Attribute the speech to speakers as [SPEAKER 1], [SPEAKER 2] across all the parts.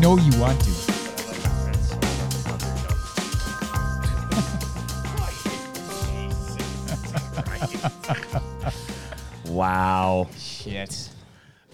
[SPEAKER 1] know you want to.
[SPEAKER 2] Wow.
[SPEAKER 1] Shit.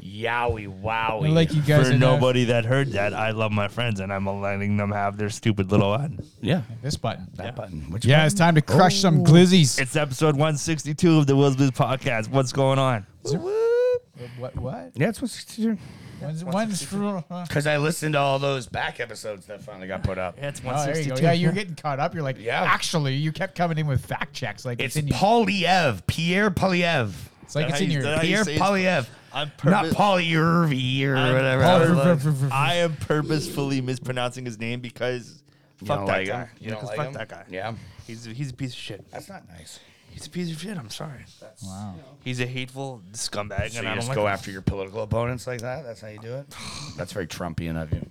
[SPEAKER 2] Yowie, wowie.
[SPEAKER 1] Like you guys
[SPEAKER 3] For
[SPEAKER 1] are not-
[SPEAKER 3] nobody that heard that, I love my friends and I'm letting them have their stupid little ad.
[SPEAKER 2] yeah.
[SPEAKER 1] This button.
[SPEAKER 2] That button. Oh. Which
[SPEAKER 1] Yeah, it's time to crush some glizzies.
[SPEAKER 3] It's episode 162 of the Will's Biz podcast. What's going on?
[SPEAKER 1] What? What?
[SPEAKER 2] Yeah, it's 162.
[SPEAKER 1] One's, one's for, oh,
[SPEAKER 2] Because I listened to all those back episodes that finally got put up.
[SPEAKER 3] It's
[SPEAKER 1] Oh, there you
[SPEAKER 3] 162.
[SPEAKER 1] go. Yeah, you're getting caught up. You're like,
[SPEAKER 2] Yeah.
[SPEAKER 1] Actually, you kept coming in with fact checks. Like it's,
[SPEAKER 2] It's
[SPEAKER 1] in your.
[SPEAKER 2] Polyev, Pierre Polyev.
[SPEAKER 1] It's like it's in your.
[SPEAKER 3] That how you
[SPEAKER 2] Pierre
[SPEAKER 3] say his-
[SPEAKER 2] Polyev.
[SPEAKER 3] I'm
[SPEAKER 2] Not
[SPEAKER 3] purpose-
[SPEAKER 2] Polyervy or
[SPEAKER 3] I'm
[SPEAKER 2] whatever.
[SPEAKER 3] Paul-
[SPEAKER 2] I don't know.
[SPEAKER 3] I am purposefully mispronouncing his name because
[SPEAKER 2] You
[SPEAKER 3] fuck
[SPEAKER 2] don't
[SPEAKER 3] that
[SPEAKER 2] like
[SPEAKER 3] guy.
[SPEAKER 2] him? You don't
[SPEAKER 3] Because
[SPEAKER 2] like
[SPEAKER 3] fuck
[SPEAKER 2] him?
[SPEAKER 3] that guy.
[SPEAKER 2] Yeah.
[SPEAKER 3] He's he's a piece of shit.
[SPEAKER 2] That's not nice.
[SPEAKER 3] He's a piece of shit. I'm sorry.
[SPEAKER 1] wow.
[SPEAKER 3] He's a hateful scumbag,
[SPEAKER 2] So
[SPEAKER 3] and
[SPEAKER 2] you
[SPEAKER 3] I don't
[SPEAKER 2] just
[SPEAKER 3] like
[SPEAKER 2] go
[SPEAKER 3] him.
[SPEAKER 2] after your political opponents like that? That's how you do it? That's very Trumpian of you.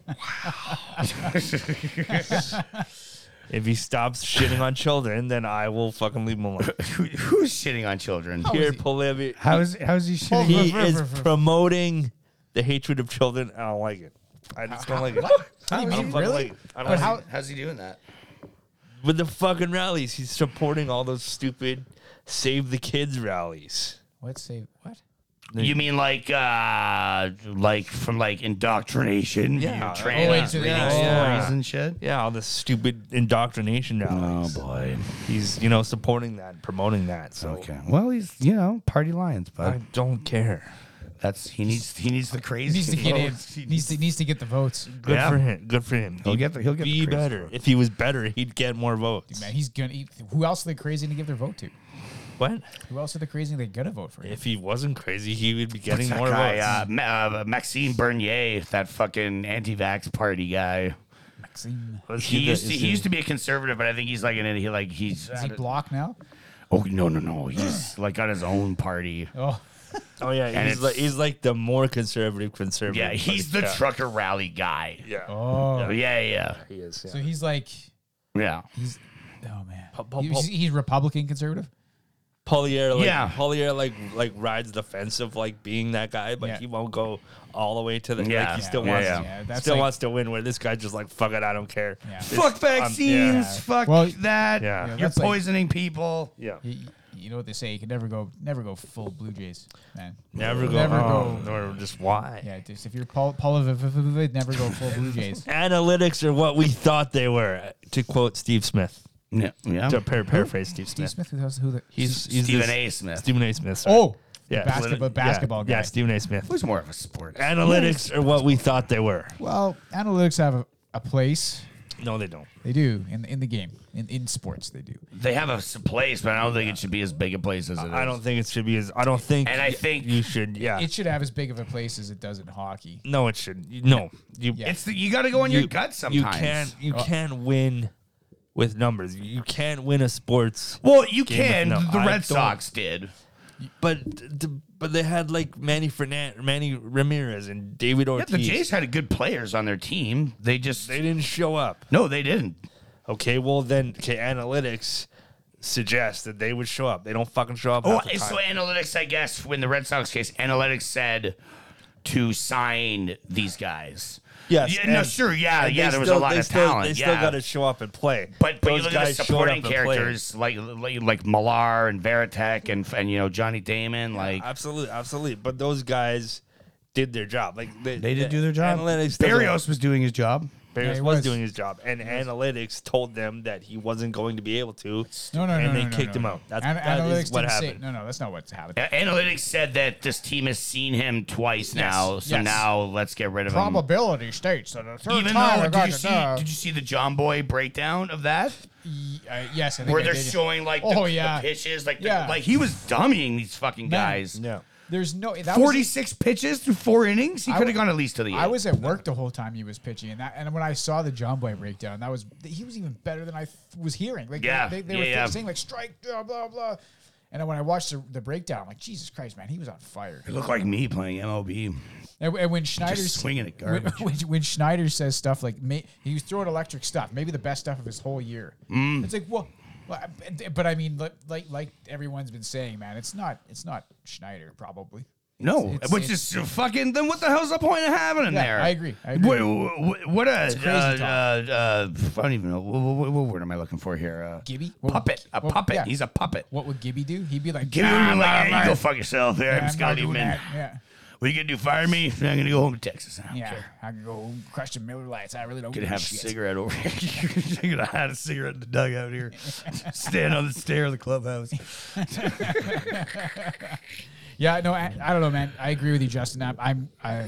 [SPEAKER 3] If he stops shitting on children, then I will fucking leave him alone.
[SPEAKER 2] Who, who's shitting on children?
[SPEAKER 3] Pierre Polyev.
[SPEAKER 2] How's how's he shitting?
[SPEAKER 3] He is promoting the hatred of children. I don't like it. I just don't like it.
[SPEAKER 1] How
[SPEAKER 3] I
[SPEAKER 1] do
[SPEAKER 3] don't
[SPEAKER 1] you mean?
[SPEAKER 3] fucking
[SPEAKER 1] Really?
[SPEAKER 3] like it. I don't
[SPEAKER 1] But
[SPEAKER 3] like
[SPEAKER 1] how-
[SPEAKER 3] it.
[SPEAKER 2] how's he doing that?
[SPEAKER 3] With the fucking rallies, he's supporting all those stupid save the kids rallies.
[SPEAKER 1] Let's say what?
[SPEAKER 2] You mean like uh like from like indoctrination?
[SPEAKER 3] Yeah.
[SPEAKER 2] You train
[SPEAKER 1] Oh, wait,
[SPEAKER 2] us
[SPEAKER 1] so
[SPEAKER 2] reading
[SPEAKER 3] yeah,
[SPEAKER 2] stories
[SPEAKER 3] yeah.
[SPEAKER 2] and shit.
[SPEAKER 3] Yeah, all the stupid indoctrination
[SPEAKER 2] Oh
[SPEAKER 3] rallies.
[SPEAKER 2] boy.
[SPEAKER 3] He's, you know, supporting that, promoting that. So
[SPEAKER 2] Okay. Well, he's you know party lions,
[SPEAKER 3] I
[SPEAKER 2] but
[SPEAKER 3] don't care.
[SPEAKER 2] that's he needs he needs the crazy.
[SPEAKER 1] Needs to get in.
[SPEAKER 2] votes. He
[SPEAKER 1] Needs to needs to get the votes.
[SPEAKER 3] Good
[SPEAKER 2] Yeah.
[SPEAKER 3] for him. Good for him.
[SPEAKER 2] He'll get the- he'll get
[SPEAKER 3] be
[SPEAKER 2] the crazy
[SPEAKER 3] better.
[SPEAKER 2] vote.
[SPEAKER 3] If he was better, he'd get more votes.
[SPEAKER 1] Man, he's gonna. Eat. Who else are they crazy to give their vote to?
[SPEAKER 3] What?
[SPEAKER 1] Who else are they crazy they gonna vote for?
[SPEAKER 3] If he wasn't crazy, he would be
[SPEAKER 2] What's
[SPEAKER 3] getting
[SPEAKER 2] that
[SPEAKER 3] more
[SPEAKER 2] guy,
[SPEAKER 3] votes.
[SPEAKER 2] Uh, Ma- uh, Maxime Bernier, that fucking anti-vax party guy.
[SPEAKER 1] Maxime.
[SPEAKER 3] Let's
[SPEAKER 2] He
[SPEAKER 3] see
[SPEAKER 2] used to
[SPEAKER 3] the-
[SPEAKER 2] he used to be a conservative, but I think he's like an he like he's
[SPEAKER 1] Is he blocked now?
[SPEAKER 2] oh no no no he's like on his own party.
[SPEAKER 1] Oh,
[SPEAKER 3] Oh yeah, he's
[SPEAKER 2] it's-
[SPEAKER 3] like he's like the more conservative conservative.
[SPEAKER 2] Yeah, he's the
[SPEAKER 3] yeah.
[SPEAKER 2] trucker rally guy.
[SPEAKER 3] Yeah.
[SPEAKER 1] oh.
[SPEAKER 2] Yeah, yeah,
[SPEAKER 3] he is.
[SPEAKER 1] So he's like,
[SPEAKER 2] yeah.
[SPEAKER 1] he's. Oh man.
[SPEAKER 3] pu-
[SPEAKER 1] He's,
[SPEAKER 3] pu-
[SPEAKER 1] he's Republican conservative.
[SPEAKER 3] Polier, like,
[SPEAKER 2] Yeah.
[SPEAKER 3] Polier, like like rides the fence of like being that guy, but
[SPEAKER 1] Yeah.
[SPEAKER 3] he won't go all the way to the.
[SPEAKER 2] Yeah.
[SPEAKER 3] like, he
[SPEAKER 2] Yeah.
[SPEAKER 3] still
[SPEAKER 2] Yeah,
[SPEAKER 3] wants,
[SPEAKER 2] yeah.
[SPEAKER 1] Yeah, that's
[SPEAKER 3] still
[SPEAKER 1] like-
[SPEAKER 3] wants to win. Where this guy's just like, fuck it, I don't care.
[SPEAKER 1] Yeah.
[SPEAKER 3] This-
[SPEAKER 2] Fuck
[SPEAKER 3] I'm-
[SPEAKER 2] vaccines.
[SPEAKER 3] yeah.
[SPEAKER 2] Fuck
[SPEAKER 1] Well,
[SPEAKER 2] that.
[SPEAKER 3] Yeah. Yeah,
[SPEAKER 2] You're
[SPEAKER 1] that's like-
[SPEAKER 2] poisoning people.
[SPEAKER 3] Yeah.
[SPEAKER 1] You, you know what they say? You can never go, never go full Blue Jays, man.
[SPEAKER 3] Never go.
[SPEAKER 1] Never
[SPEAKER 3] oh,
[SPEAKER 1] go.
[SPEAKER 3] Or just why?
[SPEAKER 1] Yeah, just if you're Paul, Paul never go full Blue Jays.
[SPEAKER 3] Analytics are what we thought they were, to quote Steve Smith.
[SPEAKER 2] Yeah. yeah.
[SPEAKER 3] To par- paraphrase Steve
[SPEAKER 1] Steve
[SPEAKER 3] Smith.
[SPEAKER 1] Smith, who the- who the?
[SPEAKER 3] He's, he's
[SPEAKER 2] Stephen
[SPEAKER 3] this-
[SPEAKER 2] A. Smith.
[SPEAKER 3] Stephen A. Smith. sorry.
[SPEAKER 1] oh,
[SPEAKER 3] yeah,
[SPEAKER 1] basketball,
[SPEAKER 3] Yeah,
[SPEAKER 1] basketball guy.
[SPEAKER 3] Yeah, Stephen A. Smith.
[SPEAKER 2] Who's more of a sport?
[SPEAKER 3] Analytics are what we thought they were.
[SPEAKER 1] Well, analytics have a, a place.
[SPEAKER 3] No, they don't.
[SPEAKER 1] They do in in the game, in in sports, they do.
[SPEAKER 2] They have a s- place, but I don't think it should be as big a place as it is.
[SPEAKER 3] I don't think it should be as. I don't think.
[SPEAKER 2] And I
[SPEAKER 3] y-
[SPEAKER 2] think-
[SPEAKER 3] you should. Yeah.
[SPEAKER 1] It should have as big of a place as it does in hockey.
[SPEAKER 3] no, it should. You, no, you.
[SPEAKER 1] Yeah. Uh,
[SPEAKER 2] It's the, you got to go on
[SPEAKER 3] you-
[SPEAKER 2] your gut
[SPEAKER 3] You
[SPEAKER 2] sometimes.
[SPEAKER 3] can't. You can't win with numbers. You can't win a sports.
[SPEAKER 2] Well, you
[SPEAKER 3] Game of-
[SPEAKER 2] can.
[SPEAKER 3] no,
[SPEAKER 2] the
[SPEAKER 3] I
[SPEAKER 2] Red
[SPEAKER 3] don't.
[SPEAKER 2] Sox did.
[SPEAKER 3] But th- but they had like Manny Fernand, Manny Ramirez, and David
[SPEAKER 2] Yeah,
[SPEAKER 3] Ortiz.
[SPEAKER 2] the Jays had good players on their team. They just
[SPEAKER 3] They didn't show up.
[SPEAKER 2] no, they didn't.
[SPEAKER 3] Okay, well then, okay, analytics suggests that they would show up. They don't fucking show up.
[SPEAKER 2] Oh,
[SPEAKER 3] half the
[SPEAKER 2] so
[SPEAKER 3] time.
[SPEAKER 2] analytics, I guess, when the Red Sox case, analytics said to sign these guys.
[SPEAKER 3] Yes,
[SPEAKER 2] Yeah, no,
[SPEAKER 3] and-
[SPEAKER 2] sure. Yeah,
[SPEAKER 3] and
[SPEAKER 2] yeah.
[SPEAKER 3] they
[SPEAKER 2] There was
[SPEAKER 3] still-
[SPEAKER 2] a lot
[SPEAKER 3] they
[SPEAKER 2] of
[SPEAKER 3] still,
[SPEAKER 2] talent.
[SPEAKER 3] They still
[SPEAKER 2] yeah.
[SPEAKER 3] got to show up and play.
[SPEAKER 2] But but you
[SPEAKER 3] Those
[SPEAKER 2] look at the
[SPEAKER 3] guys showed up
[SPEAKER 2] supporting
[SPEAKER 3] and played.
[SPEAKER 2] characters like, like like Millar and Veritek and and you know Johnny Damon like
[SPEAKER 3] Absolutely, absolutely. But those guys did their job. Like they,
[SPEAKER 2] they did do their job.
[SPEAKER 3] Analytics doesn't-
[SPEAKER 2] Barrios was doing his job.
[SPEAKER 3] Barrios
[SPEAKER 1] Yeah, he
[SPEAKER 3] was,
[SPEAKER 1] was.
[SPEAKER 3] doing his job, and analytics told them that he wasn't going to be able to.
[SPEAKER 1] No, no,
[SPEAKER 3] and
[SPEAKER 1] no,
[SPEAKER 3] they
[SPEAKER 1] no, no,
[SPEAKER 3] kicked
[SPEAKER 1] no,
[SPEAKER 3] him
[SPEAKER 1] no.
[SPEAKER 3] out. That's
[SPEAKER 1] An-
[SPEAKER 3] that is
[SPEAKER 1] analytics
[SPEAKER 3] what
[SPEAKER 1] didn't say-
[SPEAKER 3] happened.
[SPEAKER 1] no, no, that's not what's happened.
[SPEAKER 2] A- Analytics said that this team has seen him twice now, so
[SPEAKER 1] yes.
[SPEAKER 2] now let's get rid of him.
[SPEAKER 1] Probability states that a third
[SPEAKER 2] Even
[SPEAKER 1] time I
[SPEAKER 2] though, did
[SPEAKER 1] got
[SPEAKER 2] you
[SPEAKER 1] to
[SPEAKER 2] see?
[SPEAKER 1] know.
[SPEAKER 2] Did you see the John Boy breakdown of that?
[SPEAKER 1] Y- uh, yes, I think
[SPEAKER 2] Where
[SPEAKER 1] I
[SPEAKER 2] they're
[SPEAKER 1] did.
[SPEAKER 2] showing like the,
[SPEAKER 1] Oh,
[SPEAKER 2] the
[SPEAKER 1] yeah.
[SPEAKER 2] pitches, like the-
[SPEAKER 1] Yeah.
[SPEAKER 2] like he was dummying these fucking
[SPEAKER 1] Man,
[SPEAKER 2] guys.
[SPEAKER 3] Yeah.
[SPEAKER 1] There's no that was-
[SPEAKER 2] Forty-six pitches through four innings. He
[SPEAKER 1] I
[SPEAKER 2] could
[SPEAKER 1] w-
[SPEAKER 2] have gone at least to the.
[SPEAKER 1] I
[SPEAKER 2] eighth.
[SPEAKER 1] was at work the whole time he was pitching, and that, and when I saw the John Boy breakdown, that was he was even better than I th- was hearing. Like
[SPEAKER 2] Yeah,
[SPEAKER 1] they, they
[SPEAKER 2] yeah,
[SPEAKER 1] were
[SPEAKER 2] yeah.
[SPEAKER 1] saying like strike blah blah blah, and then when I watched the, the breakdown, I'm like Jesus Christ, man, he was on fire.
[SPEAKER 2] It looked like me playing MLB.
[SPEAKER 1] And, and when Schneider
[SPEAKER 2] swinging at
[SPEAKER 1] when,
[SPEAKER 2] garbage.
[SPEAKER 1] when, when Schneider says stuff like may, he was throwing electric stuff, maybe the best stuff of his whole year.
[SPEAKER 2] Mm.
[SPEAKER 1] It's like well, well, I- but I mean, like like- like everyone's been saying, man, it's not it's not Schneider probably.
[SPEAKER 2] No,
[SPEAKER 1] it's-
[SPEAKER 2] which
[SPEAKER 1] it's-
[SPEAKER 2] is fucking. Then what the hell's the point of having him
[SPEAKER 1] Yeah,
[SPEAKER 2] there?
[SPEAKER 1] I agree, I agree.
[SPEAKER 2] What, what, what a
[SPEAKER 1] crazy
[SPEAKER 2] uh,
[SPEAKER 1] talk.
[SPEAKER 2] uh, uh, I don't even know what, what, what word am I looking for here? Uh,
[SPEAKER 1] Gibby? What-
[SPEAKER 2] puppet, a
[SPEAKER 1] what-
[SPEAKER 2] puppet.
[SPEAKER 1] yeah.
[SPEAKER 2] He's a puppet.
[SPEAKER 1] What would Gibby do? He'd be like,
[SPEAKER 2] Give me
[SPEAKER 1] "Ah, blah,
[SPEAKER 2] one, like,
[SPEAKER 1] blah,
[SPEAKER 2] yeah, you go
[SPEAKER 1] blah.
[SPEAKER 2] fuck yourself. There,
[SPEAKER 1] I'm
[SPEAKER 2] I'm
[SPEAKER 1] not
[SPEAKER 2] Scotty
[SPEAKER 1] doing
[SPEAKER 2] Man.
[SPEAKER 1] that." Yeah.
[SPEAKER 2] What are you gonna do? Fire me? I'm gonna go home to Texas. I don't
[SPEAKER 1] Yeah,
[SPEAKER 2] care.
[SPEAKER 1] I can go home, crush the Miller Lights. I really don't
[SPEAKER 2] Gonna
[SPEAKER 1] give
[SPEAKER 2] have
[SPEAKER 1] a shit.
[SPEAKER 2] a cigarette over here. You're gonna have a cigarette in the dugout here. Stand on the stair of the clubhouse.
[SPEAKER 1] Yeah, no, I, I don't know, man. I agree with you, Justin. I'm, I'm I,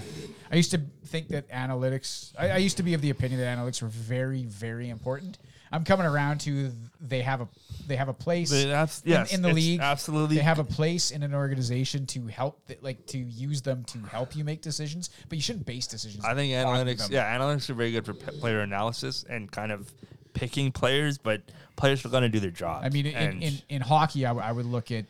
[SPEAKER 1] I used to think that analytics. I, I used to be of the opinion that analytics were very, very important. I'm coming around to they have a they have a place
[SPEAKER 3] They abs-
[SPEAKER 1] in,
[SPEAKER 3] yes,
[SPEAKER 1] in the
[SPEAKER 3] it's
[SPEAKER 1] league.
[SPEAKER 3] absolutely-
[SPEAKER 1] they have a place in an organization to help, th- like to use them to help you make decisions. But you shouldn't base decisions.
[SPEAKER 3] I think
[SPEAKER 1] on
[SPEAKER 3] analytics,
[SPEAKER 1] them.
[SPEAKER 3] yeah, analytics are very good for p- player analysis and kind of picking players, but players are going to do their job.
[SPEAKER 1] I mean, in,
[SPEAKER 3] and
[SPEAKER 1] in, in hockey, I, w- I would look at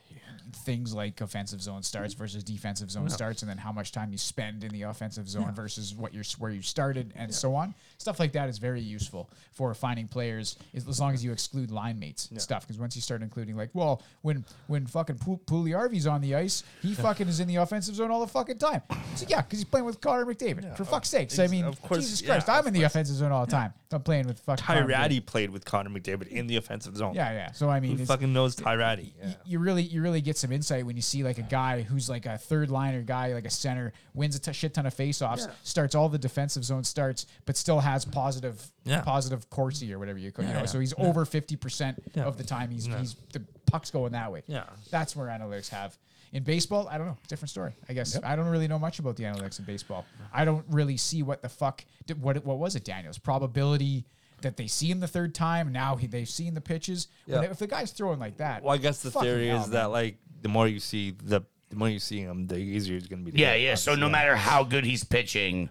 [SPEAKER 1] things like offensive zone starts versus defensive zone starts, and then how much time you spend in the offensive zone versus what you're s- where you started, and so on. Stuff like that is very useful for finding players, as, as long as you exclude line mates and stuff. Because once you start including, like, well, when when fucking Pu- Puliarvi's on the ice, he fucking is in the offensive zone all the fucking time. So yeah, because he's playing with Connor McDavid. For fuck's sakes, I
[SPEAKER 3] ex-
[SPEAKER 1] mean,
[SPEAKER 3] of course,
[SPEAKER 1] Jesus
[SPEAKER 3] yeah,
[SPEAKER 1] Christ, I'm in the offensive zone all the time. If I'm playing with fucking Connor McDavid.
[SPEAKER 3] Tyrati played with Connor McDavid in the offensive zone.
[SPEAKER 1] Yeah, yeah. So I mean,
[SPEAKER 3] Who
[SPEAKER 1] it's-
[SPEAKER 3] fucking knows Tyrati?
[SPEAKER 1] y- you really you really get some insight when you see like a guy who's like a third liner guy like a center wins a t- shit ton of faceoffs starts all the defensive zone starts but still has positive
[SPEAKER 3] Yeah.
[SPEAKER 1] positive Corsi or whatever you call you know
[SPEAKER 3] yeah.
[SPEAKER 1] so he's over 50% of the time he's he's the puck's going that way
[SPEAKER 3] Yeah.
[SPEAKER 1] that's where analytics have in baseball I don't know different story I guess I don't really know much about the analytics in baseball I don't really see what the fuck did, what it- what was it Daniels probability that they see him the third time now he, they've seen the pitches When-
[SPEAKER 3] Yeah.
[SPEAKER 1] if the guy's throwing like that
[SPEAKER 3] Well, I guess the
[SPEAKER 1] Fucking
[SPEAKER 3] theory
[SPEAKER 1] hell,
[SPEAKER 3] is that like the more you see the the more you see him, the easier it's going to be. to
[SPEAKER 2] Yeah,
[SPEAKER 3] hit,
[SPEAKER 2] yeah. So no
[SPEAKER 3] obviously.
[SPEAKER 2] matter how good he's pitching,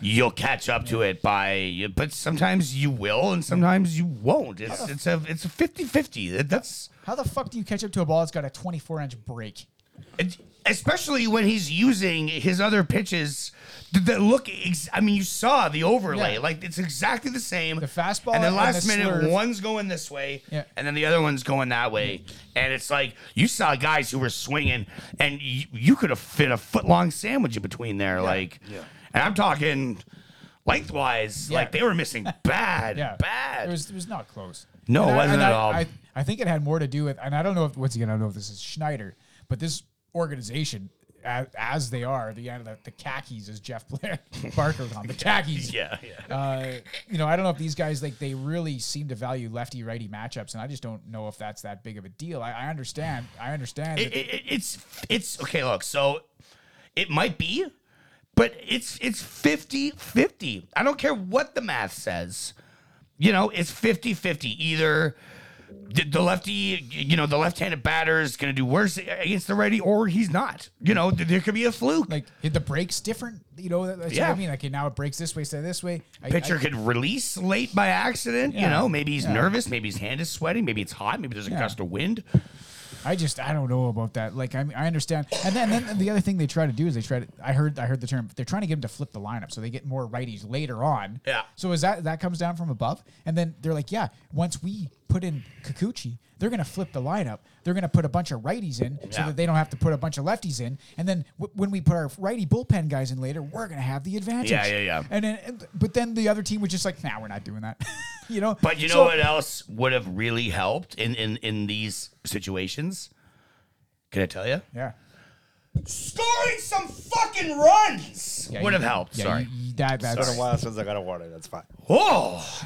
[SPEAKER 2] you'll catch up to it by but sometimes you will and sometimes you won't. It's it's a it's a 50-50. That- That's
[SPEAKER 1] How the fuck do you catch up to a ball that's got a 24 inch break?
[SPEAKER 2] it's- especially when he's using his other pitches th- that look ex- I mean you saw the overlay.
[SPEAKER 1] Yeah.
[SPEAKER 2] Like it's exactly the same.
[SPEAKER 1] The fastball
[SPEAKER 2] and then
[SPEAKER 1] and
[SPEAKER 2] last
[SPEAKER 1] the
[SPEAKER 2] minute
[SPEAKER 1] slurve.
[SPEAKER 2] one's going this way
[SPEAKER 1] Yeah.
[SPEAKER 2] and then the other one's going that way. And it's like you saw guys who were swinging and you, you could have fit a foot long sandwich in between there like and I'm talking lengthwise
[SPEAKER 1] Yeah.
[SPEAKER 2] like they were missing bad
[SPEAKER 1] Yeah,
[SPEAKER 2] bad
[SPEAKER 1] It was it was not close.
[SPEAKER 2] No,
[SPEAKER 1] And
[SPEAKER 2] it
[SPEAKER 1] I-
[SPEAKER 2] wasn't
[SPEAKER 1] and
[SPEAKER 2] at
[SPEAKER 1] I-
[SPEAKER 2] all.
[SPEAKER 1] I, I think it had more to do with, and I don't know if once again I don't know if this is Schneider, but this organization. As, as they are, the, uh, the the khakis, as Jeff Blair Barker on the khakis.
[SPEAKER 2] yeah yeah
[SPEAKER 1] Uh, you know, I don't know if these guys like they really seem to value lefty righty matchups, and I just don't know if that's that big of a deal. I, I understand. I understand.
[SPEAKER 2] it,
[SPEAKER 1] that-
[SPEAKER 2] it, it- it's it's okay look so it might be but it's it's 50 50 i don't care what the math says you know it's 50 50 either the, the lefty you know the left-handed batter is going to do worse against the righty or he's not you know th- there could be a fluke
[SPEAKER 1] like hit the brakes different. You know, that- that's what
[SPEAKER 2] Yeah.
[SPEAKER 1] I mean. Like okay, now it breaks this way, so this way. I- I-
[SPEAKER 2] pitcher could release late by accident you
[SPEAKER 1] Yeah,
[SPEAKER 2] know maybe he's
[SPEAKER 1] yeah.
[SPEAKER 2] nervous maybe his hand is sweating maybe it's hot maybe there's a
[SPEAKER 1] Yeah.
[SPEAKER 2] gust of wind
[SPEAKER 1] I just I don't know about that. Like I mean, I understand, and then, then the other thing they try to do is they try to. I heard I heard the term they're trying to get them to flip the lineup so they get more righties later on.
[SPEAKER 2] Yeah.
[SPEAKER 1] So is that that comes down from above, and then they're like, yeah, once we put in Kikuchi, they're gonna flip the lineup. They're gonna put a bunch of righties in so
[SPEAKER 2] Yeah.
[SPEAKER 1] that they don't have to put a bunch of lefties in, and then w- when we put our righty bullpen guys in later, we're gonna have the advantage.
[SPEAKER 2] Yeah, yeah, yeah.
[SPEAKER 1] And then and- but then the other team was just like, nah, we're not doing that. you know.
[SPEAKER 2] But you know
[SPEAKER 1] So-
[SPEAKER 2] what else would have really helped in in in these situations? Can I tell you?
[SPEAKER 1] Yeah.
[SPEAKER 2] Scoring some fucking runs
[SPEAKER 1] yeah
[SPEAKER 2] would
[SPEAKER 1] you-
[SPEAKER 2] have helped.
[SPEAKER 1] yeah,
[SPEAKER 2] Sorry.
[SPEAKER 1] you- you- that, that's,
[SPEAKER 3] It's been a while since I got a water. That's fine.
[SPEAKER 2] oh,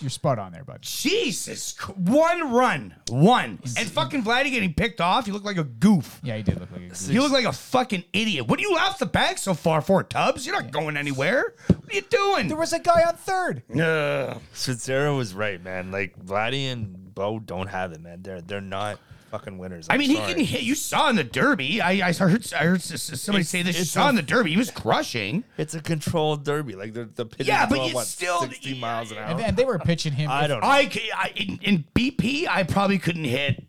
[SPEAKER 1] You're spot on there, bud.
[SPEAKER 2] Jesus! Cr- One run, one, and fucking Vladdy getting picked off. You look like a goof.
[SPEAKER 1] Yeah, he did look like a
[SPEAKER 2] You look like a fucking idiot. What do you off the bag so far for, Tubbs? You're not going anywhere. What are you doing?
[SPEAKER 1] There was a guy on third.
[SPEAKER 2] Uh,
[SPEAKER 3] Sincero was right, man. Like Vladdy and Bo don't have it, man. They're they're not fucking winners.
[SPEAKER 2] I
[SPEAKER 3] I'm
[SPEAKER 2] mean,
[SPEAKER 3] sorry.
[SPEAKER 2] he can hit. You saw in the Derby. I, I heard I heard s- s- somebody
[SPEAKER 3] It's-
[SPEAKER 2] say this. You
[SPEAKER 3] it's
[SPEAKER 2] saw
[SPEAKER 3] a-
[SPEAKER 2] in the Derby. He was crushing.
[SPEAKER 3] It's a controlled derby. Like the the pitch
[SPEAKER 2] Yeah,
[SPEAKER 3] is
[SPEAKER 2] but
[SPEAKER 3] going,
[SPEAKER 2] you
[SPEAKER 3] what,
[SPEAKER 2] still-
[SPEAKER 3] 60 miles an hour.
[SPEAKER 1] And, and they were pitching him.
[SPEAKER 3] I
[SPEAKER 1] if-
[SPEAKER 3] don't. know.
[SPEAKER 2] I, c- I- in, in BP, I probably couldn't hit.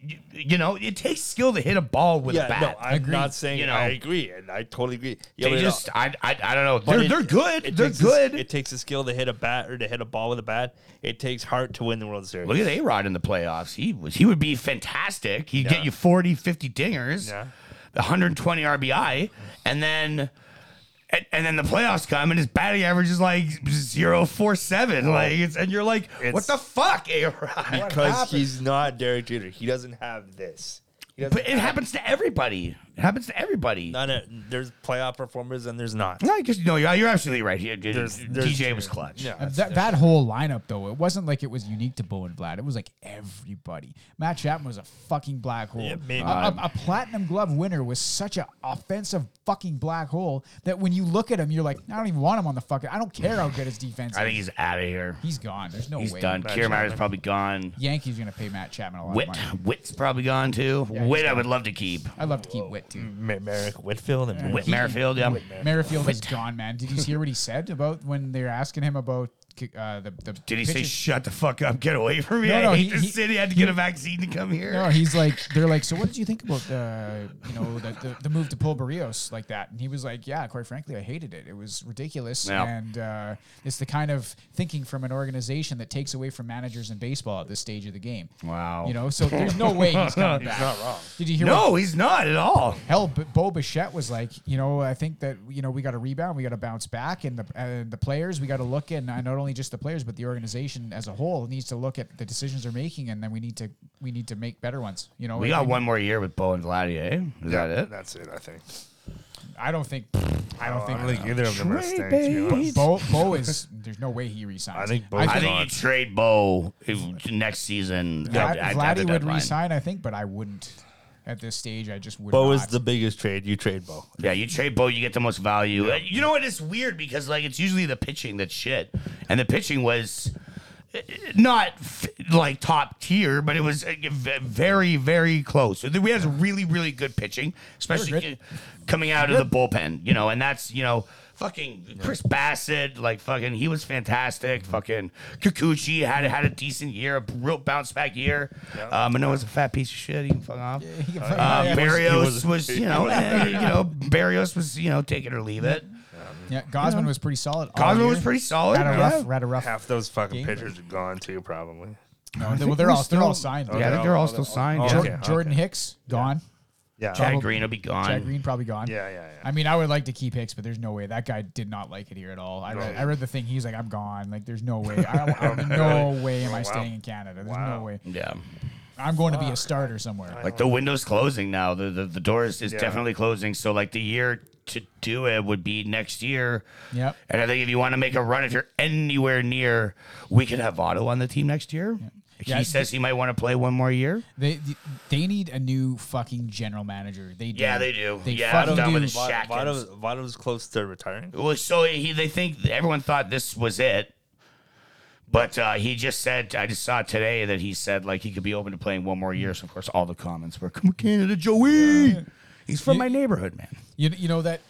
[SPEAKER 2] You, you know, it takes skill to hit a ball with a
[SPEAKER 3] yeah,
[SPEAKER 2] bat.
[SPEAKER 3] no, I'm
[SPEAKER 1] Agreed.
[SPEAKER 3] not saying
[SPEAKER 2] You know.
[SPEAKER 3] I agree, and I totally agree. Yeah,
[SPEAKER 2] they
[SPEAKER 3] but it-
[SPEAKER 2] just, I, I, I don't know.
[SPEAKER 3] but
[SPEAKER 2] They're,
[SPEAKER 3] it-
[SPEAKER 2] they're good.
[SPEAKER 3] it
[SPEAKER 2] they're
[SPEAKER 3] takes a s-
[SPEAKER 2] good.
[SPEAKER 3] it takes a skill to hit a bat or to hit a ball with a bat. It takes heart to win the World Series.
[SPEAKER 2] Look at A Rod in the playoffs. He was he would be fantastic. He'd get
[SPEAKER 3] Yeah.
[SPEAKER 2] you 40, 50 dingers.
[SPEAKER 3] Yeah.
[SPEAKER 2] 120 RBI, and then and, and then the playoffs come and his batting average is like 047. like it's, and you're like, what
[SPEAKER 3] Oh. It's-
[SPEAKER 2] the fuck, A-Rod?
[SPEAKER 3] because
[SPEAKER 1] happened?
[SPEAKER 3] he's not Derek Jeter. He doesn't have this. He doesn't.
[SPEAKER 2] But it happens to everybody. It happens to everybody.
[SPEAKER 3] not a, there's playoff performers and there's not.
[SPEAKER 2] No, I guess no. You're, you're absolutely right. Here,
[SPEAKER 3] There's- there's-
[SPEAKER 2] DJ was clutch.
[SPEAKER 3] Yeah.
[SPEAKER 1] Uh, that, that whole lineup, though, it wasn't like it was unique to Bo and Vlad. It was like everybody. Matt Chapman was a fucking black hole.
[SPEAKER 3] Yeah, maybe.
[SPEAKER 1] a, a- a platinum glove winner was such an offensive fucking black hole that when you look at him, you're like, I don't even want him on the fucking. I don't care how good his defense is.
[SPEAKER 2] I think he's out of here.
[SPEAKER 1] he's gone. There's no
[SPEAKER 2] He's
[SPEAKER 1] way.
[SPEAKER 2] done. Kiermaier's probably gone.
[SPEAKER 1] Yankees are gonna pay Matt Chapman a lot
[SPEAKER 2] Wit,
[SPEAKER 1] of money.
[SPEAKER 2] Wit's probably gone too.
[SPEAKER 1] he's
[SPEAKER 2] Wit, I would love to keep.
[SPEAKER 1] I'd love to keep Witt too.
[SPEAKER 3] Mer- Merrick Whitfield and
[SPEAKER 2] Wit Merrifield, yeah.
[SPEAKER 1] Merrifield is gone, man. Did you hear what he said about when they were asking him about uh, the the?
[SPEAKER 2] Did he say,
[SPEAKER 1] pitches?
[SPEAKER 2] "Shut the fuck up, get away from me"?
[SPEAKER 1] No, no,
[SPEAKER 2] I hate
[SPEAKER 1] he-
[SPEAKER 2] this
[SPEAKER 1] he-
[SPEAKER 2] city. I had to get a vaccine to come here.
[SPEAKER 1] No, he's like, they're like, so what did you think about the, you know, the, the, the move to pull Barrios like that? And he was like, yeah, quite frankly, I hated it. It was ridiculous.
[SPEAKER 2] Yeah.
[SPEAKER 1] And uh, it's the kind of thinking from an organization that takes away from managers in baseball at this stage of the game.
[SPEAKER 2] Wow.
[SPEAKER 1] You know, so there's no way he's coming back.
[SPEAKER 3] not wrong.
[SPEAKER 1] Did you hear what
[SPEAKER 2] No, he's not at all.
[SPEAKER 1] Hell, B- Bo Bichette was like, you know, I think that you know we got to rebound, we got to bounce back, and the uh, the players we got to look at, and not only just the players, but the organization as a whole needs to look at the decisions they're making, and then we need to we need to make better ones. You know,
[SPEAKER 2] We got one more year with Bo and Vladdy. Eh? Is that it?
[SPEAKER 3] That's it, I think.
[SPEAKER 1] I don't think I don't think uh,
[SPEAKER 3] I don't think either of them are staying. to be honest.
[SPEAKER 1] Bo Bo is. There's no way he resigns.
[SPEAKER 3] I think Bo's
[SPEAKER 2] I
[SPEAKER 1] think
[SPEAKER 2] think you trade Bo if- next season.
[SPEAKER 1] Vla-
[SPEAKER 2] at- at- at the
[SPEAKER 1] Vladdy would
[SPEAKER 2] deadline.
[SPEAKER 1] resign. I think, but I wouldn't. At this stage, I just would.
[SPEAKER 3] Bo
[SPEAKER 1] not.
[SPEAKER 3] is the biggest trade. You trade Bo.
[SPEAKER 2] Yeah, you trade Bo, you get the most value. Uh, You know what? It's weird because like it's usually the pitching that's shit, and the pitching was uh, not f- like top tier, but it was uh, v- very, very close. So We had some really, really good pitching, especially
[SPEAKER 1] good.
[SPEAKER 2] uh, coming out of the bullpen. You know, and that's you know. Fucking Chris Bassett, like fucking, he was fantastic.
[SPEAKER 1] Mm-hmm.
[SPEAKER 2] Fucking Kikuchi had had a decent year, a real bounce back year. Um, I know it's a fat piece of shit. He can fuck off.
[SPEAKER 1] He can-
[SPEAKER 2] Uh,
[SPEAKER 1] yeah,
[SPEAKER 2] Barrios was,
[SPEAKER 3] was-
[SPEAKER 2] you know, eh, you know, Barrios was, you know, take it or leave it.
[SPEAKER 1] yeah, Gosman was pretty solid. all
[SPEAKER 2] Gosman was
[SPEAKER 1] year.
[SPEAKER 2] pretty solid.
[SPEAKER 1] Had a
[SPEAKER 2] yeah.
[SPEAKER 1] rough, had a rough.
[SPEAKER 3] Half those fucking
[SPEAKER 1] Game.
[SPEAKER 3] pitchers are gone too, probably.
[SPEAKER 1] No, they, well, they're all they're all signed.
[SPEAKER 2] Yeah, I think they're all still signed. yeah.
[SPEAKER 1] Jor-
[SPEAKER 3] Okay,
[SPEAKER 1] Jordan
[SPEAKER 3] okay.
[SPEAKER 1] Hicks gone.
[SPEAKER 3] Yeah.
[SPEAKER 2] Chad Green will be gone.
[SPEAKER 1] Chad Green probably gone.
[SPEAKER 3] Yeah, yeah, yeah.
[SPEAKER 1] I mean, I would like to keep Hicks, but there's no way. That guy did not like it here at all. I read, I read the thing. He's like, I'm gone. Like, there's no way. I, I, no way am I staying in Canada. There's no
[SPEAKER 3] Oh, Wow.
[SPEAKER 1] way.
[SPEAKER 2] Yeah.
[SPEAKER 1] I'm going to be a starter somewhere.
[SPEAKER 2] Like the window's closing now. The the, the door is, is
[SPEAKER 3] Yeah.
[SPEAKER 2] definitely closing. So like the year to do it would be next year.
[SPEAKER 1] Yep.
[SPEAKER 2] And I think if you want to make a run, if you're anywhere near, we could have Otto on the team next year.
[SPEAKER 1] Yeah,
[SPEAKER 2] he says he might want to play one more year.
[SPEAKER 1] They they need a new fucking general manager. They do.
[SPEAKER 2] Yeah, they do.
[SPEAKER 1] They
[SPEAKER 2] Yeah, I'm
[SPEAKER 1] fucking
[SPEAKER 2] done
[SPEAKER 1] do.
[SPEAKER 2] with the
[SPEAKER 3] Votto,
[SPEAKER 2] Shackins.
[SPEAKER 3] Votto, Votto's close to retiring.
[SPEAKER 2] Well, so he, they think everyone thought this was it, but uh, he just said I just saw today that he said like he could be open to playing one more year. So of course all the comments were "Come on, Canada Joey." He's from my neighborhood, man.
[SPEAKER 1] You, you know that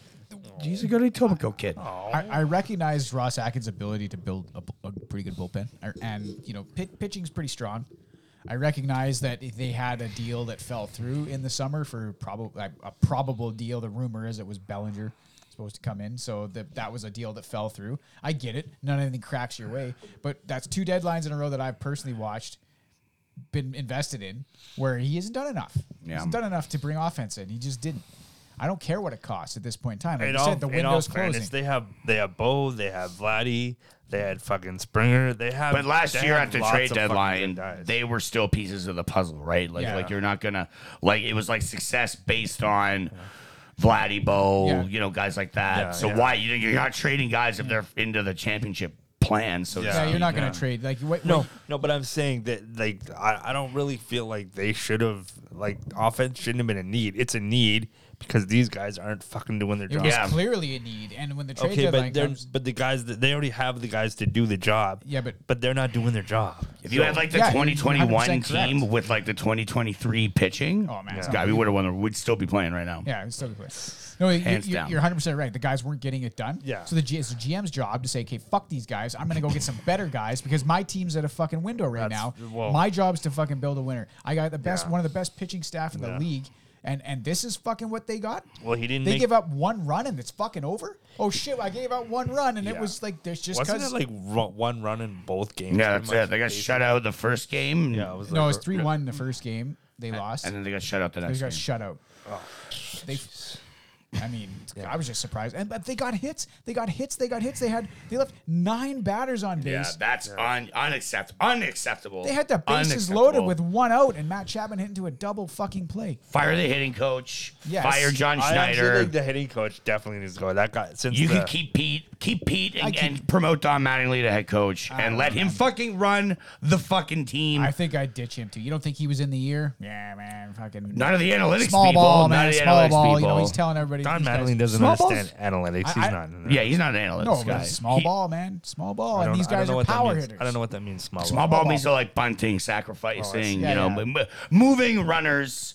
[SPEAKER 2] He's a good Etobicoke kid.
[SPEAKER 3] Oh,
[SPEAKER 1] I, I recognized Ross Atkins' ability to build a, bu- a pretty good bullpen, I- and you know, pit, pitching's pretty strong. I recognize that if they had a deal that fell through in the summer for probably a probable deal. The rumor is it was Bellinger supposed to come in, so that that was a deal that fell through. I get it. Not anything cracks your way, but that's two deadlines in a row that I've personally watched been invested in where he hasn't done enough. He
[SPEAKER 2] Yeah.
[SPEAKER 1] hasn't done enough to bring offense in. He just didn't. I don't care what it costs at this point in time. Like
[SPEAKER 3] In
[SPEAKER 1] you
[SPEAKER 3] all,
[SPEAKER 1] said, the
[SPEAKER 3] in all
[SPEAKER 1] window's closing.
[SPEAKER 3] fairness, they have they have Bo, they have Vladdy, they had fucking Springer. They have.
[SPEAKER 2] But last
[SPEAKER 3] they
[SPEAKER 2] year
[SPEAKER 3] have
[SPEAKER 2] at the
[SPEAKER 3] lots
[SPEAKER 2] trade
[SPEAKER 3] of fucking good
[SPEAKER 2] deadline,
[SPEAKER 3] guys.
[SPEAKER 2] they were still pieces of the puzzle, right? Like
[SPEAKER 1] Yeah.
[SPEAKER 2] like you're not gonna like it was like success based on Vladdy Bo,
[SPEAKER 1] Yeah.
[SPEAKER 2] you know, guys like that.
[SPEAKER 3] Yeah,
[SPEAKER 2] so
[SPEAKER 3] yeah.
[SPEAKER 2] why you you're not trading guys if they're into the championship plan? So to
[SPEAKER 3] Yeah.
[SPEAKER 1] Yeah,
[SPEAKER 2] speak.
[SPEAKER 1] you're not going
[SPEAKER 3] Yeah.
[SPEAKER 1] to trade. Like, wait,
[SPEAKER 3] No,
[SPEAKER 1] wait,
[SPEAKER 3] no, but I'm saying that like I, I don't really feel like they should have like offense shouldn't have been a need. It's a need because these guys aren't fucking doing their
[SPEAKER 1] it
[SPEAKER 3] job.
[SPEAKER 1] was
[SPEAKER 2] Yeah.
[SPEAKER 1] clearly a need. And when the trade
[SPEAKER 3] Okay,
[SPEAKER 1] deadline
[SPEAKER 3] but they're
[SPEAKER 1] comes,
[SPEAKER 3] but the guys that they already have the guys to do the job.
[SPEAKER 1] Yeah, but-
[SPEAKER 3] but they're not doing their job.
[SPEAKER 2] If you had like the
[SPEAKER 1] yeah, you're
[SPEAKER 2] 2021
[SPEAKER 1] 100%
[SPEAKER 2] team
[SPEAKER 1] correct.
[SPEAKER 2] with like the 2023 pitching,
[SPEAKER 1] Oh, man, it's
[SPEAKER 2] God, we would have won. the- We'd still be playing right now.
[SPEAKER 1] yeah, it's still clear. No, you,
[SPEAKER 2] Hands down.
[SPEAKER 1] are 100 percent right. The guys weren't getting it done.
[SPEAKER 3] Yeah.
[SPEAKER 1] So the G, it's the GM's job to say, okay, fuck these guys. I'm going to go get some better guys because my team's at a fucking window right
[SPEAKER 3] That's-
[SPEAKER 1] now.
[SPEAKER 3] well-
[SPEAKER 1] my job's to fucking build a winner. I got the best,
[SPEAKER 3] Yeah.
[SPEAKER 1] one of the best pitching staff in the
[SPEAKER 3] Yeah.
[SPEAKER 1] league. And, and this is fucking what they got.
[SPEAKER 3] Well, he didn't
[SPEAKER 1] They
[SPEAKER 3] make-
[SPEAKER 1] give up one run and it's fucking over. Oh shit! I gave out one run and it
[SPEAKER 3] Yeah.
[SPEAKER 1] was like there's just
[SPEAKER 3] Wasn't
[SPEAKER 1] because
[SPEAKER 3] it like ru- one run in both games? pretty
[SPEAKER 2] Yeah, that's
[SPEAKER 3] much?
[SPEAKER 2] it. They got shut out the first game,
[SPEAKER 3] Yeah, it was
[SPEAKER 1] no,
[SPEAKER 3] like,
[SPEAKER 1] it's three one the first game they lost.
[SPEAKER 2] and then they got shut out the
[SPEAKER 1] They
[SPEAKER 2] next
[SPEAKER 1] got
[SPEAKER 2] game.
[SPEAKER 1] shut out. They, I mean, I was just surprised. And but they got hits. They got hits. They got hits. They had they left nine batters on
[SPEAKER 2] Yeah,
[SPEAKER 1] base.
[SPEAKER 2] that's Un- unacceptable. Unacceptable.
[SPEAKER 1] they had the bases loaded
[SPEAKER 2] Unacceptable.
[SPEAKER 1] with one out, and Matt Chapman hit into a double fucking play.
[SPEAKER 2] fire the hitting coach.
[SPEAKER 1] Yes.
[SPEAKER 2] Fire John
[SPEAKER 3] I actually
[SPEAKER 2] Schneider.
[SPEAKER 3] think the hitting coach definitely needs to go. That guy since
[SPEAKER 2] You
[SPEAKER 3] the,
[SPEAKER 2] can keep Pete, keep Pete, and,
[SPEAKER 1] keep-
[SPEAKER 2] and promote Don Mattingly to head coach, and let him fucking run the fucking team.
[SPEAKER 1] I think I'd ditch him too. You don't think he was in the year? Yeah, man, fucking
[SPEAKER 2] none of the analytics
[SPEAKER 1] small
[SPEAKER 2] people.
[SPEAKER 1] ball,
[SPEAKER 2] none
[SPEAKER 1] man,
[SPEAKER 2] of the
[SPEAKER 1] small
[SPEAKER 2] analytics
[SPEAKER 1] ball.
[SPEAKER 2] people.
[SPEAKER 1] You know, he's telling everybody.
[SPEAKER 3] Don
[SPEAKER 1] these guys-
[SPEAKER 3] Mattingly doesn't
[SPEAKER 1] Small balls?
[SPEAKER 3] understand analytics.
[SPEAKER 1] I-
[SPEAKER 3] He's
[SPEAKER 1] I-
[SPEAKER 3] not.
[SPEAKER 2] yeah, he's not an analytics
[SPEAKER 1] No,
[SPEAKER 2] guy.
[SPEAKER 1] but small
[SPEAKER 2] He-
[SPEAKER 1] ball, man, small ball,
[SPEAKER 3] I don't-
[SPEAKER 1] and these
[SPEAKER 3] I don't
[SPEAKER 1] guys
[SPEAKER 3] know
[SPEAKER 1] are
[SPEAKER 3] what that
[SPEAKER 1] power
[SPEAKER 3] means.
[SPEAKER 1] hitters.
[SPEAKER 3] I don't know what that means. Small,
[SPEAKER 2] Small
[SPEAKER 3] ball.
[SPEAKER 2] ball means like bunting, sacrificing,
[SPEAKER 1] Oh, Yeah,
[SPEAKER 2] you know,
[SPEAKER 1] yeah.
[SPEAKER 2] m- m- moving runners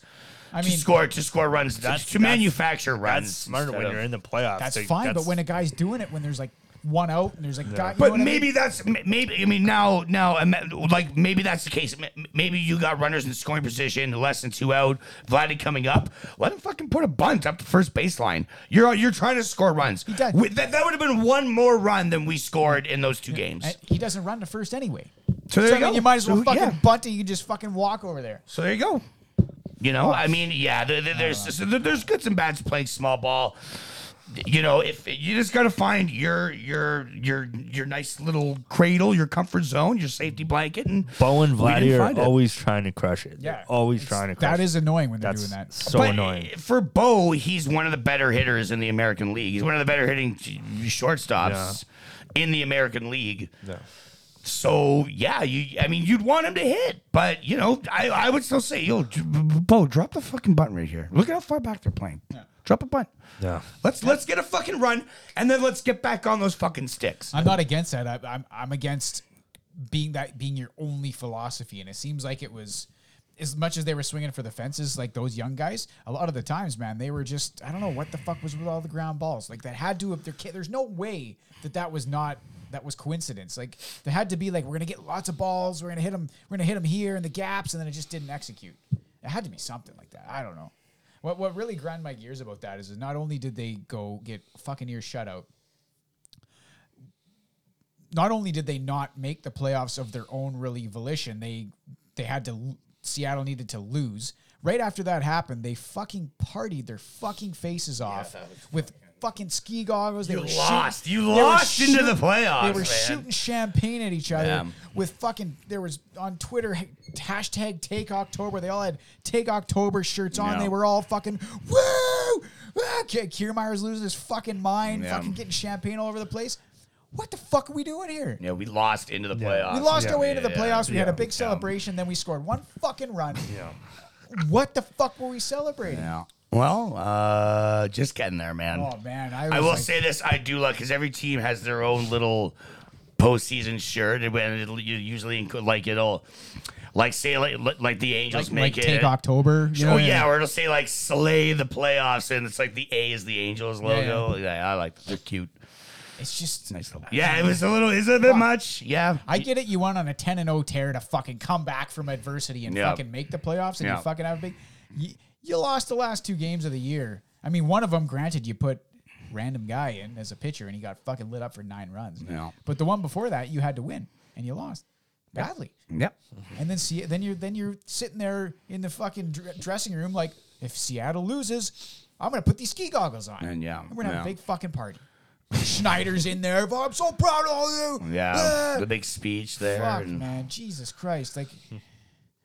[SPEAKER 1] I
[SPEAKER 2] to
[SPEAKER 1] mean,
[SPEAKER 2] score to score runs to,
[SPEAKER 3] That's-
[SPEAKER 2] to
[SPEAKER 3] that's-
[SPEAKER 2] manufacture runs.
[SPEAKER 3] That's smart
[SPEAKER 2] instead
[SPEAKER 3] when
[SPEAKER 2] of-
[SPEAKER 3] you're in the playoffs.
[SPEAKER 1] that's
[SPEAKER 3] Like,
[SPEAKER 1] fine.
[SPEAKER 3] that's-
[SPEAKER 1] But when a guy's doing it, when there's like one out and there's like, guy, you know
[SPEAKER 2] But
[SPEAKER 1] what I mean?
[SPEAKER 2] maybe that's m- maybe I mean now now I'm at- like maybe that's the case. M- Maybe you got runners in scoring position, less than two out. Vladdy coming up, let him fucking put a bunt up the first baseline. You're you're trying to score runs.
[SPEAKER 1] does.
[SPEAKER 2] With- That, that would have been one more run than we scored in those two games.
[SPEAKER 1] And he doesn't run to first anyway.
[SPEAKER 2] So there
[SPEAKER 1] so
[SPEAKER 2] you
[SPEAKER 1] I mean,
[SPEAKER 2] go.
[SPEAKER 1] you might as well
[SPEAKER 2] So,
[SPEAKER 1] fucking
[SPEAKER 2] yeah.
[SPEAKER 1] bunt it. You can just fucking walk over there.
[SPEAKER 2] So there you go. You know, I mean, yeah, there, there- there's so there- there's goods and bads playing small ball. You know, if you just gotta find your your your your nice little cradle, your comfort zone, your safety blanket, and
[SPEAKER 3] Bo and
[SPEAKER 2] we didn't
[SPEAKER 3] Vladdy
[SPEAKER 2] find
[SPEAKER 3] are
[SPEAKER 2] it.
[SPEAKER 3] always trying to crush it. They're always
[SPEAKER 1] It's-
[SPEAKER 3] trying to crush
[SPEAKER 1] That is
[SPEAKER 3] it.
[SPEAKER 1] annoying when they're
[SPEAKER 3] That's
[SPEAKER 1] doing that.
[SPEAKER 3] so
[SPEAKER 2] But
[SPEAKER 3] annoying.
[SPEAKER 2] for Bo, he's one of the better hitters in the American League. He's one of the better hitting shortstops in the American League.
[SPEAKER 3] Yeah.
[SPEAKER 2] So yeah, you I mean you'd want him to hit, but you know I, I would still say yo d- b- b- Bo drop the fucking button right here. Look at how far back they're playing. Drop a bunt.
[SPEAKER 3] Yeah.
[SPEAKER 2] Let's let's get a fucking run and then let's get back on those fucking sticks.
[SPEAKER 1] I'm not against that. I, I'm I'm against being that being your only philosophy, and it seems like it was. As much as they were swinging for the fences, like those young guys, a lot of the times, man, they were just—I don't know what the fuck was with all the ground balls. Like that had to have their kid. There's no way that that was not that was coincidence. Like there had to be like we're gonna get lots of balls, we're gonna hit them, we're gonna hit them here in the gaps, and then it just didn't execute. It had to be something like that. I don't know. What what really grind my gears about that is that not only did they go get fucking ear shut out, not only did they not make the playoffs of their own really volition, they they had to Seattle needed to lose. Right after that happened, they fucking partied their fucking faces off with fucking ski goggles. They
[SPEAKER 2] You
[SPEAKER 1] were
[SPEAKER 2] lost.
[SPEAKER 1] shooting-
[SPEAKER 2] You
[SPEAKER 1] they were
[SPEAKER 2] lost into the
[SPEAKER 1] shooting-
[SPEAKER 2] playoffs,
[SPEAKER 1] They were
[SPEAKER 2] man.
[SPEAKER 1] shooting champagne at each other
[SPEAKER 2] Yeah.
[SPEAKER 1] with fucking. There was on Twitter ha- hashtag Take October. They all had Take October shirts on.
[SPEAKER 2] Yeah.
[SPEAKER 1] They were all fucking woo. Ah, K- Kiermaier's losing his fucking mind.
[SPEAKER 2] Yeah.
[SPEAKER 1] Fucking getting champagne all over the place. What the fuck are we doing here?
[SPEAKER 2] Yeah, we lost into the playoffs.
[SPEAKER 1] We lost
[SPEAKER 3] Yeah.
[SPEAKER 1] our way into the
[SPEAKER 2] Yeah,
[SPEAKER 1] playoffs. We had a
[SPEAKER 3] yeah,
[SPEAKER 1] big
[SPEAKER 2] yeah.
[SPEAKER 1] celebration, then we scored one fucking run.
[SPEAKER 3] Yeah.
[SPEAKER 1] What the fuck were we celebrating?
[SPEAKER 2] Yeah. Well, uh just getting there, man.
[SPEAKER 1] Oh man, I, was
[SPEAKER 2] I will
[SPEAKER 1] like,
[SPEAKER 2] say this: I do like because every team has their own little postseason shirt, and when it'll you usually include like it'll like say like like the Angels
[SPEAKER 1] like,
[SPEAKER 2] make it.
[SPEAKER 1] take October. You know,
[SPEAKER 2] oh yeah, or it'll say like slay the playoffs, and it's like the A is the Angels logo. Yeah, I like them. they're cute.
[SPEAKER 1] it's just
[SPEAKER 2] Nice little. Yeah, it was a little. Is it a bit much? Yeah.
[SPEAKER 1] I get it. You went on a ten and zero tear to fucking come back from adversity and
[SPEAKER 2] Yeah.
[SPEAKER 1] fucking make the playoffs, and
[SPEAKER 2] Yeah.
[SPEAKER 1] you fucking have a big. You, you lost the last two games of the year. I mean, one of them, granted, you put random guy in as a pitcher, and he got fucking lit up for nine runs.
[SPEAKER 2] Yeah.
[SPEAKER 1] But the one before that, you had to win, and you lost badly.
[SPEAKER 2] Yep.
[SPEAKER 1] And then see, then you're then you're sitting there in the fucking dr- dressing room like, if Seattle loses, I'm gonna put these ski goggles on.
[SPEAKER 2] And yeah,
[SPEAKER 1] we're gonna have a
[SPEAKER 2] yeah.
[SPEAKER 1] big fucking party. Schneider's in there. "Oh, I'm so proud of all you.
[SPEAKER 2] Yeah.
[SPEAKER 1] Ah."
[SPEAKER 2] The big speech there.
[SPEAKER 1] Fuck,
[SPEAKER 2] and-
[SPEAKER 1] man, Jesus Christ! Like,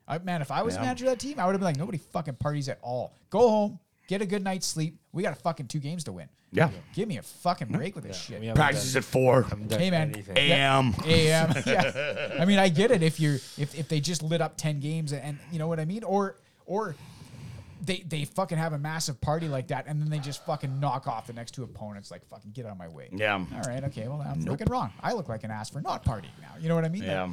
[SPEAKER 1] I, man, if I was
[SPEAKER 2] Yeah.
[SPEAKER 1] manager of that team, I would have been like, nobody fucking parties at all. Go home, get a good night's sleep. We got fucking two games to win.
[SPEAKER 2] Yeah.
[SPEAKER 1] Give me a fucking break with this shit.
[SPEAKER 2] Practices at four
[SPEAKER 1] Hey man,
[SPEAKER 2] a.m.
[SPEAKER 1] AM. yeah. I mean, I get it if you're if, if they just lit up ten games and, you know what I mean, or or they they fucking have a massive party like that and then they just fucking knock off the next two opponents like fucking get out of my way.
[SPEAKER 2] Yeah.
[SPEAKER 1] All right. Okay. Well, I'm looking wrong. I look like an ass for not partying now. You know what I mean? Like,
[SPEAKER 2] Yeah.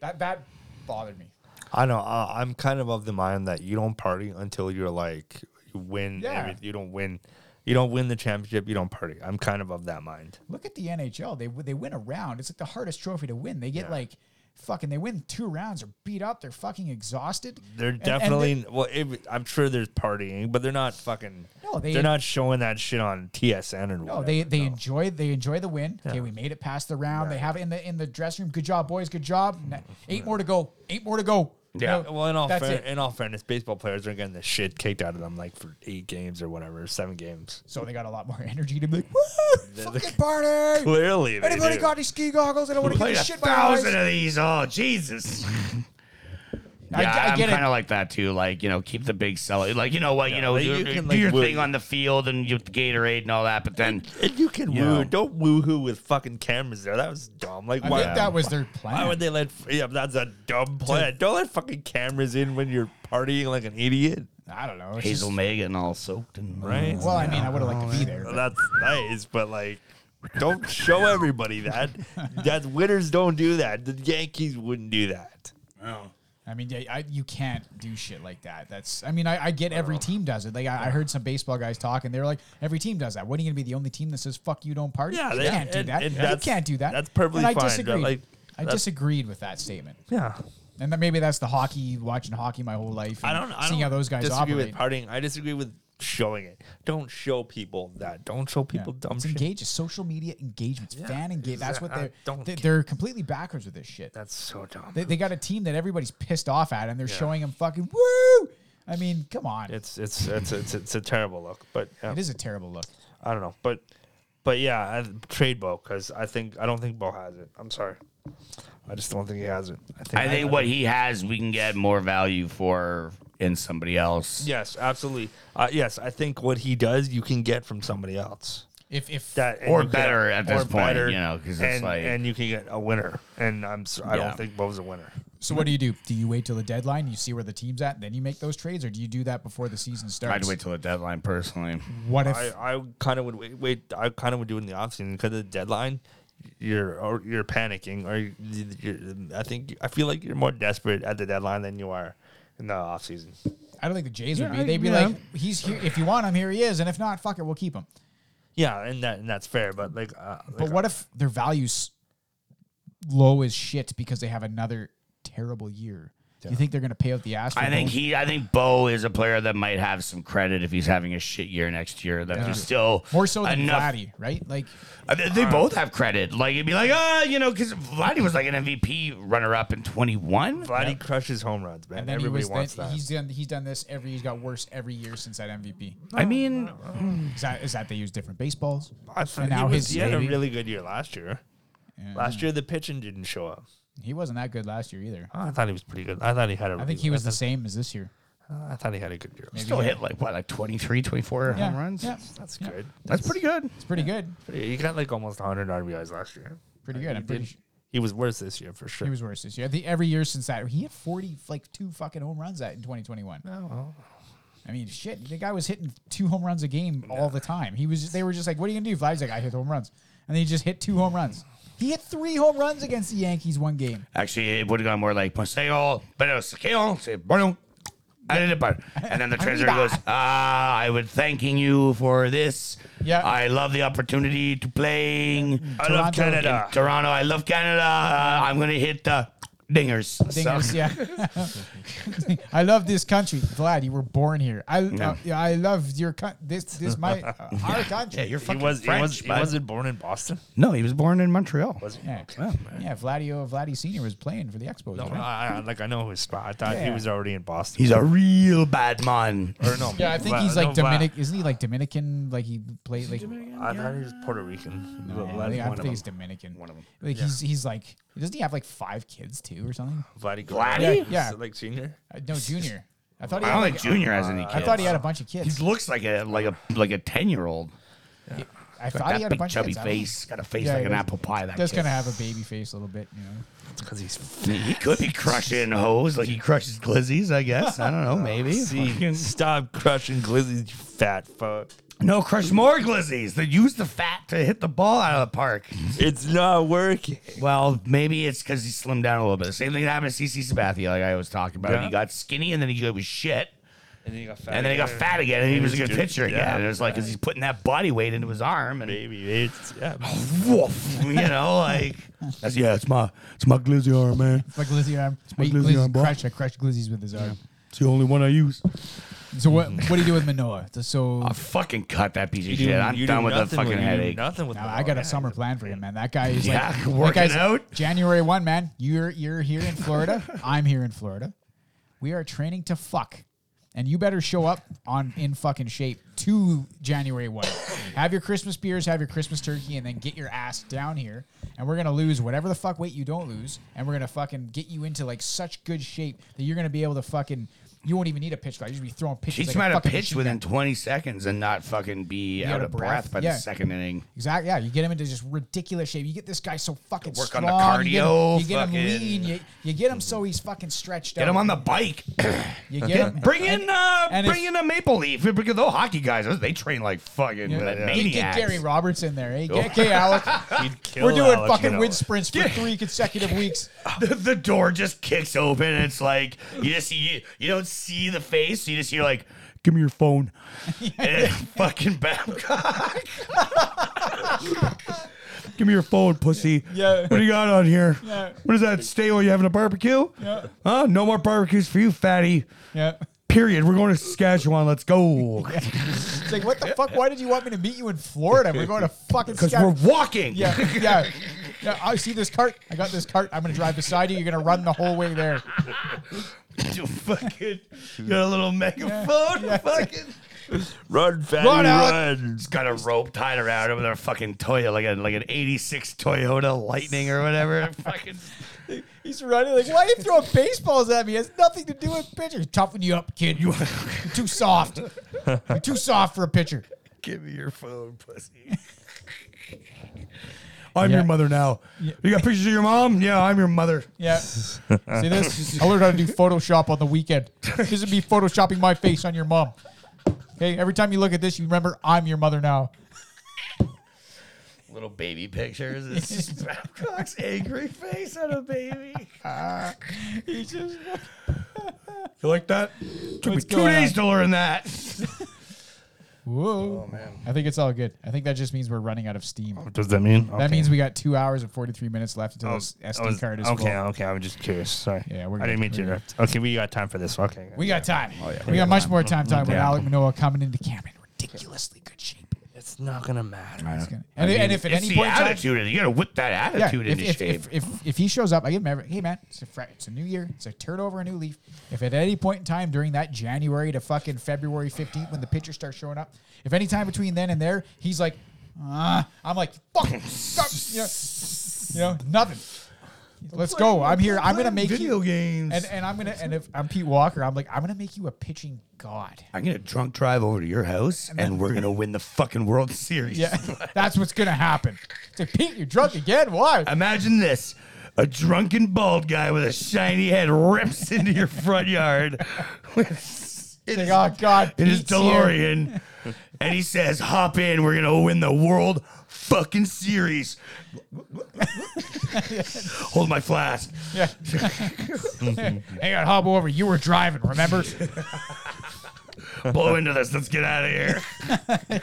[SPEAKER 1] that that bothered me.
[SPEAKER 3] I know. Uh, I'm kind of of the mind that you don't party until you're like you win.
[SPEAKER 1] Yeah.
[SPEAKER 3] everyth- you don't win. You don't win the championship. You don't party. I'm kind of of that mind.
[SPEAKER 1] Look at the NHL. They they win a round. It's like the hardest trophy to win. They get like fucking. They win two rounds. They're beat up. They're fucking exhausted.
[SPEAKER 3] They're
[SPEAKER 1] And- and they-
[SPEAKER 3] definitely well. It, I'm sure there's partying, but they're not fucking.
[SPEAKER 1] No, they-
[SPEAKER 3] are not showing that shit on TSN or
[SPEAKER 1] No, they they enjoy they enjoy the win. Okay, we made it
[SPEAKER 3] Mm,
[SPEAKER 1] past the round. They have it in the in the dressing room. Good job, boys. Good job. Ne- Eight more to go. Eight more to go.
[SPEAKER 2] Yeah.
[SPEAKER 3] Uh, Well, in all
[SPEAKER 1] That's
[SPEAKER 3] fair,
[SPEAKER 1] it.
[SPEAKER 3] in all fairness, baseball players are getting the shit kicked out of them like for eight games or whatever, seven games.
[SPEAKER 1] So they got a lot more energy to be like, woo, fucking party.
[SPEAKER 3] Clearly, they
[SPEAKER 1] Anybody
[SPEAKER 3] do.
[SPEAKER 1] got any ski goggles? I don't want to get
[SPEAKER 2] Played a
[SPEAKER 1] this shit by my eyes.
[SPEAKER 2] thousand of these. Oh, Jesus.
[SPEAKER 1] I-
[SPEAKER 2] Yeah,
[SPEAKER 1] I
[SPEAKER 2] I,
[SPEAKER 1] get
[SPEAKER 2] am
[SPEAKER 1] it.
[SPEAKER 2] kind of like that too. Like you know, keep the big sell. Like you know what, you know,
[SPEAKER 3] like,
[SPEAKER 2] do,
[SPEAKER 3] you can,
[SPEAKER 2] do
[SPEAKER 3] like,
[SPEAKER 2] your
[SPEAKER 3] woo-
[SPEAKER 2] thing on the field and you Gatorade and all that. But then,
[SPEAKER 3] And you can
[SPEAKER 2] You
[SPEAKER 3] woo.
[SPEAKER 2] know.
[SPEAKER 3] Don't woo hoo with fucking cameras there. That was dumb. Like
[SPEAKER 1] I
[SPEAKER 3] why?
[SPEAKER 1] think that was their
[SPEAKER 3] Why
[SPEAKER 1] plan.
[SPEAKER 3] would they let? Yeah, that's a dumb plan. Don't let fucking cameras in when you're partying like an idiot,
[SPEAKER 1] I don't know. it's
[SPEAKER 2] Hazel
[SPEAKER 1] just-
[SPEAKER 2] Megan all soaked and
[SPEAKER 3] right?
[SPEAKER 1] Well, I mean, I would have
[SPEAKER 3] Oh,
[SPEAKER 1] liked to be there. but-
[SPEAKER 3] that's nice, but like, don't show everybody that. That winners don't do that. The Yankees wouldn't do that.
[SPEAKER 1] I mean, yeah, I, you can't do shit like that. That's, I mean, I, I get every team does it. Like, I, I heard some baseball guys talk, and they were like, every team does that. What are you going to be the only team that says, fuck you, don't party?
[SPEAKER 3] Yeah,
[SPEAKER 1] you
[SPEAKER 3] they-
[SPEAKER 1] can't do
[SPEAKER 3] and-
[SPEAKER 1] that.
[SPEAKER 3] and
[SPEAKER 1] you
[SPEAKER 3] that's-
[SPEAKER 1] can't do that.
[SPEAKER 3] that's perfectly
[SPEAKER 1] and I
[SPEAKER 3] fine, but,
[SPEAKER 1] Disagreed.
[SPEAKER 3] like,
[SPEAKER 1] I
[SPEAKER 3] that's-
[SPEAKER 1] disagreed with that statement.
[SPEAKER 3] Yeah.
[SPEAKER 1] And then maybe that's the hockey, watching hockey my whole life.
[SPEAKER 3] I
[SPEAKER 1] and
[SPEAKER 3] don't. I
[SPEAKER 1] seeing
[SPEAKER 3] don't
[SPEAKER 1] how those guys
[SPEAKER 3] disagree
[SPEAKER 1] operate.
[SPEAKER 3] with partying. I disagree with showing it. Don't show people that. Don't show
[SPEAKER 1] Yeah.
[SPEAKER 3] people dumb
[SPEAKER 1] it's
[SPEAKER 3] shit.
[SPEAKER 1] engage. It's social media engagement. It's fan engagement. That's what
[SPEAKER 3] exact- I
[SPEAKER 1] they're.
[SPEAKER 3] don't
[SPEAKER 1] they,
[SPEAKER 3] care.
[SPEAKER 1] they're completely backwards with this shit.
[SPEAKER 3] That's so dumb.
[SPEAKER 1] They, they got a team that everybody's pissed off at, and they're showing them fucking woo. I mean, come on. It's,
[SPEAKER 3] it's, it's it's it's it's a terrible look, but yeah,
[SPEAKER 1] a terrible look.
[SPEAKER 3] I don't know, but but yeah, I, trade Bo because I think I don't think Bo has it. I'm sorry, I just don't think he has it. I think
[SPEAKER 2] I think what he has, we can get more value for in somebody else.
[SPEAKER 3] Yes, absolutely. Uh, yes, I think what he does, you can get from somebody else.
[SPEAKER 1] If if
[SPEAKER 3] That and
[SPEAKER 2] Or
[SPEAKER 3] you can-
[SPEAKER 2] better at this
[SPEAKER 3] or
[SPEAKER 2] point,
[SPEAKER 3] better,
[SPEAKER 2] you know, 'cause it's
[SPEAKER 3] and-
[SPEAKER 2] like-
[SPEAKER 3] and you can get a winner. And I'm s- I
[SPEAKER 2] Yeah.
[SPEAKER 3] don't think Bo's a winner.
[SPEAKER 1] so, what do you do? Do you wait till the deadline? You see where the team's at, and then you make those trades, or do you do that before the season starts?
[SPEAKER 2] I'd wait till the deadline personally.
[SPEAKER 1] What if?
[SPEAKER 3] I, I kind of would wait, wait. I kind of would do it in the off season because of the deadline. You're or you're panicking, or you- you're, I think I feel like you're more desperate at the deadline than you are in the off season.
[SPEAKER 1] I don't think the Jays would
[SPEAKER 2] Yeah,
[SPEAKER 1] be. They'd be
[SPEAKER 2] yeah.
[SPEAKER 1] like, he's here. If you want him, here he is, and if not, fuck it, we'll keep him.
[SPEAKER 3] Yeah, and that and that's fair. But like, uh,
[SPEAKER 1] But what if their values low as shit because they have another terrible year? Do you think they're going to pay out the ass? For
[SPEAKER 2] I think
[SPEAKER 1] those-
[SPEAKER 2] he, I think Bo is a player that might have some credit if he's having a shit year next year. That there's still
[SPEAKER 1] more so than
[SPEAKER 2] enough
[SPEAKER 1] Vladdy, right? Like,
[SPEAKER 2] Uh, They, they both have credit. Like it'd be like, ah, you know, because Vladdy was like an MVP runner-up in 21.
[SPEAKER 3] Vladdy crushes home runs, man.
[SPEAKER 1] and then
[SPEAKER 3] Everybody
[SPEAKER 1] he was.
[SPEAKER 3] wants
[SPEAKER 1] then
[SPEAKER 3] that.
[SPEAKER 1] He's done. He's done this every. He's got worse every year since that MVP.
[SPEAKER 2] I mean,
[SPEAKER 1] Is that, is that they use different baseballs?
[SPEAKER 3] I thought
[SPEAKER 1] and now
[SPEAKER 3] he, was,
[SPEAKER 1] his
[SPEAKER 3] he had a
[SPEAKER 1] baby-
[SPEAKER 3] really good year last year. Last year the pitching didn't show up.
[SPEAKER 1] He wasn't that good last year either.
[SPEAKER 3] I thought he was pretty good. I thought he had a.
[SPEAKER 1] I think he was the same as this year.
[SPEAKER 3] I thought he had a good year.
[SPEAKER 2] still hit like what, like 23, 24
[SPEAKER 1] Yeah,
[SPEAKER 2] home runs.
[SPEAKER 1] Yeah,
[SPEAKER 3] That's
[SPEAKER 1] Yeah.
[SPEAKER 3] good.
[SPEAKER 2] That's pretty good.
[SPEAKER 1] it's pretty good.
[SPEAKER 3] Pretty, he got like almost 100 RBIs last year.
[SPEAKER 1] Pretty good. I'm
[SPEAKER 3] Uh, He,
[SPEAKER 1] pretty.
[SPEAKER 3] did,
[SPEAKER 1] Sure.
[SPEAKER 3] he was worse this year for sure.
[SPEAKER 1] He was worse this year. I think every year since that, he hit forty, like two fucking home runs that in twenty twenty one.
[SPEAKER 3] Oh,
[SPEAKER 1] I mean, shit, the guy was hitting two home runs a game all the time. He was. They were just like, "What are you gonna do?" Vlad's like, "I hit home runs," and then he just hit two home runs. He hit three home runs against the Yankees one game.
[SPEAKER 2] Actually, it would have gone more like Paseo, but it was Sakeo, say, bueno. I did it, but and then the treasurer goes, "Ah, I would thanking you for this.
[SPEAKER 1] Yeah.
[SPEAKER 2] I love the opportunity to playing.
[SPEAKER 3] I love
[SPEAKER 1] Toronto-
[SPEAKER 3] Canada.
[SPEAKER 2] Toronto, I love Canada. Uh, I'm gonna hit the dingers. So-
[SPEAKER 1] Dingers, yeah. I love this country, Vlad. You were born here. I uh, yeah, I love your country. This this my uh, our country.
[SPEAKER 2] Yeah, you're
[SPEAKER 3] He
[SPEAKER 2] fucking
[SPEAKER 3] was.
[SPEAKER 2] French,
[SPEAKER 3] he was. He
[SPEAKER 2] bud.
[SPEAKER 3] wasn't born in Boston.
[SPEAKER 2] No, he was born in Montreal.
[SPEAKER 3] Was he?
[SPEAKER 1] yeah, yeah. Vladio Vladdy Senior was playing for the Expos.
[SPEAKER 3] No,
[SPEAKER 1] right?
[SPEAKER 3] I, I, like I know his spot. I thought
[SPEAKER 1] Yeah.
[SPEAKER 3] he was already in Boston.
[SPEAKER 2] He's a real bad man.
[SPEAKER 3] or no,
[SPEAKER 1] Yeah, I think
[SPEAKER 3] Vla-
[SPEAKER 1] he's
[SPEAKER 3] no,
[SPEAKER 1] like
[SPEAKER 3] Vla-
[SPEAKER 1] Dominic. Isn't he like Dominican? Like he played like.
[SPEAKER 3] I thought he was Puerto Rican. The
[SPEAKER 1] Yeah, I
[SPEAKER 3] last
[SPEAKER 1] think, I
[SPEAKER 3] one of
[SPEAKER 1] think he's
[SPEAKER 3] them.
[SPEAKER 1] Dominican.
[SPEAKER 2] One of 'em.
[SPEAKER 1] Like he's he's like doesn't he have like five kids too or something?
[SPEAKER 3] Vladdy.
[SPEAKER 2] Vladdy?
[SPEAKER 3] Guerrero.
[SPEAKER 1] Yeah.
[SPEAKER 3] like senior.
[SPEAKER 1] Uh, No, junior. I thought he.
[SPEAKER 2] I
[SPEAKER 1] Had,
[SPEAKER 2] don't
[SPEAKER 1] like,
[SPEAKER 2] think Junior has any
[SPEAKER 1] I
[SPEAKER 2] kids.
[SPEAKER 1] thought he had a bunch of kids.
[SPEAKER 2] He looks like a like a like a ten year old.
[SPEAKER 1] I thought
[SPEAKER 2] Got
[SPEAKER 1] he
[SPEAKER 2] that
[SPEAKER 1] had a
[SPEAKER 2] big
[SPEAKER 1] bunch
[SPEAKER 2] chubby
[SPEAKER 1] of kids. I don't-
[SPEAKER 2] face. Got a face
[SPEAKER 1] Yeah,
[SPEAKER 2] like
[SPEAKER 1] he
[SPEAKER 2] an
[SPEAKER 1] does.
[SPEAKER 2] apple pie. That
[SPEAKER 1] Does
[SPEAKER 2] kid.
[SPEAKER 1] kind of have a baby face a little bit, you know.
[SPEAKER 3] It's because he's
[SPEAKER 2] He could be crushing hoes like he crushes glizzies. I guess. I don't know. Maybe.
[SPEAKER 3] See, stop crushing glizzies, you fat fuck.
[SPEAKER 2] No, crush more glizzies. They use the fat to hit the ball out of the park.
[SPEAKER 3] It's not working.
[SPEAKER 2] Well, maybe it's because he slimmed down a little bit. Same thing that happened to CC Sabathia, like I was talking about.
[SPEAKER 3] Yeah.
[SPEAKER 2] He got skinny and then he was shit.
[SPEAKER 3] And then he got fat.
[SPEAKER 2] And then he got fat again, and he was a good
[SPEAKER 3] Dude,
[SPEAKER 2] pitcher again.
[SPEAKER 3] yeah.
[SPEAKER 2] And it was like, because he's putting that body weight into his arm, and
[SPEAKER 3] Baby, it's yeah.
[SPEAKER 2] Oh, woof, you know, like that's yeah, it's my it's my glizzy arm, man.
[SPEAKER 1] It's like Glizzy um, arm. It's
[SPEAKER 4] my glizzy arm, bro.
[SPEAKER 1] Crush, I crushed glizzies with his arm.
[SPEAKER 4] It's the only one I use.
[SPEAKER 1] So what? What do you do with Manoa? So- So
[SPEAKER 2] I fucking cut that piece of
[SPEAKER 3] You do-
[SPEAKER 2] shit. I'm
[SPEAKER 3] you do
[SPEAKER 2] done with the
[SPEAKER 3] nothing
[SPEAKER 2] fucking
[SPEAKER 3] you do
[SPEAKER 2] headache.
[SPEAKER 3] Nothing with
[SPEAKER 1] Now,
[SPEAKER 3] the
[SPEAKER 1] I got
[SPEAKER 3] ball.
[SPEAKER 1] a summer plan for you, man. That guy is
[SPEAKER 2] Yeah,
[SPEAKER 1] like that
[SPEAKER 2] working
[SPEAKER 1] guy's-
[SPEAKER 2] out?
[SPEAKER 1] January one, man. You're you're here in Florida. I'm here in Florida. We are training to fuck. And you better show up on in fucking shape to January 1. have your Christmas beers, have your Christmas turkey, and then get your ass down here. And we're gonna lose whatever the fuck weight you don't lose, and we're gonna fucking get you into like such good shape that you're gonna be able to fucking you won't even need a pitch clock. You'll just be throwing pitches. like
[SPEAKER 2] Teach him
[SPEAKER 1] a
[SPEAKER 2] how to
[SPEAKER 1] fucking
[SPEAKER 2] pitch
[SPEAKER 1] machine
[SPEAKER 2] within
[SPEAKER 1] gun.
[SPEAKER 2] 20 seconds and not fucking be out, of breath, by
[SPEAKER 1] yeah.
[SPEAKER 2] the second inning.
[SPEAKER 1] Exactly. Yeah, you get him into just ridiculous shape. You get this guy so fucking
[SPEAKER 2] Work on
[SPEAKER 1] strong.
[SPEAKER 2] the
[SPEAKER 1] you get him-
[SPEAKER 2] cardio,
[SPEAKER 1] You get him,
[SPEAKER 2] fucking-
[SPEAKER 1] lean. You, you get him so he's fucking stretched out.
[SPEAKER 2] Get him on the bike.
[SPEAKER 1] You get him.
[SPEAKER 2] Bring in, uh,
[SPEAKER 1] and
[SPEAKER 2] bring
[SPEAKER 1] if-
[SPEAKER 2] in a Maple Leaf because those hockey guys, they train like fucking
[SPEAKER 1] Yeah.
[SPEAKER 2] uh,
[SPEAKER 1] Get, get
[SPEAKER 2] maniacs.
[SPEAKER 1] Gary Roberts in there, eh? Get, get Alec.
[SPEAKER 3] He'd kill
[SPEAKER 1] We're doing
[SPEAKER 3] Alex
[SPEAKER 1] fucking
[SPEAKER 3] Manoa.
[SPEAKER 1] wind sprints for three consecutive weeks.
[SPEAKER 2] the, the door just kicks open. And it's like you just you, you don't see the face. You just hear like, "Give me your phone," and fucking Babcock. Give me your phone, pussy.
[SPEAKER 1] Yeah.
[SPEAKER 2] What do you got on here?
[SPEAKER 1] Yeah.
[SPEAKER 2] What is that? Stay while you having a barbecue?
[SPEAKER 1] Yeah.
[SPEAKER 2] Huh? No more barbecues for you, fatty.
[SPEAKER 1] Yeah.
[SPEAKER 2] Period. We're going to Saskatchewan. Let's go.
[SPEAKER 1] It's like, what the fuck? Why did you want me to meet you in Florida? We're going to fucking
[SPEAKER 2] Because
[SPEAKER 1] Sky-
[SPEAKER 2] we're walking.
[SPEAKER 1] Yeah, yeah. Yeah, I see this cart. I got this cart. I'm gonna drive beside you. You're gonna run the whole way there.
[SPEAKER 2] You fucking got a little megaphone. Fucking.
[SPEAKER 3] Run, fatty,
[SPEAKER 1] Run,
[SPEAKER 3] run.
[SPEAKER 1] Alec.
[SPEAKER 2] He's got a rope tied around him with a fucking Toyota, like a like an '86 Toyota Lightning or whatever. fucking
[SPEAKER 1] He's running like, why are you throwing baseballs at me? It has nothing to do with pitcher. Toughen you up, kid. You, you're too soft. You're too soft for a pitcher.
[SPEAKER 2] give me your phone, pussy. I'm
[SPEAKER 1] Yeah.
[SPEAKER 2] your mother now. You got pictures of your mom? Yeah, I'm your mother.
[SPEAKER 1] Yeah. See this? I learned how to do Photoshop on the weekend. This is me photoshopping my face on your mom. Okay, every time you look at this, you remember I'm your mother now.
[SPEAKER 2] Little baby pictures. It's just Babcock's angry face on a baby.
[SPEAKER 1] He's just
[SPEAKER 2] You like that? Took
[SPEAKER 1] What's
[SPEAKER 2] me two
[SPEAKER 1] going
[SPEAKER 2] days
[SPEAKER 1] on?
[SPEAKER 2] to learn that.
[SPEAKER 3] Oh,
[SPEAKER 1] whoa. I think it's all good. I think that just means we're running out of steam.
[SPEAKER 3] Does that mean?
[SPEAKER 1] That means we got two hours and 43 minutes left until this SD card is
[SPEAKER 3] Oh, okay.
[SPEAKER 1] full.
[SPEAKER 3] Okay, I'm just curious. Sorry.
[SPEAKER 1] Yeah, we're
[SPEAKER 3] I didn't
[SPEAKER 1] good,
[SPEAKER 3] mean to
[SPEAKER 1] we're
[SPEAKER 3] interrupt. Okay, we got time for this. Okay.
[SPEAKER 1] We got time. we,
[SPEAKER 3] We
[SPEAKER 1] got
[SPEAKER 3] got
[SPEAKER 1] much more time talking
[SPEAKER 3] Oh, Yeah.
[SPEAKER 1] about Alec Manoa coming into Cameron. Ridiculously good shape.
[SPEAKER 3] it's not gonna matter.
[SPEAKER 1] It's gonna- and, and if at
[SPEAKER 2] It's
[SPEAKER 1] any
[SPEAKER 2] the
[SPEAKER 1] point in time-
[SPEAKER 2] attitude. You gotta whip that
[SPEAKER 1] yeah,
[SPEAKER 2] attitude
[SPEAKER 1] if,
[SPEAKER 2] into
[SPEAKER 1] if,
[SPEAKER 2] shape.
[SPEAKER 1] if, if, if he shows up, I give him every, hey man, it's a, fr- it's a new year, it's a turn over a new leaf. If at any point in time during that January to fucking February 15th when the pitcher starts showing up, if any time between then and there he's like, ah, I'm like, fuck, fuck, you know, you know, nothing. Let's go. I'm here. I'm gonna make
[SPEAKER 2] video
[SPEAKER 1] you
[SPEAKER 2] games.
[SPEAKER 1] and and I'm gonna and if I'm Pete Walker, I'm like I'm gonna make you a pitching god.
[SPEAKER 2] I'm gonna drunk drive over to your house, and, we're gonna win the fucking World Series.
[SPEAKER 1] Yeah, that's what's gonna happen. It's like Pete, you're drunk again. Why?
[SPEAKER 2] Imagine this. A drunken bald guy with a shiny head rips into your front yard with in
[SPEAKER 1] Like,
[SPEAKER 2] his,
[SPEAKER 1] oh God,
[SPEAKER 2] in his
[SPEAKER 1] Pete's here.
[SPEAKER 2] DeLorean. And he says, Hop in, we're going to win the world fucking series. Hold my flask.
[SPEAKER 1] Yeah.
[SPEAKER 2] Mm-hmm.
[SPEAKER 1] Hang on, hop over. You were driving, remember?
[SPEAKER 2] Blow into this. Let's get out of here.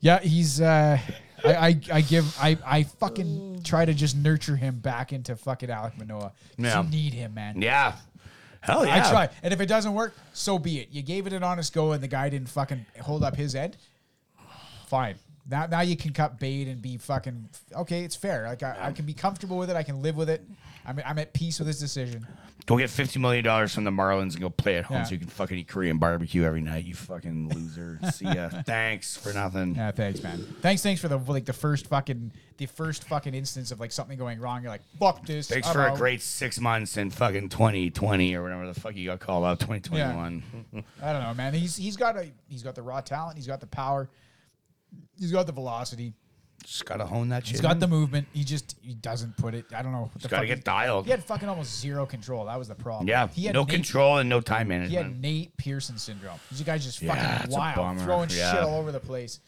[SPEAKER 1] yeah, he's. Uh, I, I I give I I fucking try to just nurture him back into fucking Alec Manoa. 'Cause
[SPEAKER 2] Yeah.
[SPEAKER 1] You need him, man.
[SPEAKER 2] Yeah. Hell yeah.
[SPEAKER 1] I try, and if it doesn't work, so be it. You gave it an honest go, and the guy didn't fucking hold up his end. Fine. Now, now you can cut bait and be fucking okay. It's fair. Like I, I can be comfortable with it. I can live with it. I'm I'm at peace with this decision.
[SPEAKER 2] Go get $50 million from the Marlins and go play at home
[SPEAKER 1] Yeah.
[SPEAKER 2] so you can fucking eat Korean barbecue every night, you fucking loser. See ya. Thanks for nothing.
[SPEAKER 1] Yeah, thanks, man. Thanks, thanks for the like the first fucking the first fucking instance of like something going wrong. You're like, fuck this.
[SPEAKER 2] Thanks
[SPEAKER 1] I'm
[SPEAKER 2] for
[SPEAKER 1] out.
[SPEAKER 2] a great six months in fucking 2020 or whatever the fuck you got called up 2021.
[SPEAKER 1] I don't know, man. He's he's got a he's got the raw talent. He's got the power. He's got the velocity.
[SPEAKER 2] Just gotta hone that shit.
[SPEAKER 1] He's got the movement. He just he doesn't put it. I don't know. What the
[SPEAKER 2] gotta
[SPEAKER 1] fuck
[SPEAKER 2] get
[SPEAKER 1] he-
[SPEAKER 2] dialed.
[SPEAKER 1] He had fucking almost zero control. That was the problem.
[SPEAKER 2] yeah,
[SPEAKER 1] he had
[SPEAKER 2] no
[SPEAKER 1] Nate,
[SPEAKER 2] control and no time
[SPEAKER 1] He
[SPEAKER 2] management.
[SPEAKER 1] had Nate Pearson syndrome. These guys just
[SPEAKER 2] Yeah,
[SPEAKER 1] fucking
[SPEAKER 2] it's a
[SPEAKER 1] wild,
[SPEAKER 2] bummer.
[SPEAKER 1] throwing
[SPEAKER 2] Yeah.
[SPEAKER 1] shit all over the place.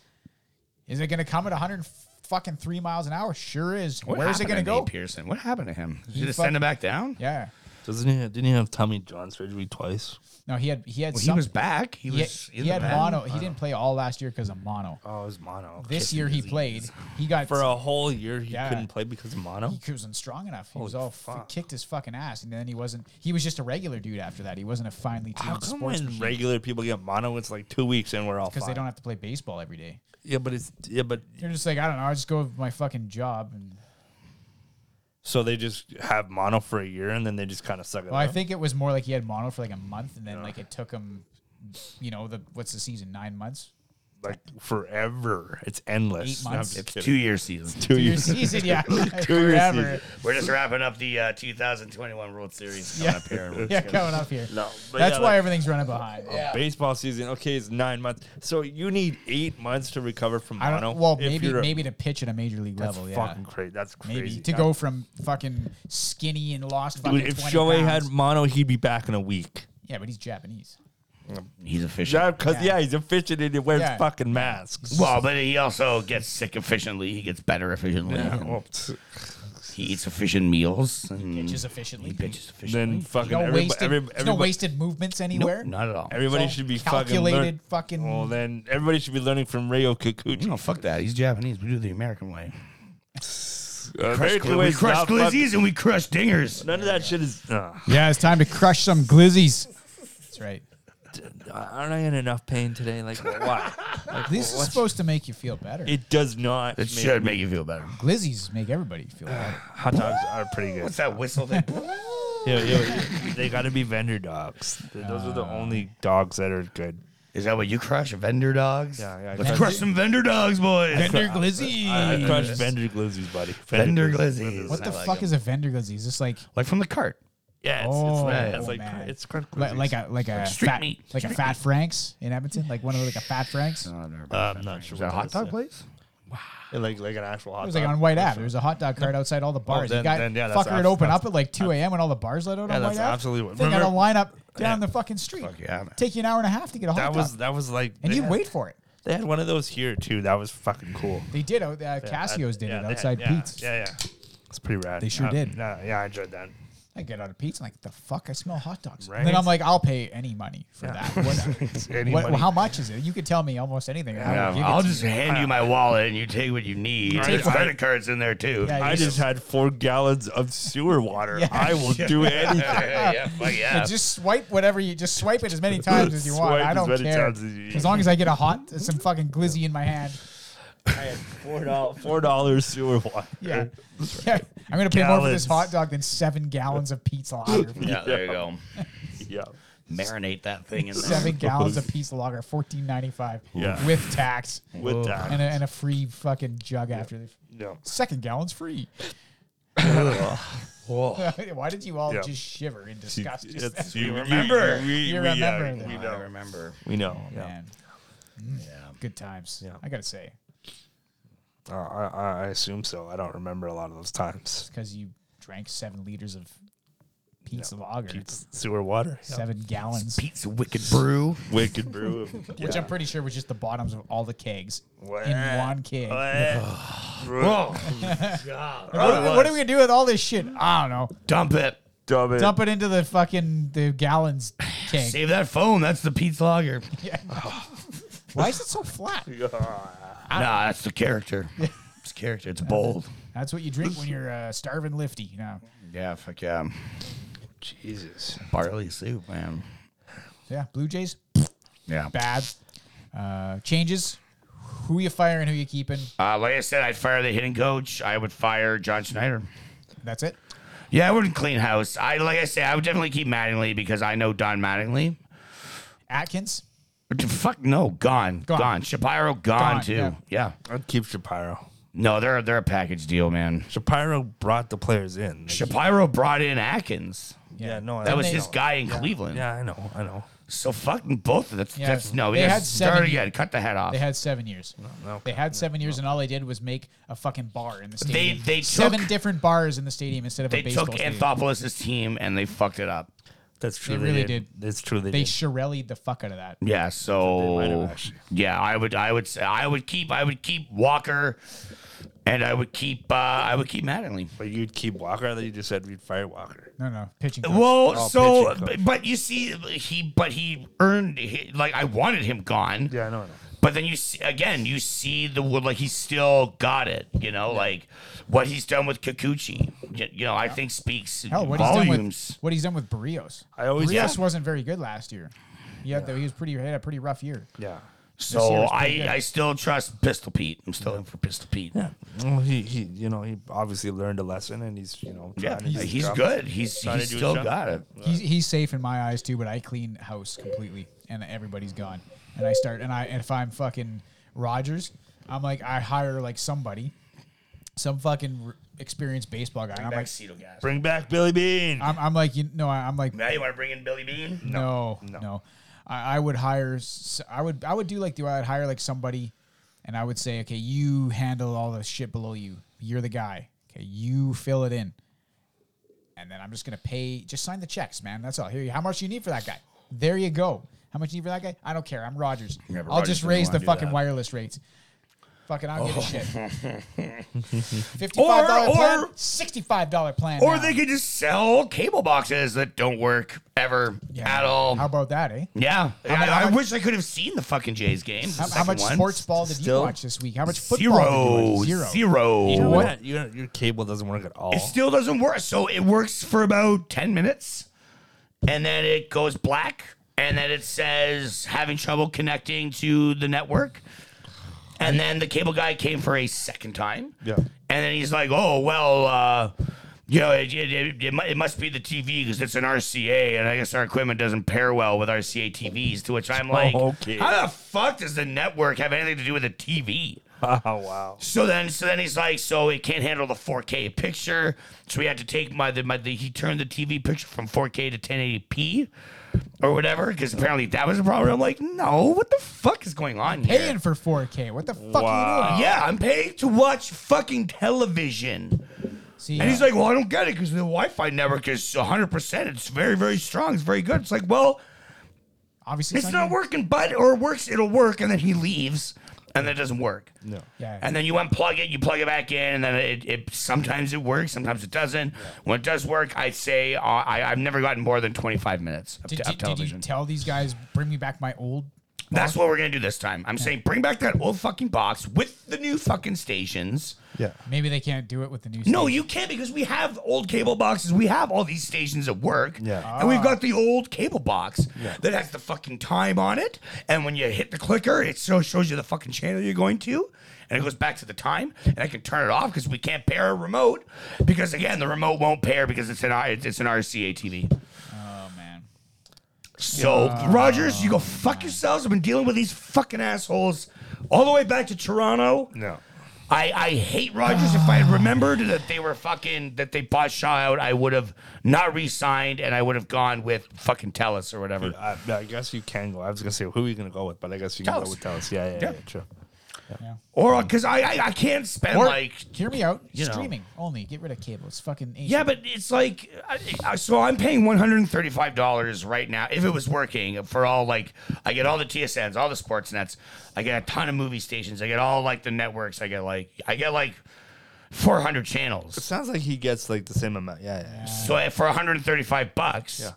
[SPEAKER 1] Is it going to come at 100 fucking three miles an hour? Sure is.
[SPEAKER 2] What
[SPEAKER 1] Where's it going
[SPEAKER 2] happened
[SPEAKER 1] to
[SPEAKER 2] Nate
[SPEAKER 1] go?
[SPEAKER 2] Pearson? What happened to him? Did you just
[SPEAKER 1] fuck-
[SPEAKER 2] send him back down?
[SPEAKER 1] Yeah.
[SPEAKER 3] Doesn't he? Didn't he have Tommy John surgery twice?
[SPEAKER 1] No, he had he had
[SPEAKER 2] Well, he
[SPEAKER 1] some-
[SPEAKER 2] was back. He
[SPEAKER 1] He had,
[SPEAKER 2] was.
[SPEAKER 1] he
[SPEAKER 2] in the
[SPEAKER 1] had
[SPEAKER 2] pen.
[SPEAKER 1] mono. He didn't play all last year because of mono.
[SPEAKER 3] Oh, it was mono.
[SPEAKER 1] This year he played. He got
[SPEAKER 3] for a whole year. He
[SPEAKER 1] Yeah.
[SPEAKER 3] couldn't play because of mono.
[SPEAKER 1] he wasn't strong enough. He was
[SPEAKER 3] Holy
[SPEAKER 1] all f-
[SPEAKER 3] fuck.
[SPEAKER 1] kicked his fucking ass, and then he wasn't. He was just a regular dude after that. He wasn't a finely
[SPEAKER 3] How
[SPEAKER 1] tuned
[SPEAKER 3] come
[SPEAKER 1] sports
[SPEAKER 3] when regular people get mono, it's like two weeks and we're all
[SPEAKER 1] because
[SPEAKER 3] fine?
[SPEAKER 1] they don't have to play baseball every day.
[SPEAKER 3] yeah, but it's yeah, but
[SPEAKER 1] You're just like I don't know. I just go with my fucking job, and
[SPEAKER 3] So they just have mono for a year and then they just kind of suck it
[SPEAKER 1] Well, I
[SPEAKER 3] up?
[SPEAKER 1] think it was more like he had mono for like a month, and then like it took him, you know, the what's the season? Nine months,
[SPEAKER 3] like forever. It's endless.
[SPEAKER 1] Eight months.
[SPEAKER 2] It's two year season.
[SPEAKER 3] two
[SPEAKER 1] your
[SPEAKER 3] years.
[SPEAKER 1] season, yeah,
[SPEAKER 3] your
[SPEAKER 1] forever.
[SPEAKER 3] season.
[SPEAKER 2] We're just wrapping up the uh, 2021 World Series coming
[SPEAKER 1] Yeah.
[SPEAKER 2] up here. We're
[SPEAKER 1] Yeah,
[SPEAKER 2] just gonna-
[SPEAKER 1] coming up here.
[SPEAKER 3] No, but
[SPEAKER 1] That's
[SPEAKER 3] yeah,
[SPEAKER 1] why
[SPEAKER 3] like, Oh,
[SPEAKER 1] everything's running behind. Yeah.
[SPEAKER 3] baseball season. Okay, it's nine months. So you need eight months to recover from
[SPEAKER 1] I
[SPEAKER 3] mono.
[SPEAKER 1] don't. Well,
[SPEAKER 3] if
[SPEAKER 1] maybe
[SPEAKER 3] you're a-
[SPEAKER 1] maybe to pitch at a major league
[SPEAKER 3] That's
[SPEAKER 1] level. Yeah.
[SPEAKER 3] fucking crazy. That's crazy.
[SPEAKER 1] Maybe to go from fucking skinny and lost fucking
[SPEAKER 3] Dude, if
[SPEAKER 1] 20
[SPEAKER 3] Shohei
[SPEAKER 1] pounds.
[SPEAKER 3] had mono, he'd be back in a week.
[SPEAKER 1] yeah, but he's Japanese.
[SPEAKER 2] Mm. He's efficient.
[SPEAKER 3] Yeah, because
[SPEAKER 1] Yeah.
[SPEAKER 3] yeah. he's efficient and he wears
[SPEAKER 1] Yeah.
[SPEAKER 3] fucking masks.
[SPEAKER 2] Well, but he also gets sick efficiently. He gets better efficiently. and he eats efficient meals. and
[SPEAKER 1] Pitches efficiently.
[SPEAKER 2] He pitches efficiently.
[SPEAKER 3] then fucking
[SPEAKER 1] No
[SPEAKER 3] everybody,
[SPEAKER 1] wasted.
[SPEAKER 3] every-
[SPEAKER 1] there's no
[SPEAKER 3] everybody-
[SPEAKER 1] wasted movements anywhere.
[SPEAKER 2] Not at all.
[SPEAKER 3] everybody
[SPEAKER 1] It's all
[SPEAKER 3] should be
[SPEAKER 1] calculated. Fucking. Mm.
[SPEAKER 3] fucking. Learn, Oh. well, then everybody should be learning from Rayo Kikuchi.
[SPEAKER 2] No, fuck that. He's Japanese. We do the American way.
[SPEAKER 3] Uh,
[SPEAKER 2] Crush,
[SPEAKER 3] apparently
[SPEAKER 2] we
[SPEAKER 3] it's
[SPEAKER 2] crush
[SPEAKER 3] not fuck-
[SPEAKER 2] glizzies and we crush dingers.
[SPEAKER 3] None of that shit is. Uh,
[SPEAKER 1] Yeah, it's time to crush some glizzies. That's right.
[SPEAKER 3] uh, aren't I in enough pain today? Like why?
[SPEAKER 1] This is supposed to make you feel better.
[SPEAKER 3] It does not.
[SPEAKER 2] It
[SPEAKER 3] make-
[SPEAKER 2] should make you feel better.
[SPEAKER 1] glizzies make everybody feel
[SPEAKER 3] Uh,
[SPEAKER 1] better.
[SPEAKER 3] Hot dogs are pretty good.
[SPEAKER 2] What's that whistle thing?
[SPEAKER 3] Yo, yo, they got to be vendor dogs. Th- Those are the
[SPEAKER 1] Ah.
[SPEAKER 3] only dogs that are good.
[SPEAKER 2] Is that what you crush? Vendor dogs?
[SPEAKER 3] Yeah, yeah, I
[SPEAKER 2] Let's
[SPEAKER 3] crush-
[SPEAKER 2] crush some vendor dogs, boys.
[SPEAKER 1] Vendor glizzy.
[SPEAKER 3] I I crush vendor glizzies, buddy.
[SPEAKER 2] Vendor glizzies.
[SPEAKER 1] what the
[SPEAKER 2] I like
[SPEAKER 1] fuck
[SPEAKER 2] it.
[SPEAKER 1] is a vendor glizzy? Is this like
[SPEAKER 2] Like from the cart.
[SPEAKER 3] Yeah, it's,
[SPEAKER 1] Oh,
[SPEAKER 3] it's,
[SPEAKER 1] oh,
[SPEAKER 3] it's like
[SPEAKER 1] man.
[SPEAKER 3] it's crunch
[SPEAKER 1] like,
[SPEAKER 3] glizzies.
[SPEAKER 1] like a like a
[SPEAKER 2] street
[SPEAKER 1] fat,
[SPEAKER 2] meat.
[SPEAKER 1] like a fat Franks in Edmonton? Like one of the, like a fat Franks? It
[SPEAKER 3] Uh, I'm not sure.
[SPEAKER 2] Is that a
[SPEAKER 3] what
[SPEAKER 2] hot dog
[SPEAKER 3] is.
[SPEAKER 2] place?
[SPEAKER 3] Yeah, Like like an actual hot
[SPEAKER 1] was
[SPEAKER 3] dog.
[SPEAKER 1] like on White Ave. There was a hot dog cart outside all the bars.
[SPEAKER 3] Oh, then-
[SPEAKER 1] you got
[SPEAKER 3] then, yeah, that's
[SPEAKER 1] fucker it
[SPEAKER 3] abs-
[SPEAKER 1] open
[SPEAKER 3] that's-
[SPEAKER 1] up at like 2 a.m. when all the bars let out
[SPEAKER 3] Yeah,
[SPEAKER 1] on
[SPEAKER 3] that's
[SPEAKER 1] White Ave.
[SPEAKER 3] absolutely what-
[SPEAKER 1] They got a
[SPEAKER 3] remember-
[SPEAKER 1] lineup down the fucking street.
[SPEAKER 2] Fuck yeah, man.
[SPEAKER 1] Take you an hour and a half to get a hot
[SPEAKER 3] that
[SPEAKER 1] dog.
[SPEAKER 3] was that was like
[SPEAKER 1] and
[SPEAKER 3] they
[SPEAKER 1] you
[SPEAKER 3] had-
[SPEAKER 1] wait for it.
[SPEAKER 3] They had one of those here too. That was fucking cool.
[SPEAKER 1] They did. out- Uh,
[SPEAKER 3] Yeah,
[SPEAKER 1] Casio's
[SPEAKER 3] I-
[SPEAKER 1] did
[SPEAKER 3] yeah,
[SPEAKER 1] it
[SPEAKER 3] they had-
[SPEAKER 1] outside
[SPEAKER 3] yeah,
[SPEAKER 1] Pete's.
[SPEAKER 3] Yeah, yeah, it's pretty rad.
[SPEAKER 1] They sure
[SPEAKER 3] Um,
[SPEAKER 1] did.
[SPEAKER 3] No, yeah, I enjoyed that.
[SPEAKER 1] I get out of pizza. I'm like, the fuck? I smell hot dogs.
[SPEAKER 3] Right?
[SPEAKER 1] And then I'm like, I'll pay any money for
[SPEAKER 3] Yeah.
[SPEAKER 1] that. What,
[SPEAKER 3] Any
[SPEAKER 1] what-
[SPEAKER 3] money.
[SPEAKER 1] how much is it? You could tell me almost anything. and I would
[SPEAKER 2] Yeah,
[SPEAKER 1] give it
[SPEAKER 2] I'll
[SPEAKER 1] to
[SPEAKER 2] just
[SPEAKER 1] you.
[SPEAKER 2] hand you my wallet and you take what you need. There's
[SPEAKER 3] what-
[SPEAKER 2] credit cards in there too.
[SPEAKER 1] Yeah,
[SPEAKER 3] I
[SPEAKER 1] you
[SPEAKER 3] just had four gallons of sewer water.
[SPEAKER 1] Yeah.
[SPEAKER 3] I will do anything.
[SPEAKER 2] yeah, fuck yeah.
[SPEAKER 1] And just swipe whatever you just swipe it as many times as you want.
[SPEAKER 3] Swipe
[SPEAKER 1] I
[SPEAKER 3] as
[SPEAKER 1] don't
[SPEAKER 3] many
[SPEAKER 1] care.
[SPEAKER 3] times as you-
[SPEAKER 1] As long as I get a hot some fucking glizzy in my hand.
[SPEAKER 3] Four dollars. Four dollars sewer water.
[SPEAKER 1] Yeah. yeah. I'm gonna pay more for this
[SPEAKER 3] Gallons.
[SPEAKER 1] hot dog than seven gallons of pizza lager.
[SPEAKER 2] yeah, there you go.
[SPEAKER 3] Yeah.
[SPEAKER 2] Marinate that thing in there.
[SPEAKER 1] Seven gallons of pizza lager, fourteen ninety five.
[SPEAKER 3] Yeah.
[SPEAKER 1] With tax.
[SPEAKER 3] With that.
[SPEAKER 1] Oh. And a, and a free fucking jug after the
[SPEAKER 3] No.
[SPEAKER 1] second gallon's free.
[SPEAKER 2] Oh.
[SPEAKER 1] Why did you all
[SPEAKER 3] Yeah.
[SPEAKER 1] just shiver in disgust? just then?
[SPEAKER 3] It's- you
[SPEAKER 2] remember.
[SPEAKER 3] We, we,
[SPEAKER 1] You
[SPEAKER 3] we, yeah,
[SPEAKER 1] remember that.
[SPEAKER 3] we
[SPEAKER 2] I
[SPEAKER 3] know.
[SPEAKER 2] remember.
[SPEAKER 3] We know. yeah.
[SPEAKER 1] Man. Mm. Good times.
[SPEAKER 3] Yeah.
[SPEAKER 1] I gotta say,
[SPEAKER 3] Uh, I, I- I assume so. I don't remember a lot of those times.
[SPEAKER 1] because you drank seven liters of pizza lager,
[SPEAKER 3] Pete's sewer water.
[SPEAKER 1] seven gallons,
[SPEAKER 2] Pete's Wicked Brew.
[SPEAKER 3] Wicked brew.
[SPEAKER 1] which I'm pretty sure was just the bottoms of all the kegs in
[SPEAKER 3] Wah.
[SPEAKER 1] one keg. What,
[SPEAKER 3] Wah.
[SPEAKER 2] Whoa.
[SPEAKER 1] are we- what are we gonna do with all this shit? I don't know.
[SPEAKER 2] Dump it.
[SPEAKER 3] Dumb it.
[SPEAKER 1] Dump it into the fucking the gallons keg.
[SPEAKER 2] Save that phone. That's the Pete's Lager.
[SPEAKER 1] Why is it so flat?
[SPEAKER 2] Nah, that's the character. It's character. It's bold.
[SPEAKER 1] That's what you drink when you're uh, starving lifty. You know.
[SPEAKER 2] Yeah, fuck yeah.
[SPEAKER 3] Jesus.
[SPEAKER 2] Barley soup, man.
[SPEAKER 1] Yeah. Blue Jays
[SPEAKER 2] Yeah.
[SPEAKER 1] bad. Uh, changes. Who you firing? Who you keeping?
[SPEAKER 2] Uh, like I said, I'd fire the hitting coach. I would fire John Schneider.
[SPEAKER 1] That's it.
[SPEAKER 2] Yeah, I wouldn't clean house. I like I said, I would definitely keep Mattingly because I know Don Mattingly.
[SPEAKER 1] Atkins.
[SPEAKER 2] Fuck no, gone,
[SPEAKER 1] Gone.
[SPEAKER 2] gone. Shapiro gone,
[SPEAKER 1] Gone,
[SPEAKER 2] too.
[SPEAKER 1] yeah.
[SPEAKER 2] Yeah.
[SPEAKER 3] I'd keep Shapiro.
[SPEAKER 2] no, they're they're a package deal, man.
[SPEAKER 3] Shapiro brought the players in. Like,
[SPEAKER 2] Shapiro brought in Atkins.
[SPEAKER 3] yeah, no, I
[SPEAKER 2] That was
[SPEAKER 3] know.
[SPEAKER 2] his guy in Cleveland.
[SPEAKER 3] Yeah, I know. I know.
[SPEAKER 2] So fucking both. of That's
[SPEAKER 1] Yeah.
[SPEAKER 2] that's no.
[SPEAKER 1] They
[SPEAKER 2] yeah,
[SPEAKER 1] had seven
[SPEAKER 2] start
[SPEAKER 1] years.
[SPEAKER 2] again. Cut the head off.
[SPEAKER 1] They had seven years.
[SPEAKER 3] no.
[SPEAKER 1] They had seven years, and all they did was make a fucking bar in the stadium.
[SPEAKER 2] they took-
[SPEAKER 1] seven different bars in the stadium instead of
[SPEAKER 2] They
[SPEAKER 1] a baseball
[SPEAKER 2] took
[SPEAKER 1] stadium.
[SPEAKER 2] Anthopoulos' team and they fucked it up.
[SPEAKER 3] That's true.
[SPEAKER 1] They really did.
[SPEAKER 3] That's true. They,
[SPEAKER 1] they
[SPEAKER 3] did.
[SPEAKER 1] shirellied the fuck out of that.
[SPEAKER 2] Yeah,
[SPEAKER 3] might have
[SPEAKER 2] so
[SPEAKER 3] actually.
[SPEAKER 2] yeah, I would, I would, say, I would keep, I would keep Walker, and I would keep, uh, I would keep Mattingly.
[SPEAKER 3] but you'd keep Walker. I thought you just said you'd fire Walker.
[SPEAKER 1] No, no, pitching. coach.
[SPEAKER 2] Well,
[SPEAKER 3] Oh,
[SPEAKER 2] so
[SPEAKER 3] pitching coach.
[SPEAKER 2] but, but you see, he but he earned he, like I wanted him gone.
[SPEAKER 3] Yeah, I know. I know.
[SPEAKER 2] But then you see again, you see the wood like he still got it. You know, like what he's done with Kikuchi. You, you know, I think speaks
[SPEAKER 1] Hell, what he's done with
[SPEAKER 2] volumes.
[SPEAKER 1] what he's done with Barrios.
[SPEAKER 3] I always
[SPEAKER 1] Barrios wasn't very good last year. Yeah, though he was pretty. He had a pretty rough year.
[SPEAKER 3] yeah.
[SPEAKER 1] year
[SPEAKER 2] So
[SPEAKER 1] was pretty
[SPEAKER 2] I,
[SPEAKER 1] good.
[SPEAKER 2] I still trust Pistol Pete. I'm still in for Pistol Pete. Yeah,
[SPEAKER 3] Well, he, he, you know, he obviously learned a lesson, and he's, you know, trying to
[SPEAKER 2] he's,
[SPEAKER 3] do his
[SPEAKER 2] he's
[SPEAKER 3] job.
[SPEAKER 2] good. He's,
[SPEAKER 3] Trying to
[SPEAKER 2] he's
[SPEAKER 3] do his
[SPEAKER 2] still
[SPEAKER 3] job.
[SPEAKER 2] got it.
[SPEAKER 1] he's, he's safe in my eyes too, but I clean house completely, and everybody's gone. And I start, and I and if I'm fucking Rogers, I'm like I hire like somebody, some fucking r- experienced baseball guy. And I'm
[SPEAKER 2] Back
[SPEAKER 1] like,
[SPEAKER 2] Cito gas.
[SPEAKER 3] Bring back Billy Bean.
[SPEAKER 1] I'm, I'm like, you know, I'm like,
[SPEAKER 2] now you want to bring in Billy Bean?
[SPEAKER 1] no, no. I, I would hire. s- I would. I would do like. Do I would hire like somebody, and I would say, okay, you handle all the shit below you. You're the guy. Okay, you fill it in, and then I'm just gonna pay. Just sign the checks, man. That's all. Here, you- how much you need for that guy? There you go. How much you need for that guy? I don't care. I'm Rogers.
[SPEAKER 2] Yeah,
[SPEAKER 1] I'll
[SPEAKER 2] but Rogers
[SPEAKER 1] just
[SPEAKER 2] doesn't
[SPEAKER 1] raise the
[SPEAKER 2] wanna do
[SPEAKER 1] fucking
[SPEAKER 2] that.
[SPEAKER 1] wireless rates. Fucking, I don't give a shit. Fifty-five dollar
[SPEAKER 2] Oh. Or-
[SPEAKER 1] plan,
[SPEAKER 2] or-
[SPEAKER 1] sixty-five dollar plan,
[SPEAKER 2] Or
[SPEAKER 1] now.
[SPEAKER 2] they could just sell cable boxes that don't work ever
[SPEAKER 1] Yeah.
[SPEAKER 2] at all.
[SPEAKER 1] How about that, eh?
[SPEAKER 2] yeah,
[SPEAKER 1] How mu-
[SPEAKER 2] I,
[SPEAKER 1] how
[SPEAKER 2] I
[SPEAKER 1] much-
[SPEAKER 2] wish I could have seen the fucking Jays game. the
[SPEAKER 1] How, how
[SPEAKER 2] second
[SPEAKER 1] much
[SPEAKER 2] one.
[SPEAKER 1] sports ball did
[SPEAKER 3] Still-
[SPEAKER 1] you watch this week? How much
[SPEAKER 2] Zero,
[SPEAKER 1] football did you watch?
[SPEAKER 2] zero.
[SPEAKER 3] You know
[SPEAKER 1] What?
[SPEAKER 3] what? Your, your cable doesn't work at all.
[SPEAKER 2] It still doesn't work. So it works for about 10 minutes and then it goes black and then it says having trouble connecting to the network. And then the cable guy came for a second time.
[SPEAKER 3] Yeah.
[SPEAKER 2] And then he's like, oh, well, uh, you know, it, it, it, it, mu- it must be the TV because it's an RCA, and I guess our equipment doesn't pair well with RCA TVs. To which I'm like,
[SPEAKER 3] Okay.
[SPEAKER 2] how the fuck does the network have anything to do with the TV?
[SPEAKER 3] oh wow.
[SPEAKER 2] So then, so then he's like, so it can't handle the 4K picture. So we had to take my, the, my the, he turned the TV picture from 4K to 1080p or whatever, because apparently that was a problem. I'm like, no, what the fuck is going on here?
[SPEAKER 1] Paying for 4K. What the fuck are you
[SPEAKER 3] Wow.
[SPEAKER 1] doing?
[SPEAKER 2] Yeah, I'm paying to watch fucking television.
[SPEAKER 1] See,
[SPEAKER 2] And he's like, well, I don't get it because the Wi-Fi network is 100%. It's very, very strong. It's very good. It's like, well,
[SPEAKER 1] uh, obviously
[SPEAKER 2] it's not
[SPEAKER 1] your-
[SPEAKER 2] working, but or it works, it'll work. And then he leaves and then it doesn't work.
[SPEAKER 3] No.
[SPEAKER 1] Yeah.
[SPEAKER 2] And then you unplug it, you plug it back in, and then it, it sometimes it works, sometimes it doesn't. When it does work, I'd say uh, I, I've never gotten more than 25 minutes of,
[SPEAKER 1] did,
[SPEAKER 2] te- of
[SPEAKER 1] did, did you
[SPEAKER 2] television.
[SPEAKER 1] tell these guys bring me back my old?
[SPEAKER 2] That's what we're going to do this time. I'm saying bring back that old fucking box with the new fucking stations.
[SPEAKER 3] Yeah.
[SPEAKER 1] Maybe they can't do it with the new.
[SPEAKER 2] No,
[SPEAKER 1] station.
[SPEAKER 2] you can't because we have old cable boxes. We have all these stations at work.
[SPEAKER 3] Yeah.
[SPEAKER 2] And we've got the old cable box that has the fucking time on it. And when you hit the clicker, it so shows you the fucking channel you're going to. And it goes back to the time. And I can turn it off because we can't pair a remote. Because again, the remote won't pair because it's an I- it's an RCA TV.
[SPEAKER 1] Oh man.
[SPEAKER 2] So Rogers, you go fuck yourselves. I've been dealing with these fucking assholes all the way back to Toronto.
[SPEAKER 3] No.
[SPEAKER 2] I, I hate Rogers. if I had remembered that they were fucking that they bought Shaw out, I would have not re-signed and I would have gone with fucking Telus or whatever.
[SPEAKER 3] I, I guess you can go. I was gonna say who are you gonna go with, but I guess you can go
[SPEAKER 2] Dallas.
[SPEAKER 3] with Dallas. Yeah, yeah, yeah,
[SPEAKER 2] Yeah.
[SPEAKER 3] true.
[SPEAKER 1] Yeah.
[SPEAKER 2] Or because I, I I can't spend
[SPEAKER 1] Or
[SPEAKER 2] like
[SPEAKER 1] hear me out.
[SPEAKER 2] you know.
[SPEAKER 1] Streaming only. Get rid of cable. It's fucking. Ancient.
[SPEAKER 2] yeah, but it's like I, I- so I'm paying one hundred and thirty five dollars right now if it was working for all like I get all the TSNs, all the sports nets, I get a ton of movie stations, I get all like the networks, I get like I get like four hundred channels.
[SPEAKER 3] Sounds like he gets like the same amount. Yeah, yeah. yeah.
[SPEAKER 2] So for one hundred and thirty five bucks.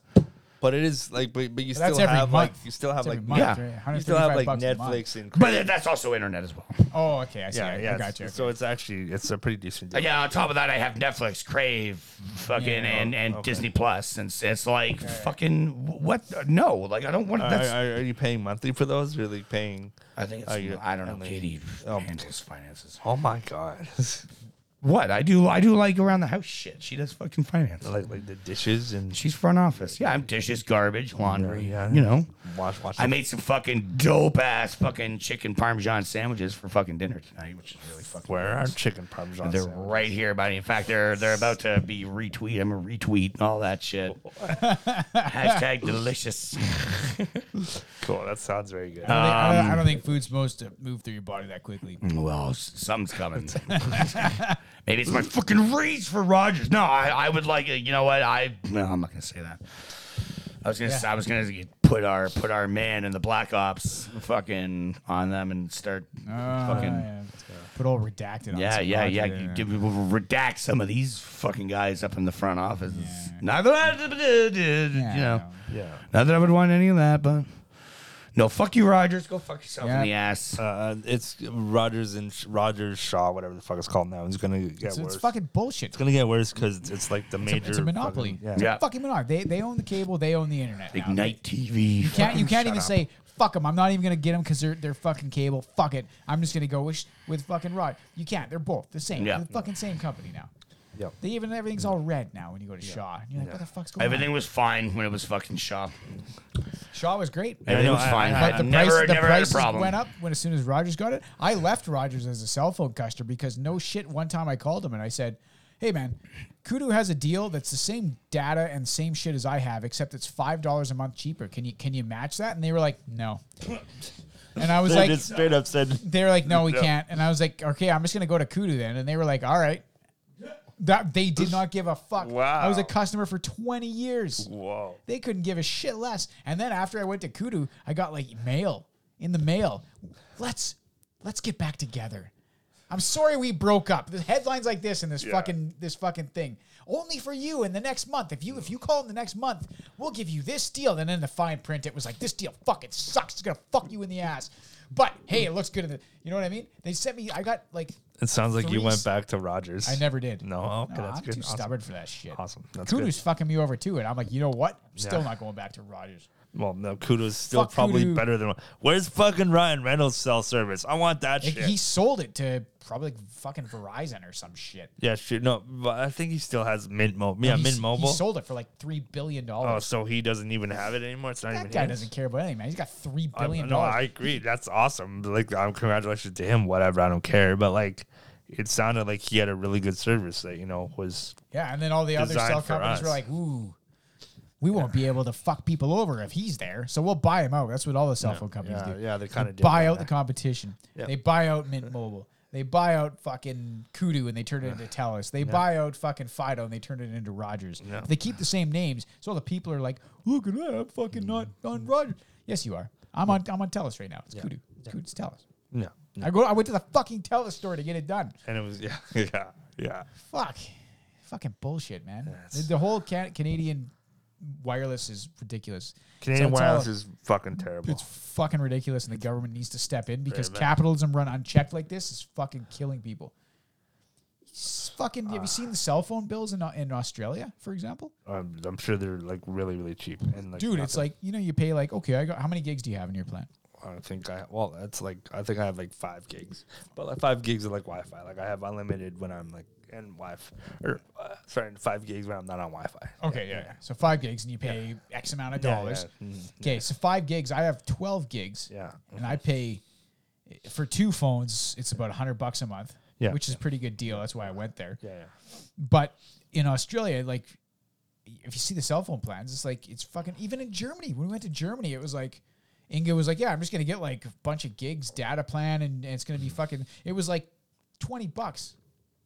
[SPEAKER 3] But it is like, but, but you
[SPEAKER 1] But that's
[SPEAKER 3] still
[SPEAKER 1] every
[SPEAKER 3] have like
[SPEAKER 1] month.
[SPEAKER 3] you still have
[SPEAKER 1] That's every
[SPEAKER 3] like
[SPEAKER 1] month,
[SPEAKER 2] yeah.
[SPEAKER 1] right?
[SPEAKER 3] you still have
[SPEAKER 1] 135
[SPEAKER 3] like
[SPEAKER 1] bucks a month.
[SPEAKER 3] Netflix and
[SPEAKER 2] But that's also internet as well.
[SPEAKER 1] Oh, okay. I see. I, I got you.
[SPEAKER 3] it's- So it's actually it's a pretty decent deal.
[SPEAKER 2] Yeah, on top of that, I have Netflix, Crave, fucking,
[SPEAKER 1] Yeah.
[SPEAKER 2] and, and
[SPEAKER 3] okay.
[SPEAKER 2] Disney Plus, and it's, it's like fucking what? No, like I don't want
[SPEAKER 3] Are,
[SPEAKER 2] that's.
[SPEAKER 3] are, are you paying monthly for those? Really paying?
[SPEAKER 2] I think it's,
[SPEAKER 3] Are you-
[SPEAKER 2] I don't know.
[SPEAKER 3] are they-
[SPEAKER 2] Katie
[SPEAKER 3] Oh.
[SPEAKER 2] handles finances.
[SPEAKER 3] Oh my god!
[SPEAKER 2] What I do, I do like around the house shit. She does fucking finance.
[SPEAKER 3] like like the dishes and
[SPEAKER 2] She's front office. Yeah, I'm dishes, garbage, laundry.
[SPEAKER 3] Yeah, yeah.
[SPEAKER 2] You know,
[SPEAKER 3] wash wash.
[SPEAKER 2] I made some fucking dope ass fucking chicken parmesan sandwiches for fucking dinner tonight, which is really fucking.
[SPEAKER 3] where are chicken parmesan?
[SPEAKER 2] They're
[SPEAKER 3] sandwiches?
[SPEAKER 2] right here, buddy. In fact, they're they're about to be retweet. I'm a retweet and all that shit. Hashtag delicious.
[SPEAKER 3] Cool. That sounds very good.
[SPEAKER 1] I don't, think, I, don't,
[SPEAKER 2] um,
[SPEAKER 1] I don't think food's supposed to move through your body that quickly.
[SPEAKER 2] Well, s- something's coming. Maybe it's my fucking reach for Rogers. No, I, I would like it. You know what? I no, I'm not gonna say that. I was gonna s I was gonna get- put our put our man in the Black Ops fucking on them and start
[SPEAKER 1] Ah,
[SPEAKER 2] fucking
[SPEAKER 1] yeah. Put all redacted. on
[SPEAKER 2] yeah
[SPEAKER 1] some
[SPEAKER 2] yeah
[SPEAKER 1] Roger
[SPEAKER 2] yeah.
[SPEAKER 1] there.
[SPEAKER 2] You did- we'll redact some of these fucking guys up in the front office. Neither you
[SPEAKER 1] Yeah, I
[SPEAKER 2] know.
[SPEAKER 1] know.
[SPEAKER 3] yeah.
[SPEAKER 2] Not that I would want any of that, but No, fuck you, Rogers. Go fuck yourself
[SPEAKER 1] Yeah.
[SPEAKER 2] in the ass.
[SPEAKER 3] Uh, it's Rogers and Rogers Shaw, whatever the fuck it's called now. It's gonna get
[SPEAKER 1] So
[SPEAKER 3] worse.
[SPEAKER 1] it's fucking bullshit.
[SPEAKER 3] It's gonna get worse because it's, it's like the
[SPEAKER 1] It's a-
[SPEAKER 3] major.
[SPEAKER 1] it's a monopoly.
[SPEAKER 3] fucking- yeah.
[SPEAKER 1] It's
[SPEAKER 2] Yeah.
[SPEAKER 1] a fucking monopoly. They, they own the cable. They own the internet. now.
[SPEAKER 2] Ignite TV.
[SPEAKER 1] You can't you can't
[SPEAKER 2] Shut
[SPEAKER 1] even
[SPEAKER 2] up.
[SPEAKER 1] say fuck them. I'm not even gonna get them because they're they're fucking cable. Fuck it. I'm just gonna go with, with fucking Rod. You can't. They're both the same.
[SPEAKER 2] Yeah.
[SPEAKER 1] They're the fucking same company now.
[SPEAKER 3] Yep.
[SPEAKER 1] They even everything's all red now when you go to Shaw. And you're like, what the fuck's going
[SPEAKER 2] Everything was fine when it was fucking Shaw.
[SPEAKER 1] on? Shaw was great.
[SPEAKER 3] I
[SPEAKER 2] Everything
[SPEAKER 3] know,
[SPEAKER 2] was
[SPEAKER 3] I-
[SPEAKER 2] fine.
[SPEAKER 3] I-
[SPEAKER 1] But
[SPEAKER 2] I've
[SPEAKER 1] the
[SPEAKER 2] never,
[SPEAKER 1] price, the
[SPEAKER 2] never had a
[SPEAKER 1] prices
[SPEAKER 2] problem.
[SPEAKER 1] went up when as soon as Rogers got it. I left Rogers as a cell phone customer because no shit. One time I called him and I said, "Hey man, Kudu has a deal that's the same data and same shit as I have, except it's five dollars a month cheaper. Can you can you match that?" And they were like, "No." And I was
[SPEAKER 3] They
[SPEAKER 1] like,
[SPEAKER 3] just straight up said
[SPEAKER 1] they were like, "No, we can't." And I was like, "Okay, I'm just gonna go to Kudu then." And they were like, "All right." That they did not give a fuck. I was a
[SPEAKER 3] Wow.
[SPEAKER 1] customer for 20 years.
[SPEAKER 3] Whoa.
[SPEAKER 1] They couldn't give a shit less. And then after I went to Kudu, I got like mail in the mail. Let's let's get back together. I'm sorry we broke up. The headlines like this and this fucking this fucking thing. Only for you in the next month. If you if you call in the next month, we'll give you this deal. And in the fine print, it was like this deal fucking sucks. It's gonna fuck you in the ass. But hey, it looks good in the. You know what I mean? They sent me. I got like.
[SPEAKER 3] It sounds like you
[SPEAKER 1] Three
[SPEAKER 3] went
[SPEAKER 1] s-
[SPEAKER 3] back to Rogers.
[SPEAKER 1] I never did.
[SPEAKER 3] No, okay,
[SPEAKER 1] No,
[SPEAKER 3] that's
[SPEAKER 1] I'm
[SPEAKER 3] good.
[SPEAKER 1] too
[SPEAKER 3] Awesome.
[SPEAKER 1] stubborn for that shit.
[SPEAKER 3] Awesome. That's
[SPEAKER 1] Kudu's
[SPEAKER 3] good.
[SPEAKER 1] fucking me over too, and I'm like, you know what? I'm still
[SPEAKER 3] Yeah.
[SPEAKER 1] not going back to Rogers.
[SPEAKER 3] Well, no, Kudo's still
[SPEAKER 1] Fuck
[SPEAKER 3] probably
[SPEAKER 1] Kudu.
[SPEAKER 3] better than. Where's fucking Ryan Reynolds' cell service? I want that
[SPEAKER 1] Like,
[SPEAKER 3] shit.
[SPEAKER 1] He sold it to probably like fucking Verizon or some shit.
[SPEAKER 3] yeah, sure. No, but I think he still has Mint Mobile. Yeah,
[SPEAKER 1] He s-
[SPEAKER 3] Mint Mobile.
[SPEAKER 1] He sold it for like three billion
[SPEAKER 3] oh,
[SPEAKER 1] dollars.
[SPEAKER 3] so he doesn't even have it anymore. It's not
[SPEAKER 1] that
[SPEAKER 3] even.
[SPEAKER 1] guy
[SPEAKER 3] his?
[SPEAKER 1] doesn't care about anything, man. He's got three
[SPEAKER 3] I'm-
[SPEAKER 1] billion
[SPEAKER 3] no,
[SPEAKER 1] dollars.
[SPEAKER 3] I agree. That's awesome. Like, I'm congratulations to him. Whatever, I don't care. But like, it sounded like he had a really good service that you know was.
[SPEAKER 1] yeah, and then all the other
[SPEAKER 3] designed
[SPEAKER 1] cell
[SPEAKER 3] for
[SPEAKER 1] companies were
[SPEAKER 3] us.
[SPEAKER 1] like, ooh. We won't be able to fuck people over if he's there, so we'll buy him out. That's what all the cell phone companies
[SPEAKER 3] yeah,
[SPEAKER 1] do.
[SPEAKER 3] yeah, they kinda
[SPEAKER 1] They
[SPEAKER 3] did
[SPEAKER 1] buy
[SPEAKER 3] that,
[SPEAKER 1] out
[SPEAKER 3] yeah.
[SPEAKER 1] the competition. They buy out Mint Mobile. They buy out fucking Kudu and they turn it into Telus. They buy out fucking Fido and they turn it into Rogers. They keep the same names, so all the people are like, "Look at that! I'm fucking not on Rogers." Yes, you are. I'm on. I'm on Telus right now. It's Kudu. Kudu's Telus.
[SPEAKER 3] No.
[SPEAKER 1] I go. I went to the fucking Telus store to get it done.
[SPEAKER 3] And it was yeah, yeah, yeah.
[SPEAKER 1] Fuck. Fucking bullshit, man. The, the whole can- Canadian wireless is ridiculous.
[SPEAKER 3] Canadian
[SPEAKER 1] it's all-
[SPEAKER 3] Wireless is fucking terrible.
[SPEAKER 1] it's fucking ridiculous, and the government needs to step in because
[SPEAKER 3] Very bad.
[SPEAKER 1] capitalism run unchecked like this is fucking killing people. It's fucking,
[SPEAKER 3] Ah.
[SPEAKER 1] have you seen the cell phone bills in, in Australia, for example?
[SPEAKER 3] I'm, um, I'm sure they're like really, really cheap. And like,
[SPEAKER 1] Dude, it's
[SPEAKER 3] nothing.
[SPEAKER 1] like you know, you pay like okay, I got how many gigs do you have in your plan?
[SPEAKER 3] I think I well, that's like I think I have like five gigs, but like five gigs of like Wi-Fi. Like I have unlimited when I'm like and Wi-Fi or uh, sorry, five gigs when I'm not on Wi-Fi.
[SPEAKER 1] Okay, yeah, So five gigs, and you pay X amount of dollars. Okay, so five gigs. I have twelve gigs.
[SPEAKER 3] mm-hmm. Yeah.
[SPEAKER 1] and I pay for two phones. It's about hundred bucks a month.
[SPEAKER 3] Yeah.
[SPEAKER 1] which is a pretty good deal. That's why I went there.
[SPEAKER 3] Yeah, yeah.
[SPEAKER 1] But in Australia, like if you see the cell phone plans, it's like it's fucking even in Germany. When we went to Germany, it was like Inga was like, Yeah, I'm just gonna get like a bunch of gigs data plan and, and it's gonna be fucking it was like twenty bucks.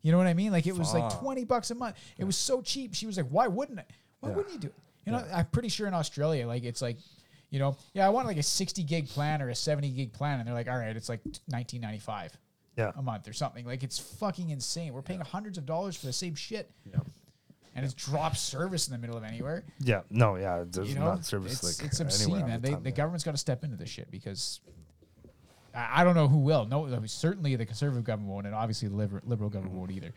[SPEAKER 1] You know what I mean? Like it was like
[SPEAKER 3] Fuck.
[SPEAKER 1] twenty bucks a month. It was so cheap. She was like, Why wouldn't I? Why wouldn't you do it? You know, I'm pretty sure in Australia, like it's like you know, yeah, I want like a 60 gig plan or a 70 gig plan. And they're like, all right, it's like 1995
[SPEAKER 3] Yeah.
[SPEAKER 1] a month or something. Like it's fucking insane. We're paying hundreds of dollars for the same shit. And it's drop service in the middle of anywhere.
[SPEAKER 3] Yeah, no, yeah, there's
[SPEAKER 1] You know,
[SPEAKER 3] not service
[SPEAKER 1] it's,
[SPEAKER 3] like
[SPEAKER 1] it's
[SPEAKER 3] anywhere
[SPEAKER 1] obscene,
[SPEAKER 3] on
[SPEAKER 1] man.
[SPEAKER 3] the
[SPEAKER 1] They,
[SPEAKER 3] time,
[SPEAKER 1] the
[SPEAKER 3] yeah.
[SPEAKER 1] government's got to step into this shit because I, I don't know who will. No, I mean, certainly the conservative government won't, and obviously the liber- liberal government won't either.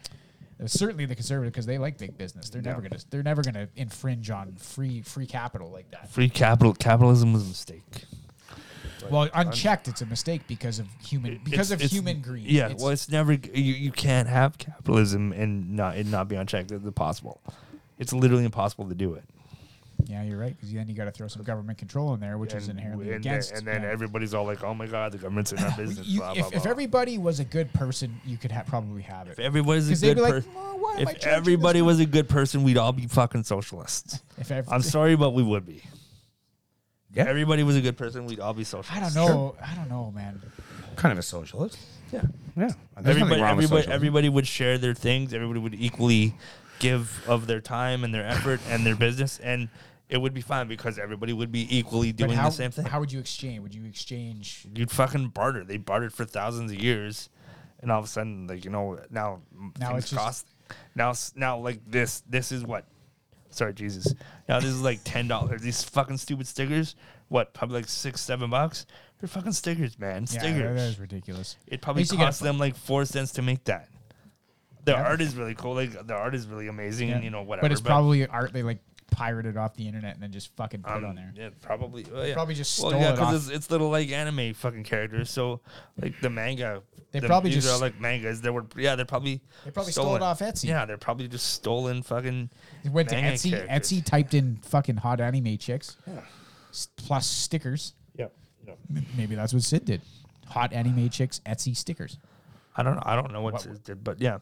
[SPEAKER 1] Uh, Certainly the conservative because they like big business. They're never gonna they're never gonna infringe on free free capital like that.
[SPEAKER 3] Free capital capitalism was a mistake.
[SPEAKER 1] Well, unchecked, it's a mistake because of human because
[SPEAKER 3] It's-
[SPEAKER 1] of
[SPEAKER 3] it's-
[SPEAKER 1] human greed.
[SPEAKER 3] Yeah,
[SPEAKER 1] It's-
[SPEAKER 3] well, it's never g- you, you can't have capitalism and not it not be unchecked. It's impossible. It's literally impossible to do it.
[SPEAKER 1] yeah, you're right because then you got to throw some government control in there, which is inherently
[SPEAKER 3] and
[SPEAKER 1] against.
[SPEAKER 3] Then, and then
[SPEAKER 1] yeah.
[SPEAKER 3] everybody's all like, "Oh my god, the government's in our business."
[SPEAKER 1] You-
[SPEAKER 3] blah,
[SPEAKER 1] if,
[SPEAKER 3] blah,
[SPEAKER 1] if
[SPEAKER 3] blah.
[SPEAKER 1] everybody was a good person, you could ha- probably have
[SPEAKER 3] if
[SPEAKER 1] it.
[SPEAKER 3] everybody's a
[SPEAKER 1] 'Cause they'd
[SPEAKER 3] good
[SPEAKER 1] be like,
[SPEAKER 3] person,
[SPEAKER 1] "Well, why am I
[SPEAKER 3] if
[SPEAKER 1] charging this
[SPEAKER 3] everybody was a good person, we'd all be fucking socialists.
[SPEAKER 1] If ev-
[SPEAKER 3] I'm sorry, but we would be.
[SPEAKER 2] Yeah.
[SPEAKER 3] If everybody was a good person, we'd all be socialists.
[SPEAKER 1] I don't know. I don't know, man.
[SPEAKER 2] Kind of a socialist.
[SPEAKER 3] Yeah.
[SPEAKER 2] Yeah. There's
[SPEAKER 3] everybody,
[SPEAKER 2] nothing wrong with
[SPEAKER 3] everybody,
[SPEAKER 2] socialism.
[SPEAKER 3] everybody would share their things. Everybody would equally give of their time and their effort and their business, and it would be fine because everybody would be equally
[SPEAKER 1] But
[SPEAKER 3] doing
[SPEAKER 1] how,
[SPEAKER 3] the same thing.
[SPEAKER 1] how would you exchange? Would you exchange?
[SPEAKER 3] You'd fucking barter. They bartered for thousands of years, and all of a sudden, like you know, now, m-
[SPEAKER 1] Now
[SPEAKER 3] things
[SPEAKER 1] it's just-
[SPEAKER 3] cost. Now, s- now, like this, this is what. Sorry, Jesus. Now this is like ten dollars. These fucking stupid stickers what probably like six, seven bucks. They're fucking stickers, man.
[SPEAKER 1] Yeah,
[SPEAKER 3] Stickers.
[SPEAKER 1] that- that is ridiculous.
[SPEAKER 3] It probably
[SPEAKER 1] least you got
[SPEAKER 3] cost
[SPEAKER 1] fu-
[SPEAKER 3] them like four cents to make that. The
[SPEAKER 1] Yeah.
[SPEAKER 3] art is really cool. Like the art is really amazing, and
[SPEAKER 1] Yeah.
[SPEAKER 3] you know whatever.
[SPEAKER 1] But it's probably art they like pirated off the internet and then just fucking put
[SPEAKER 3] um,
[SPEAKER 1] on there.
[SPEAKER 3] Yeah, probably. well, yeah.
[SPEAKER 1] Probably just
[SPEAKER 3] Well,
[SPEAKER 1] stole
[SPEAKER 3] yeah,
[SPEAKER 1] it off.
[SPEAKER 3] because it's, it's little like anime fucking characters. So like the manga.
[SPEAKER 1] They
[SPEAKER 3] the-
[SPEAKER 1] probably
[SPEAKER 3] these
[SPEAKER 1] just-
[SPEAKER 3] are like mangas. They were yeah. They're probably
[SPEAKER 1] They probably stole it off Etsy.
[SPEAKER 3] Yeah, they're probably just stolen fucking.
[SPEAKER 1] It went to
[SPEAKER 3] manga
[SPEAKER 1] Etsy.
[SPEAKER 3] characters.
[SPEAKER 1] Etsy typed in fucking hot anime chicks s- plus stickers.
[SPEAKER 3] Yeah. yeah.
[SPEAKER 1] M- Maybe that's what Sid did. Hot anime chicks, Etsy stickers.
[SPEAKER 3] I don't I don't know what,
[SPEAKER 1] What-
[SPEAKER 3] it did, but yeah,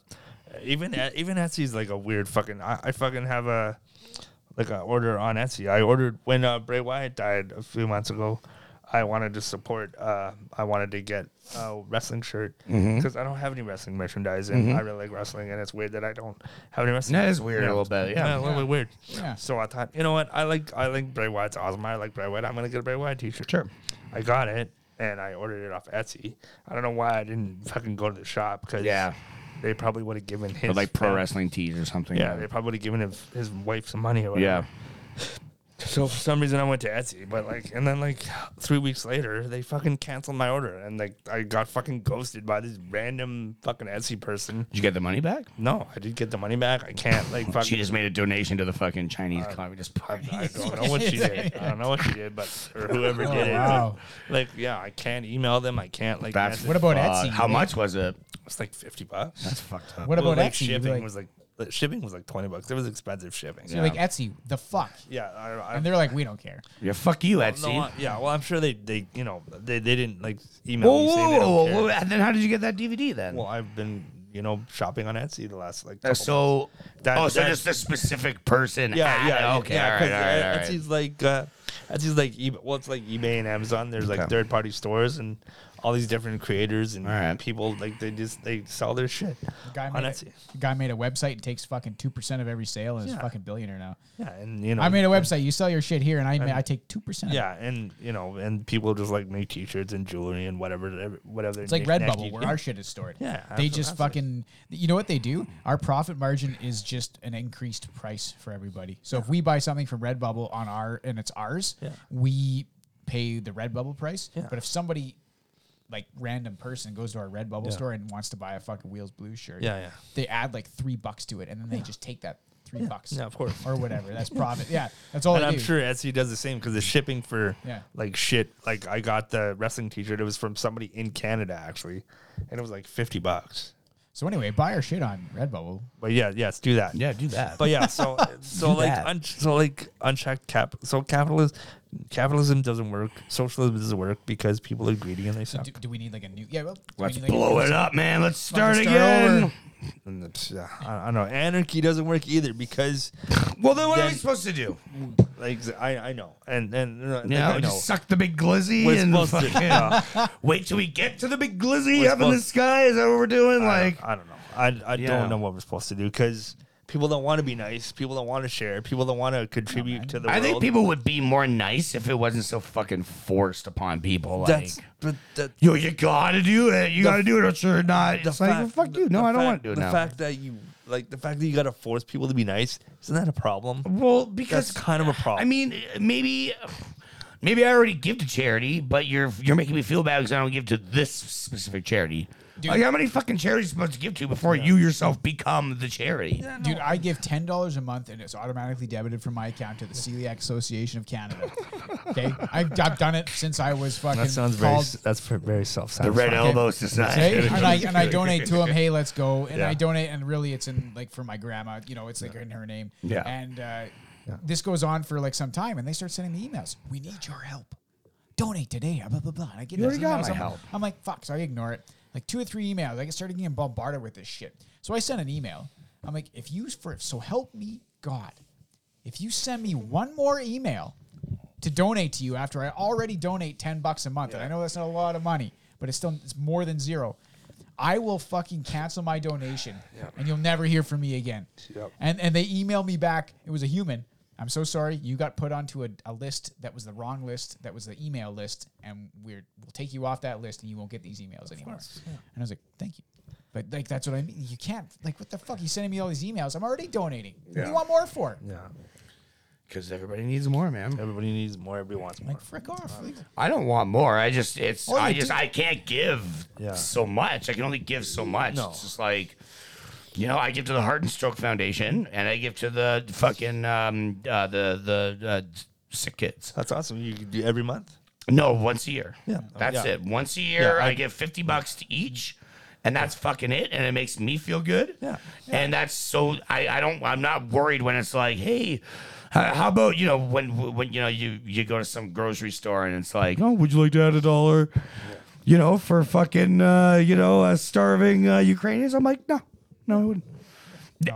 [SPEAKER 3] even E- even Etsy's like a weird fucking. I, I fucking have a like an order on Etsy. I ordered when uh, Bray Wyatt died a few months ago. I wanted to support. Uh, I wanted to get a wrestling shirt because
[SPEAKER 2] Mm-hmm.
[SPEAKER 3] I don't have any wrestling merchandise, and I really like wrestling. And it's weird that I don't have any wrestling.
[SPEAKER 2] That is weird a little bit, yeah.
[SPEAKER 3] a little bit weird.
[SPEAKER 1] Yeah.
[SPEAKER 3] So I thought, you know what? I like I like Bray Wyatt's awesome. I like Bray Wyatt. I'm gonna get a Bray Wyatt T-shirt.
[SPEAKER 2] Sure.
[SPEAKER 3] I got it and I ordered it off Etsy. I don't know why I didn't fucking go to the shop because
[SPEAKER 2] Yeah.
[SPEAKER 3] they probably would have given his
[SPEAKER 2] Or like pro
[SPEAKER 3] fam-
[SPEAKER 2] wrestling tees or something.
[SPEAKER 3] Yeah, they probably would have given his, his wife some money or whatever.
[SPEAKER 2] yeah.
[SPEAKER 3] So for some reason I went to Etsy, but like, and then like three weeks later they fucking canceled my order and like I got fucking ghosted by this random fucking Etsy person.
[SPEAKER 2] Did you get the money back?
[SPEAKER 3] No, I did get the money back. I can't like fucking.
[SPEAKER 2] She just made a donation to the fucking Chinese Communist Party.
[SPEAKER 3] I don't know what she did. I don't know what she did, but or whoever did it.
[SPEAKER 1] Oh, wow.
[SPEAKER 3] but, Like, yeah, I can't email them. I can't like.
[SPEAKER 2] That's
[SPEAKER 3] That's
[SPEAKER 1] What about
[SPEAKER 2] fucked.
[SPEAKER 1] Etsy?
[SPEAKER 2] How much was it?
[SPEAKER 3] it's like fifty bucks.
[SPEAKER 2] That's fucked up.
[SPEAKER 1] What
[SPEAKER 3] Well,
[SPEAKER 1] about
[SPEAKER 3] like
[SPEAKER 1] Etsy? You'd be
[SPEAKER 3] shipping
[SPEAKER 1] like,
[SPEAKER 3] was like the shipping was like twenty bucks. It was expensive shipping.
[SPEAKER 1] you're
[SPEAKER 3] Yeah,
[SPEAKER 1] like Etsy, the fuck.
[SPEAKER 3] yeah, I, I,
[SPEAKER 1] And they're like, we don't care.
[SPEAKER 2] Yeah, fuck you,
[SPEAKER 3] no,
[SPEAKER 2] Etsy.
[SPEAKER 3] I- yeah. Well, I'm sure they they you know they, they didn't like email
[SPEAKER 2] Whoa,
[SPEAKER 3] me
[SPEAKER 2] whoa,
[SPEAKER 3] saying they
[SPEAKER 2] whoa,
[SPEAKER 3] don't
[SPEAKER 2] whoa,
[SPEAKER 3] care.
[SPEAKER 2] whoa. And then how did you get that DVD then?
[SPEAKER 3] Well, I've been you know shopping on Etsy the last like. couple
[SPEAKER 2] Uh,
[SPEAKER 3] months.
[SPEAKER 2] so,
[SPEAKER 3] That-
[SPEAKER 2] oh, so
[SPEAKER 3] that-
[SPEAKER 2] just a specific person.
[SPEAKER 3] Yeah,
[SPEAKER 2] had it.
[SPEAKER 3] yeah,
[SPEAKER 2] Ah, Okay,
[SPEAKER 3] yeah,
[SPEAKER 2] all
[SPEAKER 3] 'cause,
[SPEAKER 2] right, all right, all
[SPEAKER 3] uh,
[SPEAKER 2] right.
[SPEAKER 3] Etsy's like uh, Etsy's like eBay, well, it's like eBay and Amazon. There's like
[SPEAKER 2] Okay.
[SPEAKER 3] third party stores and all these different creators and
[SPEAKER 2] All right.
[SPEAKER 3] people like they just they sell their shit
[SPEAKER 1] Guy
[SPEAKER 3] on
[SPEAKER 1] made, a,
[SPEAKER 3] Etsy.
[SPEAKER 1] guy made a website and takes fucking 2% of every sale and
[SPEAKER 3] Yeah.
[SPEAKER 1] is fucking billionaire now.
[SPEAKER 3] Yeah, and you know
[SPEAKER 1] I made a website. You sell your shit here and I, ma- I take 2%.
[SPEAKER 3] Yeah, and you know, and people just like make T-shirts and jewelry and whatever, whatever.
[SPEAKER 1] It's like Redbubble where our shit is stored.
[SPEAKER 3] Yeah,
[SPEAKER 1] They
[SPEAKER 3] absolutely,
[SPEAKER 1] just fucking you know what they do? Our profit margin is just an increased price for everybody. So if we buy something from Redbubble on our and it's ours,
[SPEAKER 3] Yeah.
[SPEAKER 1] we pay the Redbubble price.
[SPEAKER 3] Yeah.
[SPEAKER 1] But if somebody like random person goes to our Redbubble store and wants to buy a fucking Wheels Blue shirt,
[SPEAKER 3] Yeah, yeah.
[SPEAKER 1] They add like three bucks to it and then they just take that three bucks.
[SPEAKER 3] yeah, of course.
[SPEAKER 1] Or whatever. That's profit. Yeah. That's all
[SPEAKER 3] And
[SPEAKER 1] they
[SPEAKER 3] I'm
[SPEAKER 1] do.
[SPEAKER 3] sure Etsy does the same because the shipping for
[SPEAKER 1] Yeah.
[SPEAKER 3] like shit. Like I got the wrestling T-shirt. It was from somebody in Canada actually, and it was like fifty bucks.
[SPEAKER 1] So anyway, buy our shit on Redbubble.
[SPEAKER 3] But yeah, yes, do that.
[SPEAKER 2] yeah, do that.
[SPEAKER 3] But yeah, so so
[SPEAKER 2] Do
[SPEAKER 3] like
[SPEAKER 2] that.
[SPEAKER 3] un- so like unchecked cap. So capitalism capitalism doesn't work. Socialism doesn't work because people are greedy and they suck.
[SPEAKER 1] Do, do we need like a new yeah, well, do we
[SPEAKER 2] Let's
[SPEAKER 1] need, like, a-
[SPEAKER 2] blow it up, man. Let's start,
[SPEAKER 1] start
[SPEAKER 2] again.
[SPEAKER 1] over.
[SPEAKER 3] And it's- yeah, I, I don't know. Anarchy doesn't work either because
[SPEAKER 2] Well, then what are we
[SPEAKER 3] Then-
[SPEAKER 2] supposed to do?
[SPEAKER 3] like I, I know and and uh, like,
[SPEAKER 2] Yeah,
[SPEAKER 3] I know.
[SPEAKER 2] just suck the big glizzy
[SPEAKER 3] We're
[SPEAKER 2] and
[SPEAKER 3] supposed to-
[SPEAKER 2] fucking
[SPEAKER 3] yeah.
[SPEAKER 2] wait till we get to the big glizzy
[SPEAKER 3] We're
[SPEAKER 2] up in the
[SPEAKER 3] supposed-
[SPEAKER 2] sky. Is that what we're doing?
[SPEAKER 3] I
[SPEAKER 2] like,
[SPEAKER 3] don't, I don't know. I, I
[SPEAKER 2] Yeah.
[SPEAKER 3] don't know what we're supposed to do because people don't want to be nice. People don't want to share. People don't want to contribute to the
[SPEAKER 2] I
[SPEAKER 3] world.
[SPEAKER 2] think people would be more nice if it wasn't so fucking forced upon people. Like,
[SPEAKER 3] that's but that,
[SPEAKER 2] yo, you gotta do it. You gotta do it, or sure not. It's like, well, fuck you. No, I don't want to do it
[SPEAKER 3] The
[SPEAKER 2] now.
[SPEAKER 3] fact that you like the fact that you got to force people to be nice isn't that a problem?
[SPEAKER 2] well, because
[SPEAKER 3] That's kind of a problem.
[SPEAKER 2] I mean, maybe, maybe I already give to charity, but you're you're making me feel bad because I don't give to this specific charity. Like, how many fucking charities are you supposed to give to before you yourself become the charity?
[SPEAKER 1] Dude, I give ten dollars a month, and it's automatically debited from my account to the Celiac Association of Canada. Okay, I've, I've done it since I was fucking.
[SPEAKER 3] that sounds very
[SPEAKER 1] called,
[SPEAKER 3] s- that's ver- very self
[SPEAKER 2] The Red
[SPEAKER 3] satisfying.
[SPEAKER 2] Elbow Society.
[SPEAKER 1] Hey, and I and I donate to them. Hey, let's go. And I
[SPEAKER 3] Yeah.
[SPEAKER 1] donate, and really, it's in like for my grandma. You know, it's like in her name.
[SPEAKER 2] Yeah.
[SPEAKER 1] And uh, this goes on for like some time, and they start sending me emails. We need your help. Donate today. Blah blah blah. And I get
[SPEAKER 2] You already
[SPEAKER 1] those
[SPEAKER 2] got
[SPEAKER 1] emails.
[SPEAKER 2] my
[SPEAKER 1] I'm-
[SPEAKER 2] help.
[SPEAKER 1] I'm like, fuck. So I ignore it. Like two or three emails. I get started getting bombarded with this shit. So I sent an email. I'm like, if you for so help me God, if you send me one more email to donate to you after I already donate ten bucks a month, and I know that's not a lot of money, but it's still it's more than zero. I will fucking cancel my donation, and you'll never hear from me again.
[SPEAKER 3] Yep.
[SPEAKER 1] And and they email me back. It was a human. I'm so sorry. You got put onto a, a list that was the wrong list. That was the email list, and we're we'll take you off that list, and you won't get these emails anymore. And I was like, thank you, but like that's what I mean. You can't like what the fuck? You sending me all these emails. I'm already donating. What do you want more for?
[SPEAKER 3] Yeah.
[SPEAKER 2] Because everybody needs more, man.
[SPEAKER 3] Everybody needs more. Everybody wants more.
[SPEAKER 1] Like frick off. Like,
[SPEAKER 2] I don't want more. I just it's
[SPEAKER 1] Oh,
[SPEAKER 2] I
[SPEAKER 1] you
[SPEAKER 2] just
[SPEAKER 1] do-
[SPEAKER 2] I can't give
[SPEAKER 3] Yeah.
[SPEAKER 2] so much. I can only give so much.
[SPEAKER 3] No.
[SPEAKER 2] It's just like you know, I give to the Heart and Stroke Foundation, and I give to the fucking um, uh, the the uh, sick kids.
[SPEAKER 3] That's awesome. You could do every month.
[SPEAKER 2] No, once a year.
[SPEAKER 3] Yeah.
[SPEAKER 2] That's
[SPEAKER 3] Yeah.
[SPEAKER 2] it. Once a year,
[SPEAKER 3] Yeah, I-
[SPEAKER 2] I, give 50 bucks to each, and that's fucking it. And it makes me feel good.
[SPEAKER 3] Yeah.
[SPEAKER 2] And that's so, I, I don't, I'm not worried when it's like, hey, h- how about, you know, when, when, you know, you, you go to some grocery store and it's like, oh, would you like to add a dollar, you know, for fucking, uh, you know, uh, starving uh, Ukrainians? I'm like, no, no, I wouldn't.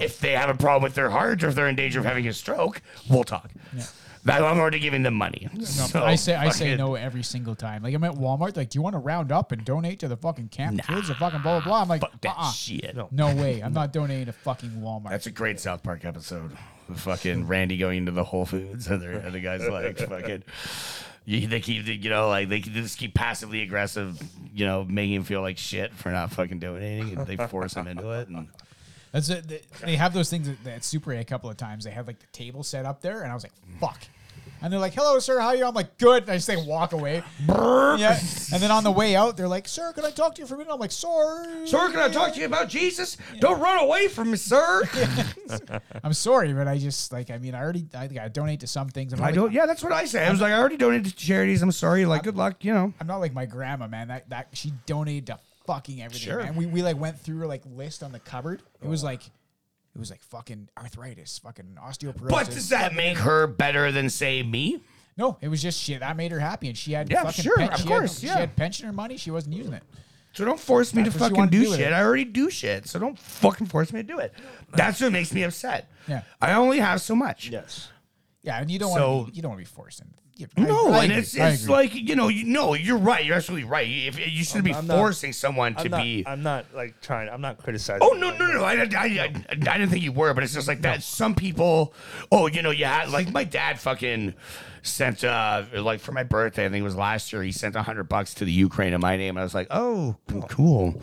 [SPEAKER 2] If they have a problem with their heart or if they're in danger of having a stroke, we'll talk. But I'm already giving them money.
[SPEAKER 1] no,
[SPEAKER 2] So,
[SPEAKER 1] I say I say
[SPEAKER 2] fucking-
[SPEAKER 1] no every single time. Like I'm at Walmart. Like, do you want to round up and donate to the fucking camp kids or fucking blah blah blah? I'm like,
[SPEAKER 2] Fuck that
[SPEAKER 1] uh-uh.
[SPEAKER 2] shit.
[SPEAKER 1] No way. I'm not donating to fucking Walmart.
[SPEAKER 2] That's a great South Park episode. The Fucking Randy going into the Whole Foods, and the other guys like fucking. You, they keep, you know, like they just keep passively aggressive, you know, making him feel like shit for not fucking donating, and they force him into it. And
[SPEAKER 1] That's it. They- They have those things at, at Super A a couple of times. They had like the table set up there, and I was like, "Fuck!" And they're like, "Hello, sir. How are you?" I'm like, "Good." And I just say, "Walk away." yeah. And then on the way out, they're like, "Sir, can I talk to you for a minute?" I'm like, "Sorry,
[SPEAKER 2] can I talk to you about Jesus? Don't run away from me, sir.
[SPEAKER 1] I'm sorry, but I just like, I mean, I already, I think I donate to some things. I'm not
[SPEAKER 2] I
[SPEAKER 1] like-
[SPEAKER 2] don't. Yeah, that's what I say. I was like, I already donated to charities. I'm sorry. Like, good luck. You know.
[SPEAKER 1] I'm not like my grandma, man. That that she donated to fucking everything,
[SPEAKER 2] Sure.
[SPEAKER 1] man. We we like went through her like list on the cupboard. It was like, it was like fucking arthritis, fucking osteoporosis.
[SPEAKER 2] But does that make her better than say me?
[SPEAKER 1] No, it was just shit. That made her happy, and she had
[SPEAKER 2] Yeah,
[SPEAKER 1] fucking
[SPEAKER 2] sure,
[SPEAKER 1] pen-
[SPEAKER 2] of
[SPEAKER 1] she had-
[SPEAKER 2] course,
[SPEAKER 1] she
[SPEAKER 2] yeah.
[SPEAKER 1] had pensioner money. She wasn't using it.
[SPEAKER 2] So don't force me
[SPEAKER 1] That's
[SPEAKER 2] to
[SPEAKER 1] what you
[SPEAKER 2] fucking
[SPEAKER 1] wanna
[SPEAKER 2] do,
[SPEAKER 1] do with
[SPEAKER 2] shit.
[SPEAKER 1] it.
[SPEAKER 2] I already do shit. So don't fucking force me to do it. That's what makes me upset.
[SPEAKER 1] Yeah.
[SPEAKER 2] I only have so much.
[SPEAKER 3] Yes.
[SPEAKER 1] Yeah, and you don't
[SPEAKER 2] So-
[SPEAKER 1] want to you don't want to be forced in. Yeah, I-
[SPEAKER 2] No,
[SPEAKER 1] I
[SPEAKER 2] and
[SPEAKER 1] agree,
[SPEAKER 2] it's
[SPEAKER 1] I
[SPEAKER 2] it's
[SPEAKER 1] agree.
[SPEAKER 2] like you know you know you're right you're absolutely right you, if, you shouldn't be
[SPEAKER 3] I'm not-
[SPEAKER 2] forcing someone to
[SPEAKER 3] I'm not,
[SPEAKER 2] be
[SPEAKER 3] I'm not like trying. I'm not criticizing.
[SPEAKER 2] oh no no no I, I, I, I didn't think you were but it's just like that some people oh you know yeah like my dad fucking sent uh like for my birthday I think it was last year he sent a hundred bucks to the Ukraine in my name and I was like oh cool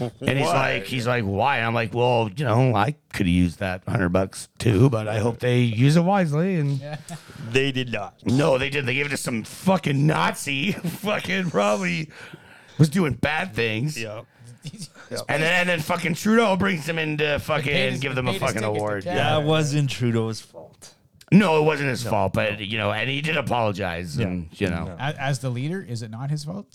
[SPEAKER 2] And he's
[SPEAKER 3] Why?
[SPEAKER 2] like, he's like, why? And I'm like, well, you know, I could have used that hundred bucks too, but I hope they use it wisely. And
[SPEAKER 3] They did not.
[SPEAKER 2] no, they did. They gave it to some fucking Nazi, fucking probably was doing bad things.
[SPEAKER 3] Yeah.
[SPEAKER 2] And then and then fucking Trudeau brings them in to
[SPEAKER 1] paid
[SPEAKER 2] fucking
[SPEAKER 1] his-
[SPEAKER 2] give them
[SPEAKER 1] they
[SPEAKER 2] a
[SPEAKER 1] paid his
[SPEAKER 2] fucking
[SPEAKER 1] tickets to
[SPEAKER 2] award.
[SPEAKER 1] Canada.
[SPEAKER 2] Yeah.
[SPEAKER 3] That wasn't Trudeau's fault.
[SPEAKER 2] No, it wasn't his fault, but you know, and he did apologize, and you know,
[SPEAKER 1] as, as the leader, is it not his fault?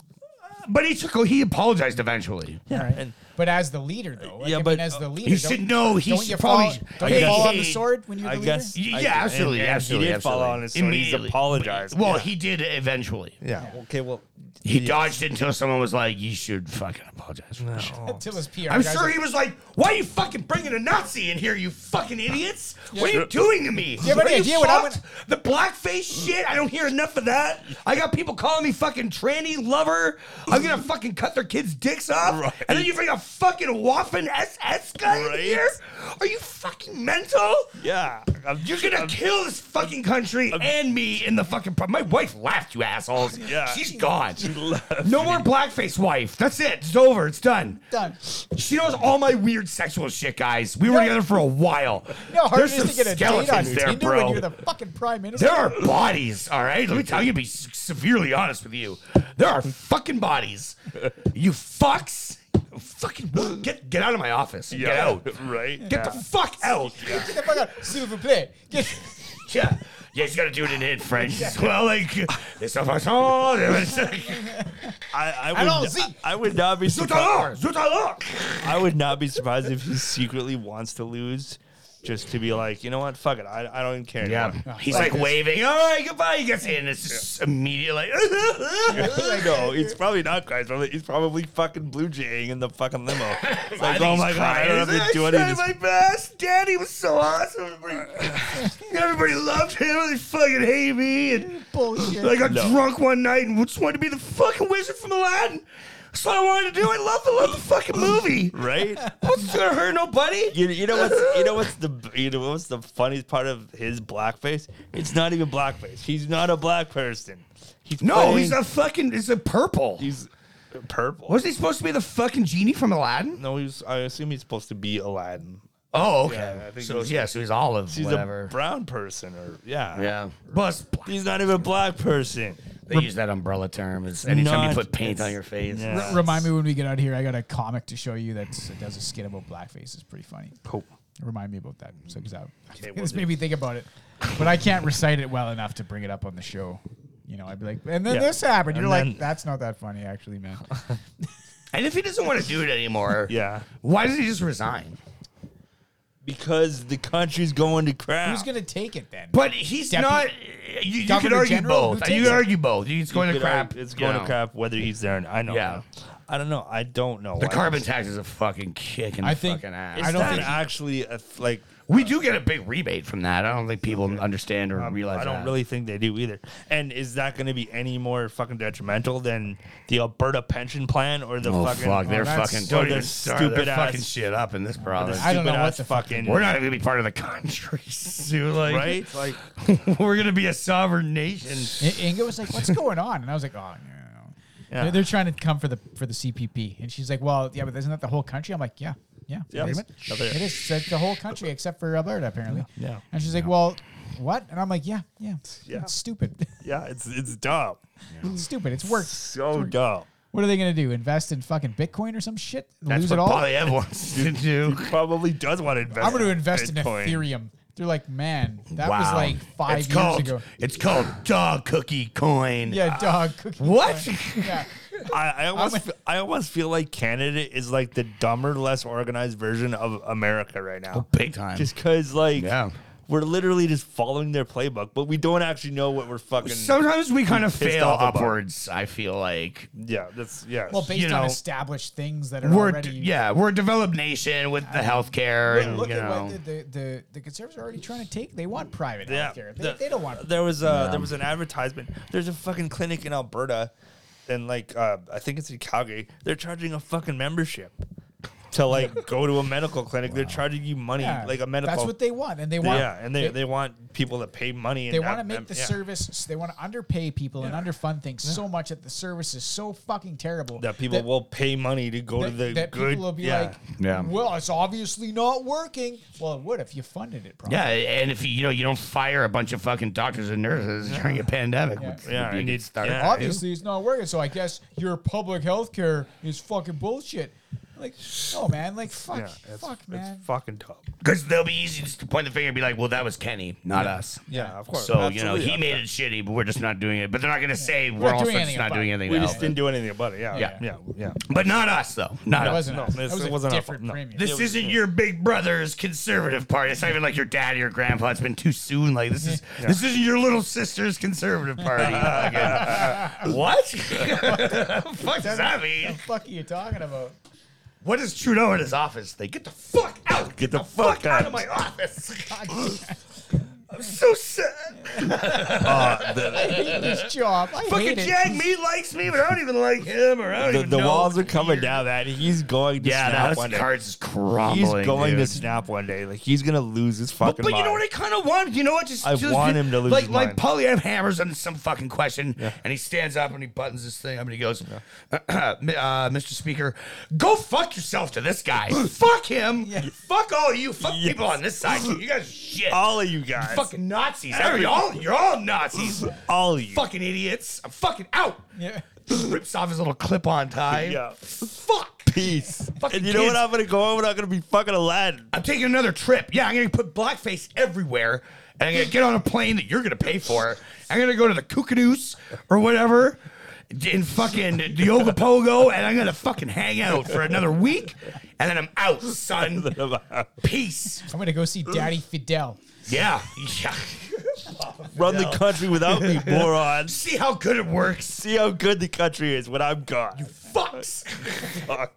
[SPEAKER 2] but he took he apologized eventually.
[SPEAKER 3] Yeah.
[SPEAKER 1] And, but as the leader, though, like,
[SPEAKER 3] Yeah,
[SPEAKER 1] I
[SPEAKER 3] but,
[SPEAKER 1] mean, as the leader,
[SPEAKER 2] He
[SPEAKER 1] don't-
[SPEAKER 2] should know. He
[SPEAKER 1] don't
[SPEAKER 2] should
[SPEAKER 1] you
[SPEAKER 2] probably.
[SPEAKER 1] fall, don't you
[SPEAKER 2] Hey,
[SPEAKER 1] fall on the
[SPEAKER 2] hey,
[SPEAKER 1] sword when you're
[SPEAKER 3] I
[SPEAKER 1] the
[SPEAKER 3] guess.
[SPEAKER 1] leader?
[SPEAKER 2] Y-
[SPEAKER 3] I-
[SPEAKER 2] yeah, absolutely,
[SPEAKER 3] and- and
[SPEAKER 2] absolutely.
[SPEAKER 3] He did
[SPEAKER 2] absolutely.
[SPEAKER 3] fall on his sword. He's
[SPEAKER 2] Immediately.
[SPEAKER 3] apologized.
[SPEAKER 2] Well,
[SPEAKER 3] yeah.
[SPEAKER 2] he did eventually.
[SPEAKER 3] Yeah. Okay. Well.
[SPEAKER 2] He dodged it until someone was like, "You should fucking apologize." For this shit."
[SPEAKER 1] Until his PR
[SPEAKER 2] I'm
[SPEAKER 1] guys
[SPEAKER 2] sure
[SPEAKER 1] like,
[SPEAKER 2] he was like, "Why are you fucking bringing a Nazi in here, you fucking idiots? What are you doing to me?
[SPEAKER 1] have
[SPEAKER 2] Are
[SPEAKER 1] any
[SPEAKER 2] you
[SPEAKER 1] idea what I
[SPEAKER 2] fucked? The blackface shit. I don't hear enough of that. I got people calling me fucking tranny lover. I'm gonna fucking cut their kids' dicks off,
[SPEAKER 3] Right.
[SPEAKER 2] and then you bring a fucking waffen SS guy in
[SPEAKER 3] Right.
[SPEAKER 2] here? Are you fucking mental?"
[SPEAKER 3] Yeah. I'm-
[SPEAKER 2] You're gonna
[SPEAKER 3] I'm-
[SPEAKER 2] kill this fucking country and me in the fucking. Pro- My wife laughed, you assholes.
[SPEAKER 3] Yeah.
[SPEAKER 2] she's gone.
[SPEAKER 3] left
[SPEAKER 2] no more blackface wife. That's it. It's over. It's done.
[SPEAKER 1] done.
[SPEAKER 2] She knows all my weird sexual shit, guys. We were
[SPEAKER 1] No.
[SPEAKER 2] together for a while.
[SPEAKER 1] You know how hard
[SPEAKER 2] There's
[SPEAKER 1] it
[SPEAKER 2] some
[SPEAKER 1] is to get a date on
[SPEAKER 2] skeletons
[SPEAKER 1] Tinder
[SPEAKER 2] there,
[SPEAKER 1] when
[SPEAKER 2] bro.
[SPEAKER 1] you're the fucking prime minister?
[SPEAKER 2] there are bodies, all right? Let me tell you, be s- severely honest with you. There are fucking bodies. You fucks. Fucking get get out of my office. Get
[SPEAKER 3] Yeah.
[SPEAKER 2] out.
[SPEAKER 3] Right.
[SPEAKER 2] Get the fuck out.
[SPEAKER 1] Get the fuck out. S'il vous plaît. Get-
[SPEAKER 2] Yeah. Yeah, he's gotta do it in, in French as well. Like, it's a façon. it's like,
[SPEAKER 3] I, I would.
[SPEAKER 1] Allons-y.
[SPEAKER 3] I would not be
[SPEAKER 2] Zut
[SPEAKER 3] surprised.
[SPEAKER 2] alors, zut alors.
[SPEAKER 3] I would not be surprised if he secretly wants to lose, just to be like, you know what, fuck it, I, I don't even care.
[SPEAKER 2] Yeah,
[SPEAKER 3] anymore."
[SPEAKER 2] he's like waving. All right, goodbye. He gets in. It's just immediately like,
[SPEAKER 3] I know it's probably not guys. Probably he's probably fucking blue jaying in the fucking limo. It's like, oh my god, I don't have to do
[SPEAKER 2] I
[SPEAKER 3] anything.
[SPEAKER 2] tried my best. Daddy was so awesome. Everybody, everybody loved him. and They fucking hate me. And
[SPEAKER 1] Bullshit.
[SPEAKER 2] I got
[SPEAKER 3] No.
[SPEAKER 2] drunk one night and just wanted to be the fucking wizard from Aladdin. That's what I wanted to do. I love the love the fucking movie.
[SPEAKER 3] Right?
[SPEAKER 2] What's gonna hurt nobody?
[SPEAKER 3] You, you know what's you know what's the you know what's the funniest part of his blackface? It's not even blackface. He's not a black person. He's
[SPEAKER 2] No,
[SPEAKER 3] playing-
[SPEAKER 2] he's a fucking. He's a purple.
[SPEAKER 3] he's purple.
[SPEAKER 2] Wasn't he supposed to be the fucking genie from Aladdin?
[SPEAKER 3] No, he's I assume he's supposed to be Aladdin.
[SPEAKER 2] Oh, okay.
[SPEAKER 3] Yeah, I think
[SPEAKER 2] so
[SPEAKER 3] he's-
[SPEAKER 2] yeah, so he's olive,
[SPEAKER 3] She's
[SPEAKER 2] whatever.
[SPEAKER 3] a brown person, or yeah,
[SPEAKER 2] yeah, bus.
[SPEAKER 3] He's not even a black person.
[SPEAKER 2] They use that umbrella term. It's anytime
[SPEAKER 3] Not-
[SPEAKER 2] you put paint on
[SPEAKER 3] it's-
[SPEAKER 2] your face.
[SPEAKER 3] yeah.
[SPEAKER 1] R- Remind me when we get out of here. I got a comic to show you that's, that does a skit about blackface. It's pretty funny.
[SPEAKER 3] Cool.
[SPEAKER 1] Remind me about that. So, 'cause I,
[SPEAKER 3] will
[SPEAKER 1] this
[SPEAKER 3] do.
[SPEAKER 1] made me think about it, but I can't recite it well enough to bring it up on the show. You know, I'd be like, and then
[SPEAKER 3] Yeah.
[SPEAKER 1] this happened. You're
[SPEAKER 3] And
[SPEAKER 1] like,
[SPEAKER 3] then-
[SPEAKER 1] that's not that funny, actually, man.
[SPEAKER 2] And if he doesn't want to do it anymore,
[SPEAKER 3] Yeah,
[SPEAKER 2] why does he just resign?
[SPEAKER 3] because the country's going to crap.
[SPEAKER 1] Who's gonna take it then?
[SPEAKER 2] But he's
[SPEAKER 1] Deputy-
[SPEAKER 2] not. You, you could
[SPEAKER 1] Governor
[SPEAKER 2] argue
[SPEAKER 1] General, who
[SPEAKER 2] both. You
[SPEAKER 1] takes
[SPEAKER 2] could
[SPEAKER 1] it?
[SPEAKER 2] argue both. It's going to
[SPEAKER 3] Could
[SPEAKER 2] crap.
[SPEAKER 3] argue- It's
[SPEAKER 2] you
[SPEAKER 3] going
[SPEAKER 2] know.
[SPEAKER 3] to crap whether he's there. And I don't
[SPEAKER 2] Yeah.
[SPEAKER 3] know. I don't know. I don't know.
[SPEAKER 2] The
[SPEAKER 3] why.
[SPEAKER 2] carbon tax is a fucking kick in the
[SPEAKER 1] I think-
[SPEAKER 2] fucking ass.
[SPEAKER 3] It's
[SPEAKER 1] I don't
[SPEAKER 3] not
[SPEAKER 1] think-
[SPEAKER 3] actually a, th- like.
[SPEAKER 2] we do get a big rebate from that. I don't think people understand or realize.
[SPEAKER 3] Um, I don't
[SPEAKER 2] that.
[SPEAKER 3] really think they do either. And is that going to be any more fucking detrimental than the Alberta pension plan or the
[SPEAKER 2] Oh
[SPEAKER 3] fucking uh,
[SPEAKER 2] fuck! They're
[SPEAKER 1] that's-
[SPEAKER 2] fucking
[SPEAKER 3] or
[SPEAKER 2] don't
[SPEAKER 3] the
[SPEAKER 2] even start their
[SPEAKER 3] stupid ass-
[SPEAKER 2] fucking shit up in this province.
[SPEAKER 1] I don't know
[SPEAKER 3] stupid
[SPEAKER 1] what
[SPEAKER 3] ass
[SPEAKER 1] the fuck
[SPEAKER 3] fucking
[SPEAKER 2] We're not gonna be part of the country, Sue. Like,
[SPEAKER 3] right? Like
[SPEAKER 2] we're gonna be a sovereign nation.
[SPEAKER 1] I- Inga was like, "What's going on?" And I was like, "Oh, no."
[SPEAKER 3] Yeah.
[SPEAKER 1] They're, they're trying to come for the for the CPP, and she's like, "Well, yeah, but isn't that the whole country?" I'm like, "Yeah, yeah,
[SPEAKER 3] Yeah.
[SPEAKER 1] pretty much.
[SPEAKER 3] Yeah, there.
[SPEAKER 1] it is That's the whole country except for Alberta, apparently."
[SPEAKER 3] Yeah.
[SPEAKER 1] And she's like, "Well, what?" And I'm like, "Yeah, yeah, it's,
[SPEAKER 3] Yeah.
[SPEAKER 1] it's stupid,
[SPEAKER 3] yeah, it's it's dumb.
[SPEAKER 1] it's stupid, it's work.
[SPEAKER 3] So dumb.
[SPEAKER 1] What are they gonna do? Invest in fucking Bitcoin or some shit?
[SPEAKER 2] That's
[SPEAKER 1] Lose
[SPEAKER 2] what
[SPEAKER 1] it all?
[SPEAKER 2] Polly Ev wants to do.
[SPEAKER 3] Probably does want to invest.
[SPEAKER 1] I'm gonna invest
[SPEAKER 3] Bitcoin.
[SPEAKER 1] in Ethereum." They're like, "Man, that
[SPEAKER 2] wow.
[SPEAKER 1] was like five
[SPEAKER 2] it's
[SPEAKER 1] years
[SPEAKER 2] called,
[SPEAKER 1] ago."
[SPEAKER 2] It's called dog cookie coin.
[SPEAKER 1] Yeah, dog. Cookie
[SPEAKER 2] What?
[SPEAKER 1] Yeah.
[SPEAKER 3] I, I almost
[SPEAKER 1] I'm-
[SPEAKER 3] fe- I almost feel like Canada is like the dumber, less organized version of America right now.
[SPEAKER 2] Big time.
[SPEAKER 3] just because like
[SPEAKER 2] Oh, Yeah.
[SPEAKER 3] we're literally just following their playbook, but we don't actually know what we're fucking.
[SPEAKER 2] Sometimes we kind of
[SPEAKER 3] pissed
[SPEAKER 2] fail
[SPEAKER 3] off about.
[SPEAKER 2] upwards. I feel like
[SPEAKER 3] yeah, that's yeah.
[SPEAKER 1] Well, based
[SPEAKER 2] You
[SPEAKER 1] on
[SPEAKER 2] know,
[SPEAKER 1] established things that are
[SPEAKER 2] we're
[SPEAKER 1] already
[SPEAKER 2] yeah we're a developed nation with the healthcare
[SPEAKER 1] But
[SPEAKER 2] and
[SPEAKER 1] look
[SPEAKER 2] you
[SPEAKER 1] at
[SPEAKER 2] know
[SPEAKER 1] what the, the, the, the conservatives are already trying to take. They want private
[SPEAKER 3] yeah,
[SPEAKER 1] healthcare. They,
[SPEAKER 3] the-
[SPEAKER 1] they don't want.
[SPEAKER 3] There was uh there was an advertisement. There's a fucking clinic in Alberta, and like uh, I think it's in Calgary. They're charging a fucking membership to like go to a medical clinic. They're charging you money
[SPEAKER 1] yeah,
[SPEAKER 3] like a medical.
[SPEAKER 1] That's what they want, and they want.
[SPEAKER 3] yeah, and they, they, want people to pay money. And
[SPEAKER 1] they want to
[SPEAKER 3] have
[SPEAKER 1] make
[SPEAKER 3] mem-
[SPEAKER 1] the
[SPEAKER 3] yeah.
[SPEAKER 1] service. They want to underpay people and underfund things so much that the service is so fucking terrible
[SPEAKER 3] that people will pay money to go to
[SPEAKER 1] That,
[SPEAKER 3] the
[SPEAKER 1] that
[SPEAKER 3] good.
[SPEAKER 1] people will be
[SPEAKER 3] yeah.
[SPEAKER 1] like,
[SPEAKER 2] Yeah.
[SPEAKER 1] well, it's obviously not working. Well, it would if you funded it properly.
[SPEAKER 2] yeah and if you, you know you don't fire a bunch of fucking doctors and nurses during a pandemic
[SPEAKER 1] Yeah.
[SPEAKER 2] which would
[SPEAKER 3] Yeah,
[SPEAKER 2] be a
[SPEAKER 3] and
[SPEAKER 2] good
[SPEAKER 3] it-
[SPEAKER 2] start.
[SPEAKER 3] yeah.
[SPEAKER 1] Obviously, it's not working. So I guess your public health care is fucking bullshit. Like, no, man. Like, fuck,
[SPEAKER 3] yeah, it's,
[SPEAKER 1] fuck, man.
[SPEAKER 3] it's fucking tough.
[SPEAKER 2] Because they'll be easy just to point the finger and be like, well, that was Kenny, not us.
[SPEAKER 3] Yeah, of course.
[SPEAKER 2] So, you know, he made it shitty, but we're just not doing it. But they're not going to say we're,
[SPEAKER 1] not
[SPEAKER 2] also
[SPEAKER 1] doing
[SPEAKER 2] just
[SPEAKER 1] anything
[SPEAKER 2] not
[SPEAKER 1] about
[SPEAKER 2] doing
[SPEAKER 1] it.
[SPEAKER 2] anything
[SPEAKER 3] We
[SPEAKER 2] about
[SPEAKER 3] just
[SPEAKER 2] it.
[SPEAKER 3] didn't do anything about it. Yeah,
[SPEAKER 1] Yeah.
[SPEAKER 3] yeah, yeah. yeah.
[SPEAKER 2] But not us, though. Not
[SPEAKER 1] That
[SPEAKER 2] us.
[SPEAKER 1] wasn't
[SPEAKER 3] no,
[SPEAKER 1] us.
[SPEAKER 3] this-
[SPEAKER 1] That was
[SPEAKER 3] it
[SPEAKER 1] a
[SPEAKER 3] wasn't our fault.
[SPEAKER 1] different
[SPEAKER 3] No.
[SPEAKER 1] premium.
[SPEAKER 2] This
[SPEAKER 3] It was-
[SPEAKER 2] isn't your big brother's conservative party. It's not even like your dad or your grandpa. It's been too soon. Like this is this isn't your little sister's conservative party. Fucking- what? what fuck does that mean?
[SPEAKER 1] the fuck are you talking about?
[SPEAKER 2] What does Trudeau in his office think? Get the fuck out! Get, the, fuck, out. of my office! I'm so sad.
[SPEAKER 3] Uh,
[SPEAKER 1] I hate this job. I
[SPEAKER 2] Fucking
[SPEAKER 1] hate it.
[SPEAKER 2] Jag Me likes me, but I don't even like him, or I don't
[SPEAKER 3] The,
[SPEAKER 2] even
[SPEAKER 3] the
[SPEAKER 2] know.
[SPEAKER 3] walls are coming down, man. He's going to
[SPEAKER 2] Yeah,
[SPEAKER 3] snap one
[SPEAKER 2] that house of
[SPEAKER 3] day.
[SPEAKER 2] cards is
[SPEAKER 3] he's
[SPEAKER 2] crumbling.
[SPEAKER 3] going to
[SPEAKER 2] dude.
[SPEAKER 3] snap one day. Like he's gonna lose his
[SPEAKER 2] But,
[SPEAKER 3] fucking.
[SPEAKER 2] but you know what I
[SPEAKER 3] mind.
[SPEAKER 2] kind of want? You know what? Just
[SPEAKER 3] I
[SPEAKER 2] just-
[SPEAKER 3] want him to lose
[SPEAKER 2] Like
[SPEAKER 3] his
[SPEAKER 2] like
[SPEAKER 3] mind.
[SPEAKER 2] Polly Ev hammers on some fucking question, and he stands up and he buttons his thing up and he goes, uh, "Mr. Speaker, go fuck yourself to this guy. fuck him.
[SPEAKER 1] Yeah.
[SPEAKER 2] Fuck all you. Fuck
[SPEAKER 3] Yes. Oh,
[SPEAKER 2] people on this side. You guys are shit.
[SPEAKER 3] All of you guys,
[SPEAKER 2] fucking Nazis. Every, all you're all Nazis.
[SPEAKER 3] all of you.
[SPEAKER 2] fucking idiots. I'm fucking out."
[SPEAKER 1] Yeah.
[SPEAKER 2] Rips off his little clip-on tie.
[SPEAKER 3] Yeah.
[SPEAKER 2] Fuck.
[SPEAKER 3] peace.
[SPEAKER 2] Fucking
[SPEAKER 3] and you know
[SPEAKER 2] kids.
[SPEAKER 3] what? I'm gonna go over. I'm gonna be fucking Aladdin.
[SPEAKER 2] I'm taking another trip. Yeah, I'm gonna put blackface everywhere, and I'm gonna get on a plane that you're gonna pay for. I'm gonna go to the Kookadoos or whatever, in fucking the Ogopogo, and I'm gonna fucking hang out for another week, and then I'm out, son. Peace.
[SPEAKER 1] I'm gonna go see Daddy Fidel.
[SPEAKER 2] Yeah, yeah.
[SPEAKER 3] Run the country without me, morons.
[SPEAKER 2] See how good it works.
[SPEAKER 3] See how good the country is when I'm gone.
[SPEAKER 2] Fucks.
[SPEAKER 3] Fuck.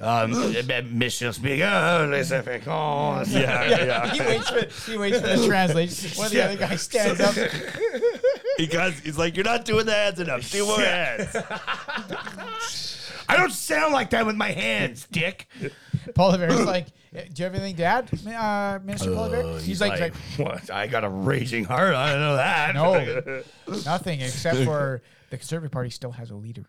[SPEAKER 2] Um, Mr. Speaker, laissez faire cons.
[SPEAKER 3] Yeah, yeah.
[SPEAKER 1] He waits for he waits for the translation. One of the other guys stands up.
[SPEAKER 3] Because he's like, you're not doing the hands enough. Do more hands.
[SPEAKER 2] I don't sound like that with my hands, dick.
[SPEAKER 1] Paul Revere is like, "Eh, "Do you have anything, Dad, Ma- uh, Minister Paul Revere?" He's, like, like,
[SPEAKER 2] what? I got a raging heart. I don't know that.
[SPEAKER 1] "No, nothing except for the Conservative Party still has a leader."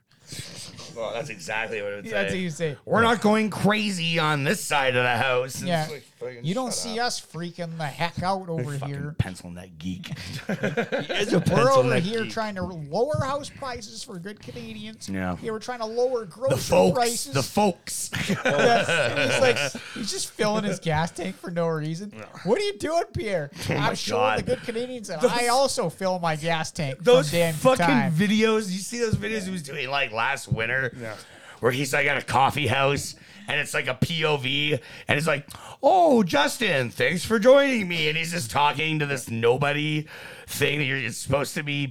[SPEAKER 2] Well, that's exactly what it would
[SPEAKER 1] Yeah, That's what
[SPEAKER 2] say.
[SPEAKER 1] you say.
[SPEAKER 2] We're not going crazy on this side of the house. And
[SPEAKER 1] Yeah,
[SPEAKER 2] it's like,
[SPEAKER 3] Fucking
[SPEAKER 1] You don't
[SPEAKER 3] shut
[SPEAKER 1] see us freaking the heck out over
[SPEAKER 2] Fucking
[SPEAKER 1] here.
[SPEAKER 2] pencil neck geek.
[SPEAKER 1] We're
[SPEAKER 3] pencil
[SPEAKER 1] over
[SPEAKER 3] neck
[SPEAKER 1] here
[SPEAKER 3] geek.
[SPEAKER 1] trying to lower house prices for good Canadians.
[SPEAKER 2] Yeah.
[SPEAKER 1] Yeah, we're trying to lower grocery
[SPEAKER 2] the folks.
[SPEAKER 1] prices.
[SPEAKER 2] The folks.
[SPEAKER 1] Yes. he's like, he's just filling his gas tank for no reason. What are you doing, Pierre? I'm showing the
[SPEAKER 2] Oh God.
[SPEAKER 1] good Canadians that I also fill my gas tank.
[SPEAKER 2] those
[SPEAKER 1] from damn
[SPEAKER 2] fucking
[SPEAKER 1] time.
[SPEAKER 2] videos. You see those videos he was doing like last winter,
[SPEAKER 3] Yeah.
[SPEAKER 2] where he's like at a coffee house and it's like a POV, and it's like, "Oh, Justin, thanks for joining me," and he's just talking to this nobody thing that you're it's supposed to be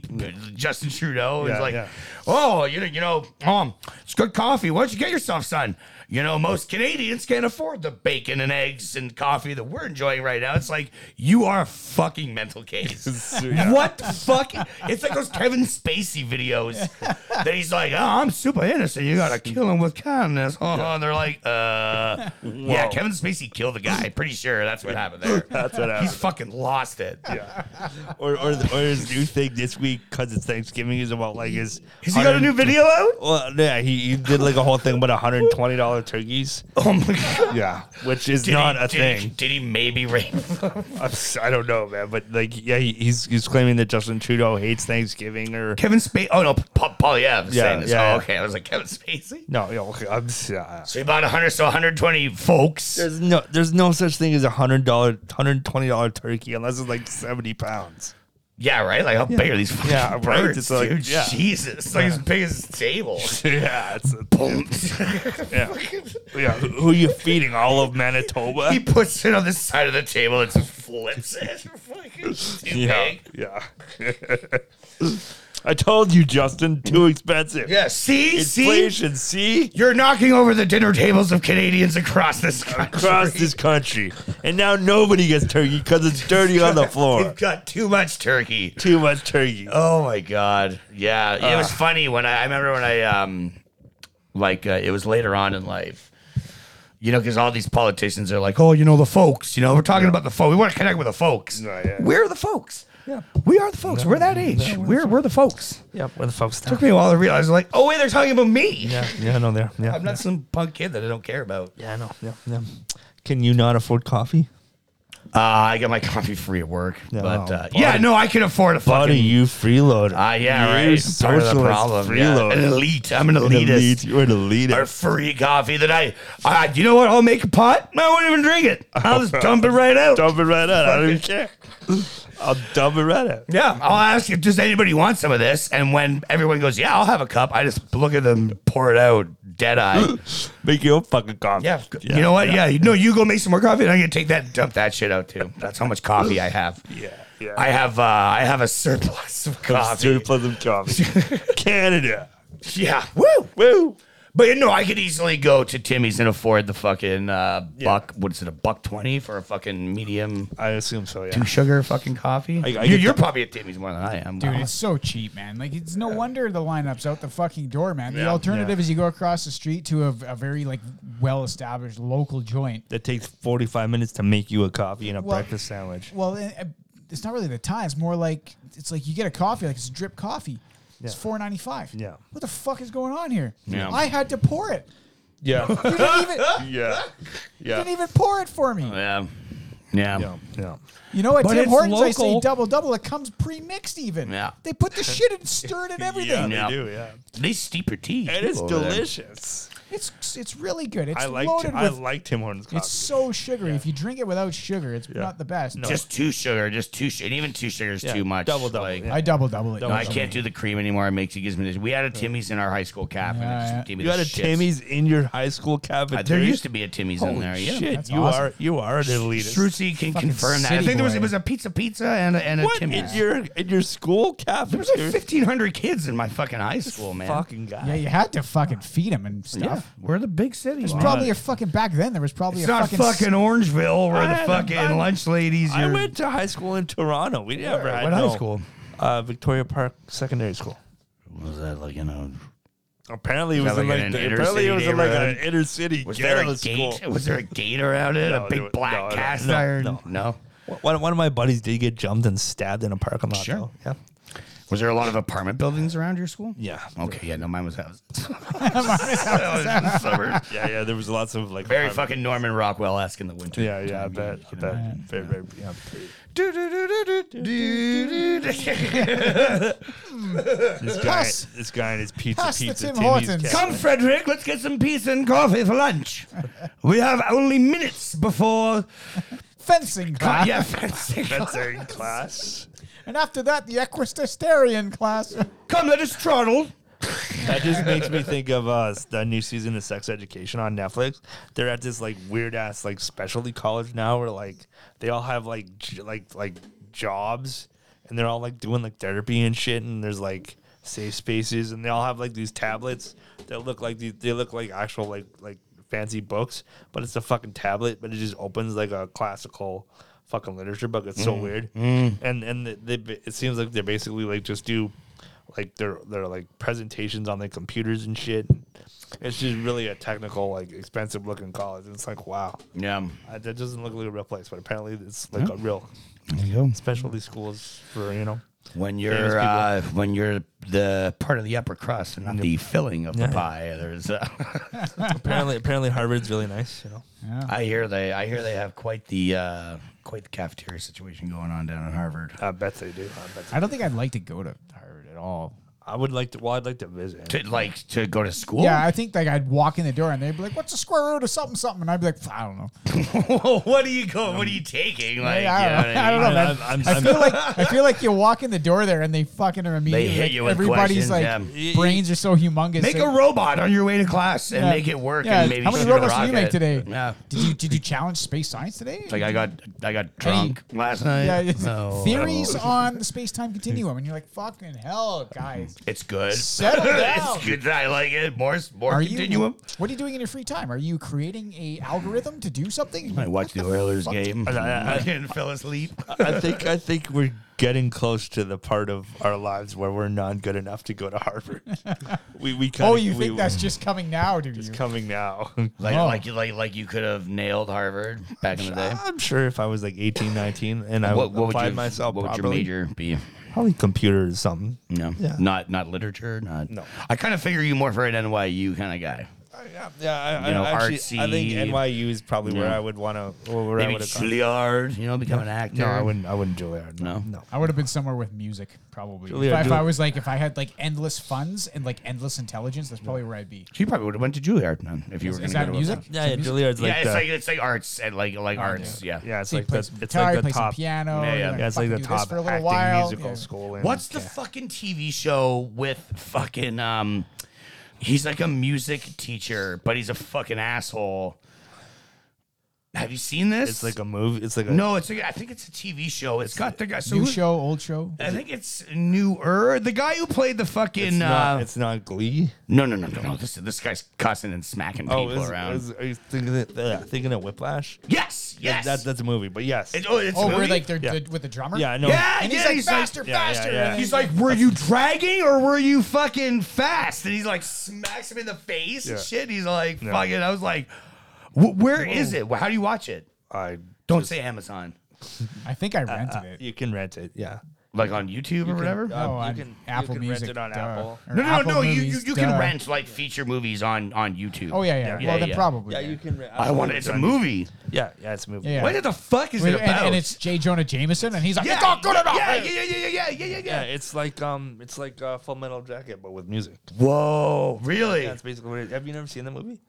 [SPEAKER 2] Justin Trudeau. He's
[SPEAKER 3] Yeah,
[SPEAKER 2] like,
[SPEAKER 3] yeah.
[SPEAKER 2] "Oh, you know, you know, um, it's good coffee. Why don't you get yourself, son?" You know, most Canadians can't afford the bacon and eggs and coffee that we're enjoying right now. It's like you are a fucking mental case.
[SPEAKER 3] Yeah.
[SPEAKER 2] What the fuck? It's like those Kevin Spacey videos that he's like, oh, I'm super innocent. You gotta kill him with kindness. Oh, and they're like, uh, yeah,
[SPEAKER 3] Whoa.
[SPEAKER 2] Kevin Spacey killed the guy. Pretty sure that's what happened there.
[SPEAKER 3] That's what
[SPEAKER 2] He's
[SPEAKER 3] happened.
[SPEAKER 2] fucking lost it.
[SPEAKER 3] Yeah. Or or, the, or his new thing this week because it's Thanksgiving is about like his.
[SPEAKER 2] Has he got a new
[SPEAKER 3] 100
[SPEAKER 2] video out?
[SPEAKER 3] Well, yeah, he, he did like a whole thing about hundred twenty dollar turkeys.
[SPEAKER 2] Oh my god.
[SPEAKER 3] Yeah, which is
[SPEAKER 2] Did
[SPEAKER 3] not
[SPEAKER 2] he-
[SPEAKER 3] a
[SPEAKER 2] did he-
[SPEAKER 3] thing.
[SPEAKER 2] did he maybe rape?
[SPEAKER 3] I'm s- I don't know, man. But like, yeah, he, he's he's claiming that Justin Trudeau hates Thanksgiving or
[SPEAKER 2] Kevin Spacey. Oh no, Pa- Paul yeah,
[SPEAKER 3] Yeah,
[SPEAKER 2] saying this.
[SPEAKER 3] yeah,
[SPEAKER 2] oh,
[SPEAKER 3] yeah.
[SPEAKER 2] okay. I was like Kevin Spacey.
[SPEAKER 3] no. Yeah, okay, I'm, s- uh,
[SPEAKER 2] So about 100, so 120 folks.
[SPEAKER 3] there's no there's no such thing as a hundred dollar hundred twenty dollar turkey unless it's like seventy pounds.
[SPEAKER 2] Yeah, right. Like how big are these fucking
[SPEAKER 3] Yeah, right,
[SPEAKER 2] birds,
[SPEAKER 3] it's like-
[SPEAKER 2] dude?
[SPEAKER 3] yeah.
[SPEAKER 2] Jesus, it's like as big as this table.
[SPEAKER 3] yeah, it's a, yeah,
[SPEAKER 2] he
[SPEAKER 3] yeah. Who who you feeding? All of Manitoba?
[SPEAKER 2] puts it on the side of the table and just flips it. Fucking too
[SPEAKER 3] Yeah,
[SPEAKER 2] big.
[SPEAKER 3] yeah. I told you, Justin. Too expensive.
[SPEAKER 2] Yeah. See, see,
[SPEAKER 3] Inflation. see?
[SPEAKER 2] you're knocking over the dinner tables of Canadians across this country.
[SPEAKER 3] across this country, and now nobody gets turkey because it's dirty on the floor.
[SPEAKER 2] We've got too much turkey.
[SPEAKER 3] Too much turkey.
[SPEAKER 2] Oh my god. Yeah, it was funny when I, I remember when I um like uh, it was later on in life. You know, because all these politicians are like, oh, you know, the folks. You know, we're talking about the folk. We want to connect with the folks.
[SPEAKER 3] Right, yeah.
[SPEAKER 2] We're the folks. Yeah, we are the folks. we're that age. we're we're the folks.
[SPEAKER 3] Yeah, where the folks
[SPEAKER 2] Took me a while to realize, like, oh wait, they're talking about me.
[SPEAKER 3] Yeah, yeah, no, there. Yeah,
[SPEAKER 2] I'm not some punk kid that I don't care about.
[SPEAKER 3] yeah, no, yeah, yeah. Can you not afford coffee,
[SPEAKER 2] Uh, I got my coffee free at work,
[SPEAKER 3] No,
[SPEAKER 2] but uh,
[SPEAKER 3] buddy.
[SPEAKER 2] yeah, no, I can afford a fucking.
[SPEAKER 3] buddy? You freeloader.
[SPEAKER 2] Ah, yeah,
[SPEAKER 3] you
[SPEAKER 2] right. Part of
[SPEAKER 3] Socialist
[SPEAKER 2] the problem. Yeah.
[SPEAKER 3] freeloader.
[SPEAKER 2] An elite. I'm an
[SPEAKER 3] An
[SPEAKER 2] elitist.
[SPEAKER 3] elite. You're an elitist.
[SPEAKER 2] or free coffee that I, I you know what? I'll make a pot. I won't even drink it. I'll just dump it right out.
[SPEAKER 3] dump it right out. I don't even care. I'll dump it right out.
[SPEAKER 2] Yeah, I'll ask if does anybody want some of this, and when everyone goes, yeah, I'll have a cup. I just look at them, pour it out, dead eye.
[SPEAKER 3] Make your own fucking coffee.
[SPEAKER 2] Yeah, you know what? Yeah, you no, you go make some more coffee, and I'm gonna take that, and dump that shit out too. That's how much coffee I have.
[SPEAKER 3] Yeah, yeah.
[SPEAKER 2] I have, uh, I have a surplus of coffee.
[SPEAKER 3] Surplus of coffee. Canada.
[SPEAKER 2] Yeah, woo.
[SPEAKER 3] Woo.
[SPEAKER 2] But no, I could easily go to Timmy's and afford the fucking uh, buck. What is it? A buck twenty for a fucking medium.
[SPEAKER 3] I assume so. Yeah.
[SPEAKER 2] two sugar fucking coffee.
[SPEAKER 3] I- I
[SPEAKER 2] you,
[SPEAKER 3] get
[SPEAKER 2] you're
[SPEAKER 3] the-
[SPEAKER 2] probably at Timmy's more than I am.
[SPEAKER 1] Dude,
[SPEAKER 2] Wow.
[SPEAKER 1] it's so cheap, man. Like, it's no wonder the lineup's out the fucking door, man. The
[SPEAKER 2] Yeah.
[SPEAKER 1] alternative
[SPEAKER 3] Yeah.
[SPEAKER 1] is you go across the street to a, a very, like, well established local joint.
[SPEAKER 3] that takes 45 minutes to make you a coffee and a
[SPEAKER 1] Well-
[SPEAKER 3] breakfast sandwich.
[SPEAKER 1] Well, eh, eh, it's not really the time. It's more like, it's like you get a coffee, like, it's a drip coffee. It's
[SPEAKER 3] Yeah.
[SPEAKER 1] four ninety five.
[SPEAKER 3] Yeah.
[SPEAKER 1] What the fuck is going on here?
[SPEAKER 2] Yeah.
[SPEAKER 1] I had to pour it.
[SPEAKER 3] Yeah.
[SPEAKER 1] You didn't even,
[SPEAKER 3] yeah.
[SPEAKER 1] you
[SPEAKER 3] Yeah.
[SPEAKER 1] didn't even pour it for me.
[SPEAKER 2] yeah, yeah,
[SPEAKER 3] Yeah. Yeah.
[SPEAKER 1] You know, at
[SPEAKER 2] But
[SPEAKER 1] Tim
[SPEAKER 2] it's
[SPEAKER 1] Hortons, I see
[SPEAKER 2] local.
[SPEAKER 1] double double. It comes pre-mixed even.
[SPEAKER 2] Yeah.
[SPEAKER 1] They put the shit and stirred and everything.
[SPEAKER 2] Yeah.
[SPEAKER 3] they do. Yeah.
[SPEAKER 2] They steep your tea.
[SPEAKER 3] And
[SPEAKER 2] too
[SPEAKER 3] it's
[SPEAKER 2] over there.
[SPEAKER 3] delicious.
[SPEAKER 1] It's it's really good. It's
[SPEAKER 3] I like
[SPEAKER 1] loaded
[SPEAKER 3] Tim, I
[SPEAKER 1] with.
[SPEAKER 3] like Tim Hortons coffee.
[SPEAKER 1] it's so sugary. If you drink it without sugar, it's not the best.
[SPEAKER 3] No.
[SPEAKER 2] Just two sugar, just two, su- and even two sugar is
[SPEAKER 3] Yeah,
[SPEAKER 2] too much.
[SPEAKER 3] double, double,
[SPEAKER 2] Like,
[SPEAKER 3] yeah.
[SPEAKER 1] I double double it.
[SPEAKER 2] no, I can't do the cream anymore. It makes it gives me this. We had a Timmy's in our high school cap, and it
[SPEAKER 1] Yeah.
[SPEAKER 2] just gave me
[SPEAKER 3] you
[SPEAKER 2] the
[SPEAKER 3] had a
[SPEAKER 2] shits.
[SPEAKER 3] Timmy's in your high school
[SPEAKER 2] Uh,
[SPEAKER 3] cafeteria.
[SPEAKER 2] There used to be a Timmy's in
[SPEAKER 3] Holy
[SPEAKER 2] there. Yeah.
[SPEAKER 3] shit!
[SPEAKER 1] That's
[SPEAKER 3] you
[SPEAKER 1] awesome.
[SPEAKER 3] are you are an elitist.
[SPEAKER 2] Strucci can
[SPEAKER 1] Fucking
[SPEAKER 2] confirm that. I
[SPEAKER 1] city
[SPEAKER 2] think there was
[SPEAKER 1] boy.
[SPEAKER 2] it was a pizza pizza and a, and a
[SPEAKER 3] what in
[SPEAKER 2] Timmy's. There
[SPEAKER 3] your in your school
[SPEAKER 2] was like
[SPEAKER 3] cafeteria?
[SPEAKER 2] fifteen hundred kids in my fucking high school, man.
[SPEAKER 3] fucking guy.
[SPEAKER 1] Yeah, you had to fucking feed them and stuff.
[SPEAKER 2] Yeah, we're the big city.
[SPEAKER 1] There's
[SPEAKER 2] man.
[SPEAKER 1] probably a fucking back then. There was probably
[SPEAKER 2] It's
[SPEAKER 1] a
[SPEAKER 2] not
[SPEAKER 1] fucking.
[SPEAKER 2] fucking, Orangeville where
[SPEAKER 3] I
[SPEAKER 2] the
[SPEAKER 3] had a-
[SPEAKER 2] fucking
[SPEAKER 3] I-
[SPEAKER 2] lunch ladies.
[SPEAKER 3] I
[SPEAKER 2] are-
[SPEAKER 3] went to high school in Toronto. We never
[SPEAKER 2] Where?
[SPEAKER 3] had
[SPEAKER 2] What high
[SPEAKER 3] no-
[SPEAKER 2] school?
[SPEAKER 3] Uh, Victoria Park Secondary School.
[SPEAKER 2] Was that like you know?
[SPEAKER 3] Apparently it was
[SPEAKER 2] Was that
[SPEAKER 3] in
[SPEAKER 2] like
[SPEAKER 3] like
[SPEAKER 2] an
[SPEAKER 3] the,
[SPEAKER 2] inner
[SPEAKER 3] apparently
[SPEAKER 2] city
[SPEAKER 3] it was in like an
[SPEAKER 2] neighborhood?
[SPEAKER 3] inner city
[SPEAKER 2] Was there a
[SPEAKER 3] ghetto
[SPEAKER 2] gate?
[SPEAKER 3] school.
[SPEAKER 2] Was there a gate around it?
[SPEAKER 3] No,
[SPEAKER 2] a
[SPEAKER 3] there
[SPEAKER 2] big
[SPEAKER 3] was-
[SPEAKER 2] black
[SPEAKER 3] no, no,
[SPEAKER 2] cast
[SPEAKER 3] no,
[SPEAKER 2] iron?
[SPEAKER 3] no.
[SPEAKER 2] no.
[SPEAKER 3] One, one of my buddies did get jumped and stabbed in a parking lot.
[SPEAKER 2] Sure.
[SPEAKER 3] Though. Yeah.
[SPEAKER 2] Was there a lot of apartment buildings around your school?
[SPEAKER 3] Yeah.
[SPEAKER 2] Okay, yeah, no, mine was houses. Mine was suburbs.
[SPEAKER 3] Yeah, yeah. There was lots of like
[SPEAKER 2] Very
[SPEAKER 3] um,
[SPEAKER 2] fucking Norman Rockwell esque in the winter.
[SPEAKER 3] Yeah, yeah. I bet. I bet. Very, very. Yeah. This guy,
[SPEAKER 1] Pass.
[SPEAKER 3] this guy and his pizza,
[SPEAKER 1] Pass the
[SPEAKER 3] pizza,
[SPEAKER 1] Tim
[SPEAKER 3] Timmy's
[SPEAKER 1] Hortons.
[SPEAKER 3] cat.
[SPEAKER 2] Come, Frederick, let's get some pizza and coffee for lunch. We have only minutes before.
[SPEAKER 1] Fencing class.
[SPEAKER 2] Yeah, fancy.
[SPEAKER 3] That's in class.
[SPEAKER 1] And after that, the equestrian class.
[SPEAKER 2] Come, let us troddle.
[SPEAKER 3] That just makes me think of uh, the new season of Sex Education on Netflix. They're at this like weird ass like specialty college now, where like they all have like j- like like jobs, and they're all like doing like therapy and shit. And there's like safe spaces, and they all have like these tablets that look like these. They look like actual like like fancy books, but it's a fucking tablet, but it just opens like a classical fucking literature book. It's so weird, and and they, they it seems like they basically like just do like their their like presentations on their computers and shit. It's just really a technical, like expensive looking college. It's like wow,
[SPEAKER 2] Yeah.
[SPEAKER 3] I, that doesn't look like a real place, but apparently it's like a real
[SPEAKER 2] There you go.
[SPEAKER 3] specialty schools for you know.
[SPEAKER 2] When
[SPEAKER 3] Famous
[SPEAKER 2] you're
[SPEAKER 3] people.
[SPEAKER 2] uh, when you're the part of the upper crust and not the filling of the pie, there's. Uh,
[SPEAKER 3] Apparently, apparently Harvard's really nice. You know,
[SPEAKER 2] I hear they I hear they have quite the uh, quite the cafeteria situation going on down at Harvard.
[SPEAKER 3] I bet they do. I bet. They,
[SPEAKER 1] I don't think I'd like to go to Harvard at all.
[SPEAKER 3] I would like to. Well, I'd like to visit.
[SPEAKER 2] To like to go to school.
[SPEAKER 1] Yeah, I think like I'd walk in the door and they'd be like, "What's the square root of something something?" And I'd be like, "I don't know."
[SPEAKER 2] what are you going? What are you taking? Like,
[SPEAKER 1] I don't
[SPEAKER 2] you know
[SPEAKER 1] know.
[SPEAKER 2] what
[SPEAKER 1] I
[SPEAKER 2] mean?
[SPEAKER 1] don't know,
[SPEAKER 3] I-
[SPEAKER 1] man.
[SPEAKER 3] I'm-
[SPEAKER 1] I
[SPEAKER 3] I'm-
[SPEAKER 1] feel like I feel like you walk in the door there and they fucking are immediately.
[SPEAKER 2] hit
[SPEAKER 1] like,
[SPEAKER 2] you with
[SPEAKER 1] everybody's
[SPEAKER 2] questions,
[SPEAKER 1] like
[SPEAKER 2] yeah.
[SPEAKER 1] brains are so humongous.
[SPEAKER 2] Make
[SPEAKER 1] that-
[SPEAKER 2] a robot on your way to class and
[SPEAKER 1] Yeah.
[SPEAKER 2] make it work.
[SPEAKER 1] Yeah,
[SPEAKER 2] And maybe
[SPEAKER 1] how many
[SPEAKER 2] shoot a
[SPEAKER 1] robots did you make
[SPEAKER 2] rocket.
[SPEAKER 1] today?
[SPEAKER 2] Yeah.
[SPEAKER 1] Did you did you challenge space science today?
[SPEAKER 2] Like I got I got drunk last night.
[SPEAKER 1] yeah, it's-
[SPEAKER 2] No.
[SPEAKER 1] theories on the space time continuum, and you're like, "Fucking hell, guys,
[SPEAKER 2] It's good.
[SPEAKER 1] Settle down.
[SPEAKER 2] it's good. I like it. More more
[SPEAKER 1] are
[SPEAKER 2] continuum.
[SPEAKER 1] you? What are you doing in your free time? Are you creating a algorithm to do something?
[SPEAKER 2] I watched the Oilers game.
[SPEAKER 3] I- I- I-
[SPEAKER 2] didn't fell asleep.
[SPEAKER 3] I think I think we're getting close to the part of our lives where we're not good enough to go to Harvard. we we kinda,
[SPEAKER 1] Oh, you
[SPEAKER 3] we-
[SPEAKER 1] think that's just coming now, do you?
[SPEAKER 3] it's coming now.
[SPEAKER 2] Like
[SPEAKER 1] Oh.
[SPEAKER 2] like like like you could have nailed Harvard back in the day.
[SPEAKER 3] I'm sure if I was like 18, 19, and I
[SPEAKER 2] What, what would
[SPEAKER 3] applied
[SPEAKER 2] you,
[SPEAKER 3] myself
[SPEAKER 2] What would your
[SPEAKER 3] properly,
[SPEAKER 2] major Mm. be?
[SPEAKER 3] probably computer or something.
[SPEAKER 2] No,
[SPEAKER 3] Yeah.
[SPEAKER 2] not not literature. Not
[SPEAKER 3] No.
[SPEAKER 2] I kind of figure you more for an NYU kind of guy.
[SPEAKER 3] Yeah, yeah. I,
[SPEAKER 2] You know,
[SPEAKER 3] I actually, I think
[SPEAKER 2] artsy.
[SPEAKER 3] NYU is probably where
[SPEAKER 2] Yeah.
[SPEAKER 3] I would want to. Where I
[SPEAKER 2] Maybe
[SPEAKER 3] would have gone.
[SPEAKER 2] Juilliard. You know, become an actor.
[SPEAKER 3] No, I wouldn't. I wouldn't Juilliard.
[SPEAKER 2] No?
[SPEAKER 3] No, no.
[SPEAKER 1] I would have been somewhere with music, probably.
[SPEAKER 3] Julia,
[SPEAKER 1] if I, if
[SPEAKER 3] do-
[SPEAKER 1] I was like, if I had like endless funds and like endless intelligence, that's probably where I'd be.
[SPEAKER 2] You probably would have went to Juilliard then if you were going
[SPEAKER 1] Is
[SPEAKER 2] to
[SPEAKER 1] that
[SPEAKER 2] go to a-
[SPEAKER 1] music?
[SPEAKER 3] Yeah, yeah. Juilliard's
[SPEAKER 2] Yeah,
[SPEAKER 3] like
[SPEAKER 2] it's
[SPEAKER 3] the.
[SPEAKER 2] like it's like arts and like like arts. Yeah.
[SPEAKER 3] yeah, it's
[SPEAKER 1] So you
[SPEAKER 3] like
[SPEAKER 1] play
[SPEAKER 3] the.
[SPEAKER 1] some
[SPEAKER 3] It's
[SPEAKER 1] guitar,
[SPEAKER 3] like the
[SPEAKER 1] play some
[SPEAKER 3] top. Yeah,
[SPEAKER 1] piano.
[SPEAKER 2] Yeah, yeah.
[SPEAKER 1] you're
[SPEAKER 2] Yeah,
[SPEAKER 3] it's
[SPEAKER 1] "Fucking
[SPEAKER 3] like the
[SPEAKER 1] do this
[SPEAKER 3] top
[SPEAKER 1] for a little
[SPEAKER 3] acting
[SPEAKER 1] while."
[SPEAKER 3] musical
[SPEAKER 1] Yeah.
[SPEAKER 3] school. in-
[SPEAKER 2] What's the fucking TV show with fucking um? He's like a music teacher, but he's a fucking asshole. Have you seen this?
[SPEAKER 3] It's like a movie. It's like a.
[SPEAKER 2] no, it's like, I think it's a TV show. it's got the guy. So
[SPEAKER 1] New
[SPEAKER 2] who-
[SPEAKER 1] show, old show.
[SPEAKER 2] I think it's newer. The guy who played the fucking
[SPEAKER 3] It's
[SPEAKER 2] uh,
[SPEAKER 3] not. It's not Glee. Oh,
[SPEAKER 2] no, no, no, no, no. This this guy's cussing and smacking people
[SPEAKER 3] is,
[SPEAKER 2] around.
[SPEAKER 3] is- are you thinking it? Uh, thinking of Whiplash?
[SPEAKER 2] yes, yes.
[SPEAKER 3] That, that's a movie, but yes.
[SPEAKER 2] It- oh, it's
[SPEAKER 1] Oh,
[SPEAKER 2] a
[SPEAKER 1] where
[SPEAKER 2] movie?
[SPEAKER 1] like they're
[SPEAKER 3] Yeah.
[SPEAKER 1] good with the drummer.
[SPEAKER 3] yeah, I know.
[SPEAKER 2] Yeah,
[SPEAKER 1] And
[SPEAKER 2] yeah,
[SPEAKER 1] he's like, faster,
[SPEAKER 3] yeah, yeah,
[SPEAKER 1] faster.
[SPEAKER 3] yeah.
[SPEAKER 1] and then
[SPEAKER 2] He's like, were you dragging or were you fucking fast? And he's like, smacks him in the face and
[SPEAKER 3] Yeah.
[SPEAKER 2] shit. He's like, fucking. I was like, "Wh- where is it? How do you watch it?
[SPEAKER 3] I
[SPEAKER 2] Don't say Amazon.
[SPEAKER 1] I think I rented it.
[SPEAKER 3] Uh, You can rent it. Yeah.
[SPEAKER 2] Like on YouTube or whatever?
[SPEAKER 1] Oh,
[SPEAKER 3] you
[SPEAKER 1] on
[SPEAKER 3] can- you
[SPEAKER 1] Apple
[SPEAKER 3] can rent
[SPEAKER 1] Music.
[SPEAKER 3] it on
[SPEAKER 1] duh.
[SPEAKER 3] Apple. uh,
[SPEAKER 1] Or
[SPEAKER 2] no, no,
[SPEAKER 1] Apple
[SPEAKER 2] no. You, you,
[SPEAKER 1] Movies,
[SPEAKER 2] you can
[SPEAKER 1] duh.
[SPEAKER 2] rent like feature movies on, on YouTube.
[SPEAKER 1] Oh yeah, yeah.
[SPEAKER 3] Yeah,
[SPEAKER 1] well,
[SPEAKER 2] yeah,
[SPEAKER 1] then
[SPEAKER 2] yeah.
[SPEAKER 1] probably.
[SPEAKER 3] Yeah, you can rent.
[SPEAKER 2] I want it. It's a movie.
[SPEAKER 3] Yeah, yeah, it's a movie.
[SPEAKER 1] Yeah.
[SPEAKER 2] What the fuck is
[SPEAKER 1] Wait,
[SPEAKER 2] it
[SPEAKER 1] and,
[SPEAKER 2] about?
[SPEAKER 1] and it's J. Jonah Jameson, and he's like,
[SPEAKER 2] yeah,
[SPEAKER 1] "It's not good enough."
[SPEAKER 2] Yeah, yeah, yeah, yeah, yeah, yeah, yeah,
[SPEAKER 3] Yeah,
[SPEAKER 2] yeah.
[SPEAKER 3] it's like um, it's like uh, Full Metal Jacket, but with music.
[SPEAKER 2] Whoa, Oh, really?
[SPEAKER 3] That's basically what it, Have you never seen the movie?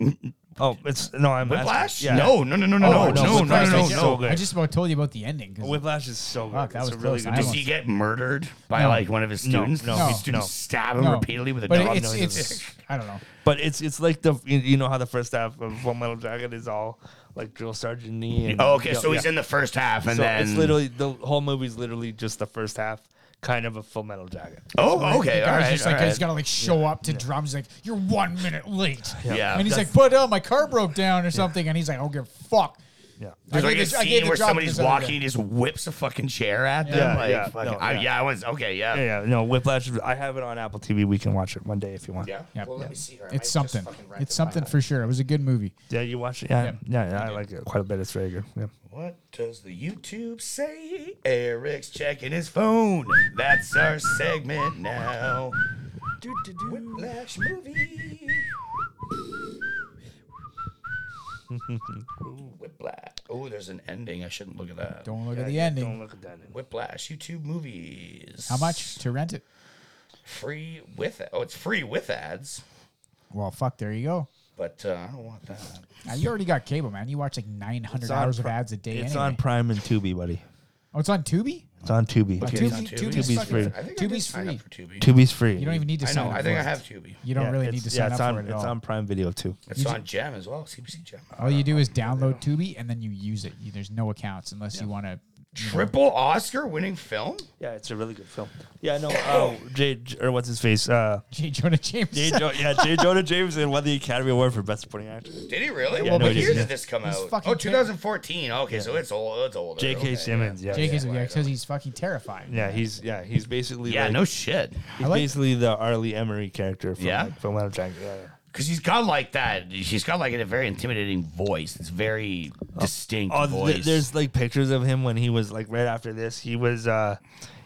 [SPEAKER 3] oh, it's no, I'm asking-
[SPEAKER 2] Whiplash?
[SPEAKER 3] Yeah.
[SPEAKER 2] No, no, no, no, no,
[SPEAKER 3] Oh,
[SPEAKER 2] no, no, no, no,
[SPEAKER 3] Whiplash
[SPEAKER 2] no,
[SPEAKER 3] is so
[SPEAKER 2] no.
[SPEAKER 3] good.
[SPEAKER 1] I just about told you about the ending. 'cause-
[SPEAKER 3] Whiplash is so good.
[SPEAKER 1] Fuck, that
[SPEAKER 3] it's
[SPEAKER 1] was
[SPEAKER 3] a really
[SPEAKER 1] close.
[SPEAKER 3] good.
[SPEAKER 1] I
[SPEAKER 2] Does
[SPEAKER 1] almost-
[SPEAKER 3] movie.
[SPEAKER 2] he get murdered by
[SPEAKER 1] No.
[SPEAKER 2] like one of his
[SPEAKER 3] No,
[SPEAKER 2] students?
[SPEAKER 3] no,
[SPEAKER 2] Does his
[SPEAKER 1] no.
[SPEAKER 2] students stab him
[SPEAKER 1] No.
[SPEAKER 2] repeatedly with a
[SPEAKER 1] But
[SPEAKER 2] dog.
[SPEAKER 1] it's,
[SPEAKER 3] No, he
[SPEAKER 1] it's,
[SPEAKER 3] doesn't.
[SPEAKER 1] I don't know.
[SPEAKER 3] But it's it's like the you you know how the first half of Full Metal Jacket is all like drill sergeant knee. And,
[SPEAKER 2] oh, okay,
[SPEAKER 3] yeah,
[SPEAKER 2] so he's
[SPEAKER 3] yeah.
[SPEAKER 2] in the first half, and
[SPEAKER 3] So
[SPEAKER 2] then
[SPEAKER 3] it's literally the whole movie's literally just the first half, kind of a Full Metal Jacket.
[SPEAKER 2] oh,
[SPEAKER 1] The
[SPEAKER 2] okay,
[SPEAKER 1] guy's
[SPEAKER 2] all right,
[SPEAKER 1] just
[SPEAKER 2] all
[SPEAKER 1] like, I
[SPEAKER 2] right.
[SPEAKER 1] just gotta like show up to drums. Like, you're one minute late.
[SPEAKER 2] Yeah.
[SPEAKER 1] And he's like,
[SPEAKER 3] That's-
[SPEAKER 1] but uh, my car broke down or something. And he's like, I don't give a fuck.
[SPEAKER 3] Yeah.
[SPEAKER 2] There's
[SPEAKER 1] I
[SPEAKER 2] like
[SPEAKER 1] gave
[SPEAKER 2] a
[SPEAKER 1] the- I gave
[SPEAKER 2] scene
[SPEAKER 1] the
[SPEAKER 2] where
[SPEAKER 1] drop
[SPEAKER 2] somebody's
[SPEAKER 1] this other
[SPEAKER 2] walking,
[SPEAKER 1] day.
[SPEAKER 2] he just whips a fucking chair at them.
[SPEAKER 3] Yeah,
[SPEAKER 2] like,
[SPEAKER 3] yeah,
[SPEAKER 2] fucking,
[SPEAKER 3] no,
[SPEAKER 2] I,
[SPEAKER 3] yeah.
[SPEAKER 2] yeah, I was okay. Yeah,
[SPEAKER 3] Yeah, yeah. No, Whiplash. I have it on Apple TV. We can watch it one day if you want.
[SPEAKER 1] Yep.
[SPEAKER 2] Well, let me see her. I might
[SPEAKER 1] It's
[SPEAKER 2] just
[SPEAKER 1] something.
[SPEAKER 2] fucking rent
[SPEAKER 1] It's
[SPEAKER 2] it right
[SPEAKER 1] something
[SPEAKER 2] now.
[SPEAKER 1] for sure. It was a good movie.
[SPEAKER 3] Yeah, you watch it. Yeah,
[SPEAKER 1] Yep.
[SPEAKER 3] yeah, yeah. I like it quite a bit. It's very good. Yeah.
[SPEAKER 2] What does the YouTube say? Eric's checking his phone. That's our segment now. Whiplash movie. Ooh, Whiplash. Oh, there's an ending. I shouldn't look at that.
[SPEAKER 1] Don't look at the
[SPEAKER 3] yeah,
[SPEAKER 1] ending.
[SPEAKER 3] Don't look at that. ending.
[SPEAKER 2] Whiplash YouTube movies.
[SPEAKER 1] How much to rent it?
[SPEAKER 2] Free with oh, it's free with ads,
[SPEAKER 1] Well, fuck. There you go.
[SPEAKER 2] but uh, I don't want that.
[SPEAKER 1] Now, you already got cable, man. You watch like 900
[SPEAKER 3] It's on
[SPEAKER 1] hours of
[SPEAKER 3] Pri-
[SPEAKER 1] ads a day.
[SPEAKER 3] It's
[SPEAKER 1] anyway.
[SPEAKER 3] on Prime and Tubi, buddy.
[SPEAKER 1] Oh, it's on Tubi.
[SPEAKER 3] It's on Tubi.
[SPEAKER 1] Okay.
[SPEAKER 2] It's
[SPEAKER 1] Tubi-
[SPEAKER 2] on
[SPEAKER 1] Tubi's
[SPEAKER 2] Tubi's
[SPEAKER 3] fucking-
[SPEAKER 2] free.
[SPEAKER 3] I
[SPEAKER 2] I think I
[SPEAKER 1] Tubi's
[SPEAKER 2] did sign up
[SPEAKER 1] free.
[SPEAKER 2] for Tubi.
[SPEAKER 3] Tubi's free.
[SPEAKER 1] You don't even need to
[SPEAKER 2] I
[SPEAKER 1] sign
[SPEAKER 2] know.
[SPEAKER 1] up.
[SPEAKER 2] I think
[SPEAKER 1] for
[SPEAKER 2] I
[SPEAKER 1] it.
[SPEAKER 2] have Tubi.
[SPEAKER 1] You don't
[SPEAKER 3] Yeah,
[SPEAKER 1] really
[SPEAKER 3] it's-
[SPEAKER 1] need to
[SPEAKER 3] yeah,
[SPEAKER 1] sign
[SPEAKER 3] it's
[SPEAKER 1] up
[SPEAKER 3] on,
[SPEAKER 1] for it at
[SPEAKER 3] It's
[SPEAKER 1] all.
[SPEAKER 3] on Prime Video too.
[SPEAKER 2] It's on Gem as well. CBC Gem.
[SPEAKER 1] all you do is download Tubi, and then you use it. You- There's no accounts unless you want to.
[SPEAKER 2] Triple Oscar winning film?
[SPEAKER 3] Yeah, it's a really good film. Yeah, no. Oh, Jay J- or what's his face? Uh,
[SPEAKER 1] J. Jonah Jameson.
[SPEAKER 3] Jay jo- yeah, Jay Jonah Jameson won the Academy Award for Best Supporting Actor.
[SPEAKER 2] Did he really?
[SPEAKER 3] Yeah,
[SPEAKER 2] well,
[SPEAKER 3] no,
[SPEAKER 2] what
[SPEAKER 3] he
[SPEAKER 2] year
[SPEAKER 3] didn't.
[SPEAKER 2] did this come
[SPEAKER 1] He's
[SPEAKER 2] out?
[SPEAKER 1] fucking
[SPEAKER 2] Oh, 2014. Okay, so it's old. It's older.
[SPEAKER 3] J.K.
[SPEAKER 2] Okay.
[SPEAKER 3] Simmons. Yeah,
[SPEAKER 1] Jake
[SPEAKER 3] yeah.
[SPEAKER 1] is yeah, because he's fucking terrifying.
[SPEAKER 3] Yeah, he's yeah, he's basically
[SPEAKER 2] Yeah,
[SPEAKER 3] like,
[SPEAKER 2] no shit.
[SPEAKER 3] he's
[SPEAKER 1] I like-
[SPEAKER 3] basically the Arlie Emery character from
[SPEAKER 2] Yeah?
[SPEAKER 3] like, from Land of Dragon. Yeah, yeah.
[SPEAKER 2] Because he's got like that. She's got like a very intimidating voice. It's very distinct
[SPEAKER 3] Oh, th-
[SPEAKER 2] voice.
[SPEAKER 3] there's like pictures of him when he was like right after this. He was uh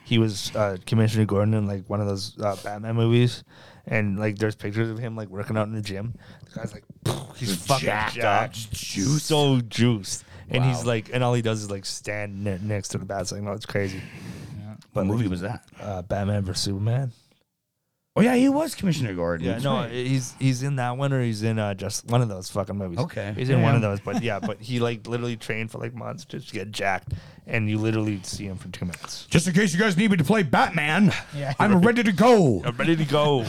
[SPEAKER 3] he was uh Commissioner Gordon in like one of those uh, Batman movies, and like there's pictures of him like working out in the gym. The guy's like he's fucking
[SPEAKER 2] jacked
[SPEAKER 3] jacked,
[SPEAKER 2] up, juiced.
[SPEAKER 3] so juiced, and he's
[SPEAKER 2] Wow.
[SPEAKER 3] like and all he does is like stand ne- next to the bat signal. It's crazy.
[SPEAKER 2] what movie was that?
[SPEAKER 3] Uh, Batman vs Superman.
[SPEAKER 2] Oh yeah, he was Commissioner Gordon.
[SPEAKER 3] Yeah,
[SPEAKER 2] That's
[SPEAKER 3] no,
[SPEAKER 2] right.
[SPEAKER 3] he's he's in that one or he's in uh, just one of those fucking movies.
[SPEAKER 2] Okay.
[SPEAKER 3] he's in one
[SPEAKER 1] Yeah.
[SPEAKER 3] of those, but yeah, but he like literally trained for like months just to get jacked, and you literally see him for two minutes.
[SPEAKER 2] Just in case you guys need me to play Batman,
[SPEAKER 1] Yeah.
[SPEAKER 2] I'm ready to go.
[SPEAKER 3] I'm ready to go.